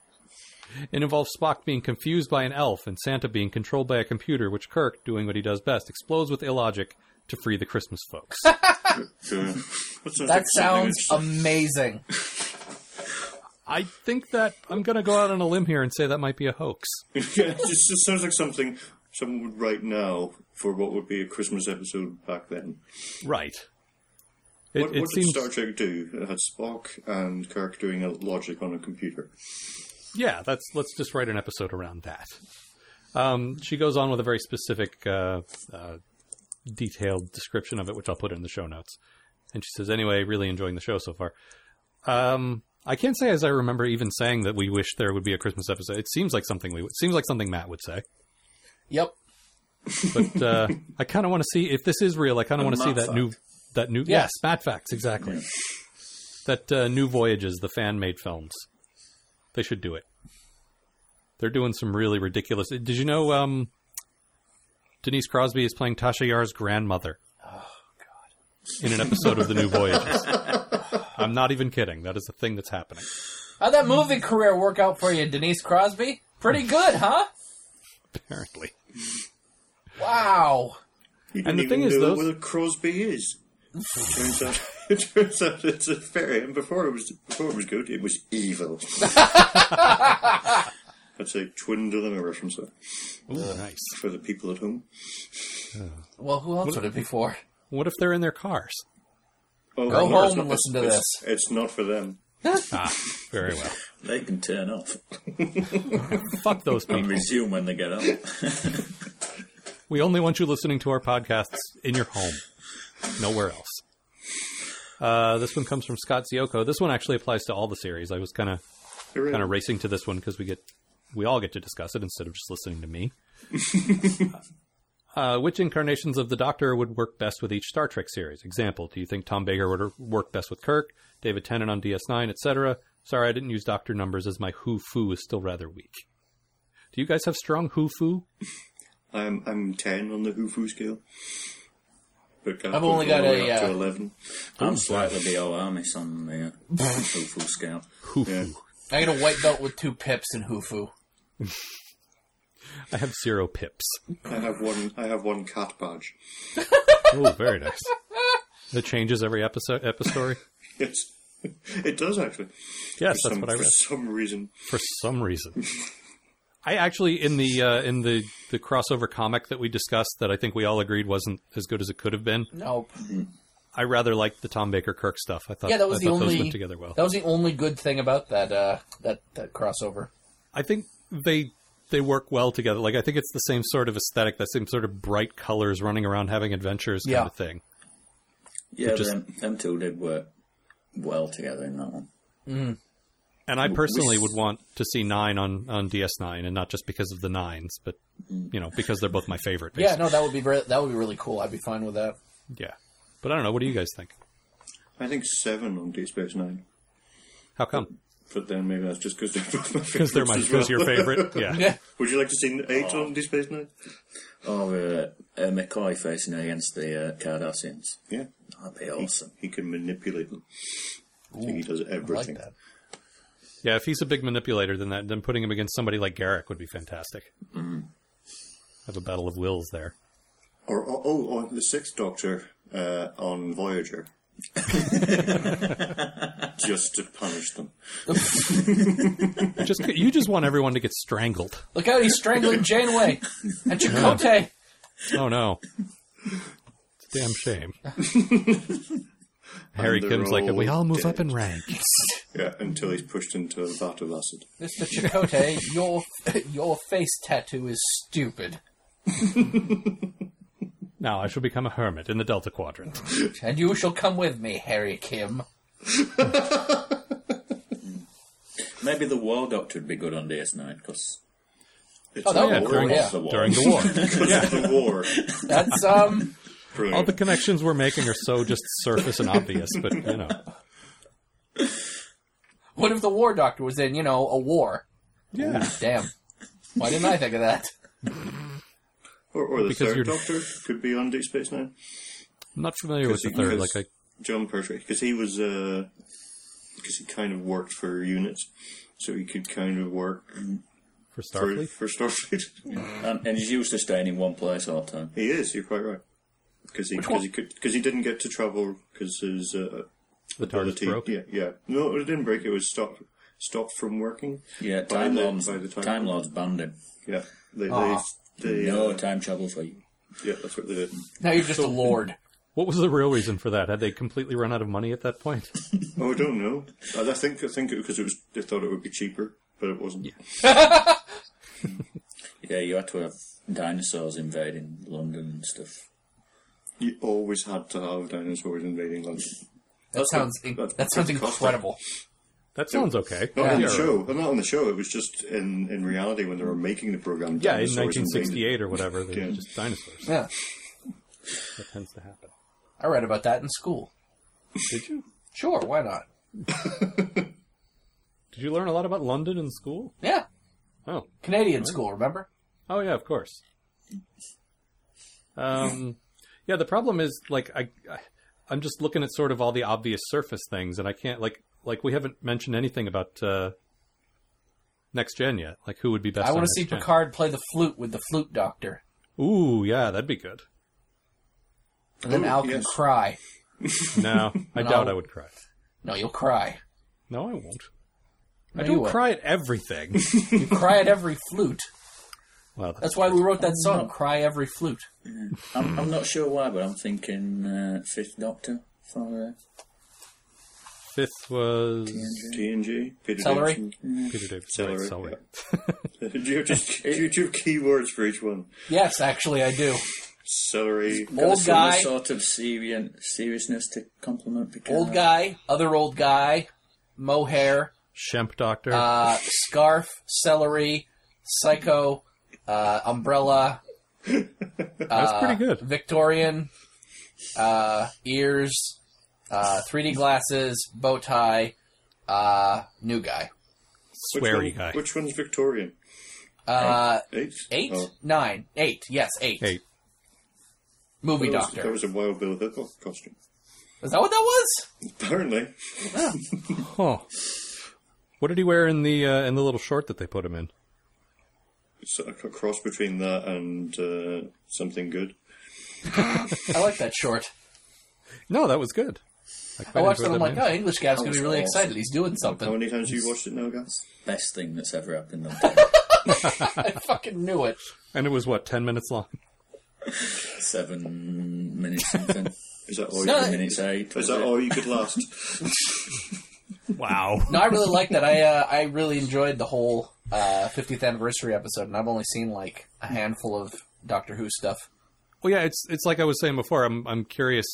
it involves Spock being confused by an elf and Santa being controlled by a computer, which Kirk, doing what he does best, explodes with illogic to free the Christmas folks.
Uh,
That sounds amazing.
I think that I'm going to go out on a limb here and say that might be a hoax.
Yeah, it just, just sounds like something someone would write now for what would be a Christmas episode back then.
Right. It,
what
it
what did
seems
Star Trek do? It had Spock and Kirk doing a logic on a computer.
yeah that's let's just write an episode around that um, she goes on with a very specific uh, uh, detailed description of it which i'll put in the show notes and she says anyway really enjoying the show so far um, i can't say as i remember even saying that we wish there would be a christmas episode it seems like something we it seems like something matt would say
Yep.
but uh, i kind of want to see if this is real i kind of want to see
Matt
that new
fuck.
that new
Yeah.
yes, Mad Facts exactly. That uh, new voyages, the fan made films. They should do it. They're doing some really ridiculous. Did you know um, Denise Crosby is playing Tasha Yar's grandmother? Oh God! In an episode of the New Voyages. I'm not even kidding. That is the thing that's happening.
How'd that movie career work out for you, Denise Crosby? Pretty good, huh?
Apparently,
Wow.
You
And
don't
the thing
even
is,
know
those-
what a Crosby is. It turns out, it turns out it's a fairy, and before it was before it was good, it was evil. That's a twin dilemma reference there
Ooh, nice.
for the people at home.
Well, who else would it be for?
What if they're in their cars?
Oh,
Go
no, it's
home and
not-
listen to
it's-
this.
It's not for them.
Ah, Very well.
They can turn off
Fuck those
and
people.
resume when they get up.
We only want you listening to our podcasts in your home, nowhere else. Uh, this one comes from Scott Zioko. This one actually applies to all the series. I was kind of
Hooray.
kind of racing to this one because we get we all get to discuss it instead of just listening to me. uh, which incarnations of the Doctor would work best with each Star Trek series? Example: Do you think Tom Baker would work best with Kirk, David Tennant on DS9, etc.? Sorry, I didn't use Doctor numbers as my who foo is still rather weak. Do you guys have strong who foo?
I'm I'm ten on the hoo-foo scale. But can't
I've
go
only
all
got
the way
a,
up to
uh,
eleven.
I'm slightly below Armis on the uh, full scale.
Who foo.
Yeah.
I got a white belt with two pips and Hufu.
I have zero pips.
I have one. I have one cat badge.
Oh, very nice. It changes every episode epistory.
Yes, it does actually.
Yes, that's
for some,
what I
for
read
some reason.
for some reason. I actually in the uh, in the the crossover comic that we discussed that I think we all agreed wasn't as good as it could have been.
Nope.
I rather liked the Tom Baker Kirk stuff. I thought
Yeah, that
I
was the
thought
only
those went together well.
That was the only good thing about that uh, that that crossover.
I think they they work well together. Like I think it's the same sort of aesthetic, that same sort of bright colors running around having adventures kind
Yeah.
of thing.
Yeah,
just-
them, them two did work well together in that one.
And I personally would want to see nine on, on DS9, and not just because of the nines, but you know because they're both my favorite.
Yeah, no, that would be very, that would be really cool. I'd be fine with that.
basically. yeah. But I don't know. What do you guys think?
I think seven on Deep Space Nine.
How come?
But then maybe that's just because they're both my
Because they're my
favorites as well.
because your favorite. Yeah.
Yeah.
Would you like to see eight on Deep Space Nine?
Or uh, uh, McCoy facing against the uh, Cardassians.
Yeah,
That'd be awesome.
he can manipulate them. I think he does
I like
everything.
that.
Yeah, if he's a big manipulator, then that then putting him against somebody like Garrick would be fantastic.
Mm-hmm.
Have a battle of wills there.
Or oh, oh, oh, the Sixth Doctor uh, on Voyager. just to punish them.
Just you just want everyone to get strangled.
Look out, he's strangling Janeway and Chakotay.
Oh no, it's a damn shame. Harry
And they're
Kim's like,
all
we all move up
dead."
in rank.
Yeah, until he's pushed into a vat of acid.
Mr. Chakotay, your your face tattoo is stupid,
Now I shall become a hermit in the Delta Quadrant.
and you shall come with me, Harry Kim.
Maybe the War Doctor would be good on DS9 because
It's
Oh, that
the
Yeah,
would
war.
during,
work, yeah.
the war.
during the war.
It's the war.
That's um,
Brilliant.
All the connections we're making are so just surface and obvious, but you know,
what if the War Doctor was in, you know, a war?
yeah.
Damn, why didn't I think of that?
or, or the
because
3rd
you're-
Doctor could be on Deep Space Nine.
I'm not familiar with the
he
third.
was-
Like I
John Pertwee, because he was because he kind of worked for units, so he could kind of work
for
for,
Starfleet.
for Starfleet.
um, and, and he's used to staying in one place all the time.
he is. You're quite right. Because he because he could because he didn't get to travel because his uh,
The TARDIS
ability-
broke.
Yeah, yeah. No, it didn't break. It was stopped stopped from working.
Yeah,
by
Time
the-
Lords.
by the time-
Time Lords banned him.
Yeah, they they,
Aw.
they
No
uh,
time travel for you.
yeah. That's what they did.
Now you're just a lord.
What was the real reason for that? Had they completely run out of money at that point?
Oh, I don't know. I I think I think because it was they thought it would be cheaper, but it wasn't.
Yeah, you had to have dinosaurs invading London and stuff.
You always had to have dinosaurs invading London.
That sounds
that's
that sounds
pretty costly.
incredible.
That sounds okay.
Not
Yeah.
on the show. Well, Not on the show. It was just in, in reality when they were making the program.
Yeah, in
dinosaurs
1968
invaded.
or whatever, they were
Yeah.
just dinosaurs.
Yeah.
That tends to happen.
I read about that in school.
Did you?
Sure, why not?
Did you learn a lot about London in school?
Yeah,
Oh,
Canadian school, remember?
oh yeah, of course. Um, yeah. The problem is, like, I, I, I'm just looking at sort of all the obvious surface things, and I can't like, like, we haven't mentioned anything about uh, next gen yet. Like, who would be best?
I want
on
to see
next gen?
Picard play the flute with the flute doctor,
Ooh, yeah, that'd be good.
and then
Ooh,
Al can
yes.
cry.
No, I doubt I would cry.
No, you'll cry.
No, I won't. I
No, you
don't
won't.
cry at everything.
You cry at every flute.
well,
That's why we wrote that
Oh,
song, "Cry Every Flute."
I'm, I'm not sure why, but I'm thinking uh, Fifth Doctor for uh,
fifth was
TNG, Peter
Celery?
Jackson.
Peter David.
Celery,
Right, Celery.
Do you have just do you have keywords for each one?
Yes, actually, I do.
Celery.
uh,
Old
some
guy,
sort of serious seriousness to compliment Picard.
old guy, other old guy, mohair,
Shemp Doctor.
uh, scarf, celery, psycho, uh, umbrella,
That's pretty good.
Victorian, uh, ears, uh, 3D glasses, bow tie, uh, new guy.
Which
Sweary
one-
guy.
Which one's Victorian?
Uh,
Eight.
eight,
Oh,
nine, eight. Yes, eight.
Hey,
Movie
that was-
doctor.
That was a Wild Bill Hickok costume.
Is that what that was?
Apparently,
huh? What did he wear in the uh, in the little short that they put him in?
it's a c- cross between that and uh, something good.
I like that short.
No, that was good.
I
quite
watched it.
enjoyed
I'm
that
like,
man.
oh, English Gav's gonna be
was
really
awesome.
excited. He's doing something.
How many times have you watched it now, guys?
Best thing that's ever happened. on Doctor.
I fucking knew it.
and it was what ten minutes long.
Seven minutes something.
Is that all?
No,
you,
Seven minutes eight.
is that all you could last?
Wow.
No, I really liked that. I uh, I really enjoyed the whole uh, 50th anniversary episode, and I've only seen like a handful of Doctor Who stuff.
Well, yeah, it's it's like I was saying before. I'm I'm curious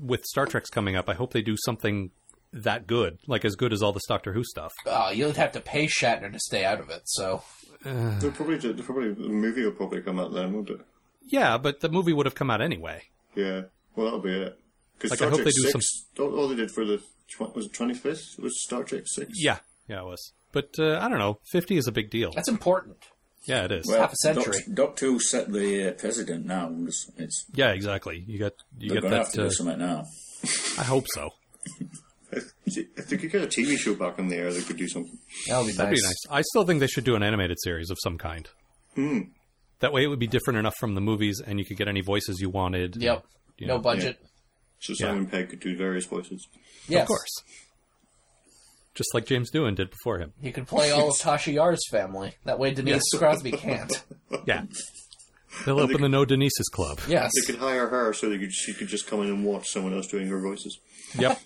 with Star Trek's coming up. I hope they do something that good, like as good as all this Doctor Who stuff.
Oh, you'd have to pay Shatner to stay out of it. So
they'll probably, do- they'll probably, the movie will probably come out then, won't it?
Yeah, but the movie would have come out anyway.
Yeah. Well, that'll be it. Because
Like, I
Star
hope
Trek
they do
Six, all, all they did for the tw- was it twenty fifth was Star Trek Six.
Yeah, yeah, it was. But uh, I don't know. Fifty is a big deal.
that's important.
Yeah, it is.
Well,
half a century.
Doct- Doctor Who set the uh, president now. and It's, it's,
yeah, exactly. You got you
they're
get
going to have
that.
to
Uh,
do something now.
I hope so.
If they could get a TV show back in the air, they could do something.
That'll be
That'd
nice.
be nice. I still think they should do an animated series of some kind. That way, it would be different enough from the movies, and you could get any voices you wanted.
Yep.
You
no
know,
budget.
So Simon Pegg could do various voices.
Yes.
Of course. Just like James Doohan did before him.
You can play all of Tasha Yar's family. That way Denise Crosby can't.
Yeah. They'll open the No Denise's Club.
Yes.
They could hire her so they could, she could just come in and watch someone else doing her voices.
Yep.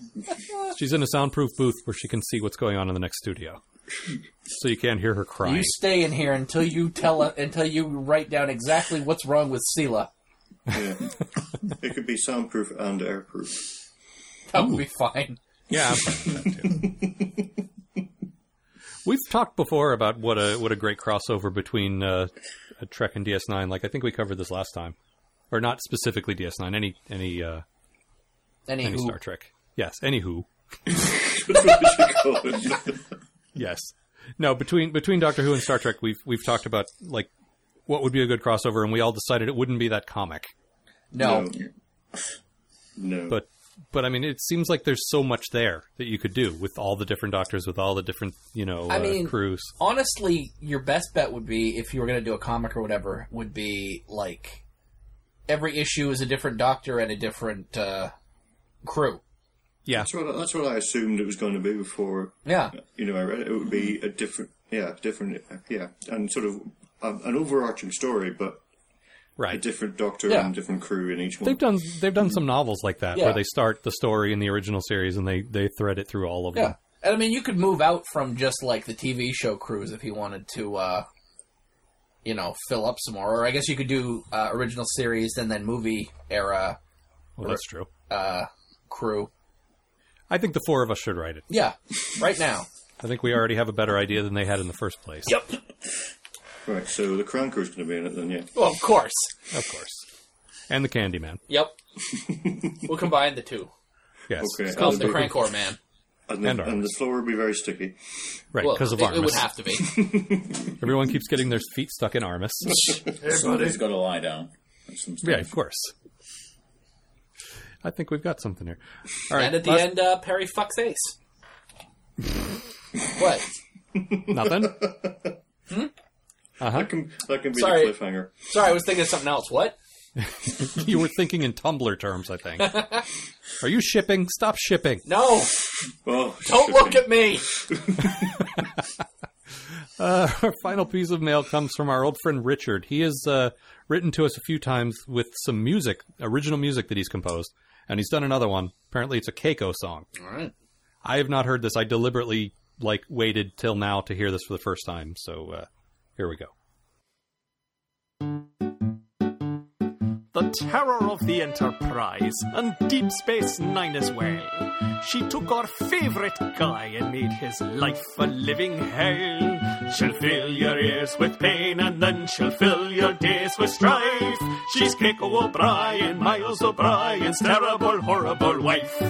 She's in a soundproof booth where she can see what's going on in the next studio. So you can't hear her crying.
You stay in here until you tell until you write down exactly what's wrong with Sela.
Yeah. it could be soundproof and airproof.
That would be fine.
Yeah, I'm fine with that too. We've talked before about what a what a great crossover between uh, a Trek and DS9. Like I think we covered this last time, or not specifically DS9. Any any uh,
Any
any
who-
Star Trek? Yes. Anywho,
That's what you call it.
yes. No, between between Doctor Who and Star Trek, we've we've talked about like what would be a good crossover, and we all decided it wouldn't be that comic.
No.
No.
But but I mean, it seems like there's so much there that you could do with all the different doctors, with all the different you know
I
uh,
mean-
crews.
honestly, your best bet would be if you were going to do a comic or whatever, would be like every issue is a different doctor and a different uh, crew.
Yeah,
that's, what, I- that's what I assumed it was going to be before.
Yeah,
You know, I read it. It would be a different, yeah, different, yeah, and sort of um, an overarching story, but a
right.
different doctor
Yeah.
and different crew in each one.
They've done they've done some novels like that
Yeah.
where they start the story in the original series and they they thread it through all of
yeah.
them.
And I mean, you could move out from just like the TV show crews if you wanted to, uh, you know, fill up some more. Or I guess you could do uh, original series and then movie era
Well, that's true.
crew.
I think the four of us should write it.
Yeah, right now.
I think we already have a better idea than they had in the first place.
yep.
Right, so the Crown Crew's going to be in it then, yeah.
Well, of course.
Of course. and the Candyman.
Yep. we'll combine the two.
Yes,
Okay.
Call it
and
the
the-
Crankcore Man.
And the,
And
and,
ours.
the floor would be very sticky.
right
Well,
because of
it,
Armus.
it would have to be.
Everyone keeps getting their feet stuck in Armus.
Somebody's got to lie down. That's some
yeah,
stuff.
of course. I think we've got something here. All right,
and at the
last-
end, uh, Perry fucks Ace. what?
nothing.
That can, that can be
Sorry.
the cliffhanger.
Sorry, I was thinking of something else. What?
you were thinking in Tumblr terms, I think. Are you shipping? Stop shipping.
No!
Well,
Don't look at me!
Our final piece of mail comes from our old friend Richard. He has uh, written to us a few times with some music, original music that he's composed, and he's done another one. Apparently, it's a Keiko song.
All right.
I have not heard this. I deliberately like waited till now to hear this for the first time. So uh, here we go.
the terror of the Enterprise and Deep Space Nine as well. She took our favorite guy and made his life a living hell. She'll fill your ears with pain and then she'll fill your days with strife. She's Keiko O'Brien, Miles O'Brien's terrible, horrible wife.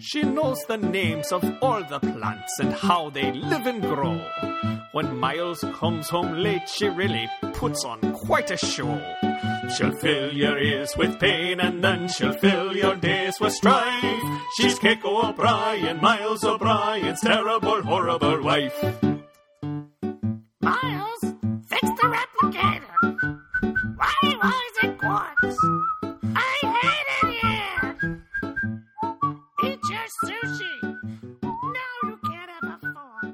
She knows the names of all the plants and how they live and grow. When Miles comes home late, she really puts on quite a show. She'll fill your ears with pain and then she'll fill your days with strife. She's Keiko O'Brien, Miles O'Brien's terrible, horrible wife.
Miles, fix the replicator. Why was it quartz? I hate it here. Eat your sushi. No, you can't have a fork.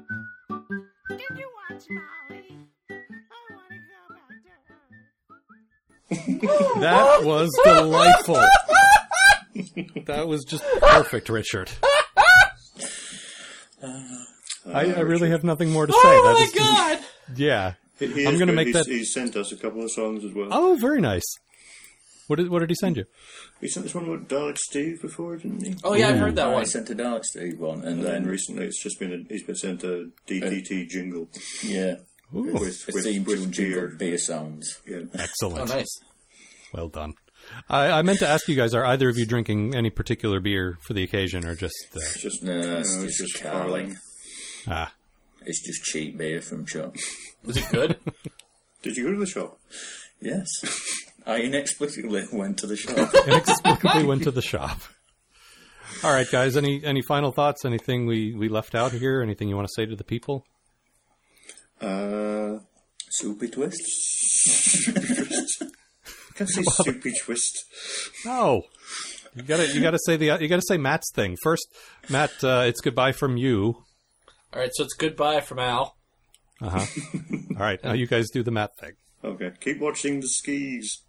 Did you watch Molly? I want to go back to her.
That was delightful. that was just perfect, Richard. I, I really have nothing more to say.
Oh
That
my
is just-
god!
yeah.
He
I'm
is
gonna
good.
make
he's,
that-
He sent us a couple of songs as well.
Oh, very nice. What did What did he send you?
He sent us one about Dalek Steve before, didn't he?
Oh, yeah, I've heard that
I
one.
sent a Dalek Steve one,
And
and uh, then
recently, it's just been a, he's been sent a DDT jingle
yeah,
with
a
Oh, with,
theme
with
tune jingle
beer.
beer sounds.
Yeah.
Oh,
Excellent.
nice.
Well done. I, I meant to ask you guys: Are either of you drinking any particular beer for the occasion, or just uh,
It's just,
No,
no,
it's,
it's
just,
just
Carling.
Carling.
ah?
It's just cheap beer from shop.
Was it good?
Did you go to the shop?
Yes, I inexplicably went to the shop.
inexplicably went to the shop. All right, guys. Any any final thoughts? Anything we we left out here? Anything you want to say to the people?
Uh,
Soupy twist.
I can't say soupy twist.
No. You gotta you gotta say the you gotta say Matt's thing first. Matt, uh, it's goodbye from you.
Alright, so it's goodbye from Al.
All right, now you guys do the Matt thing.
Okay, keep watching the skis.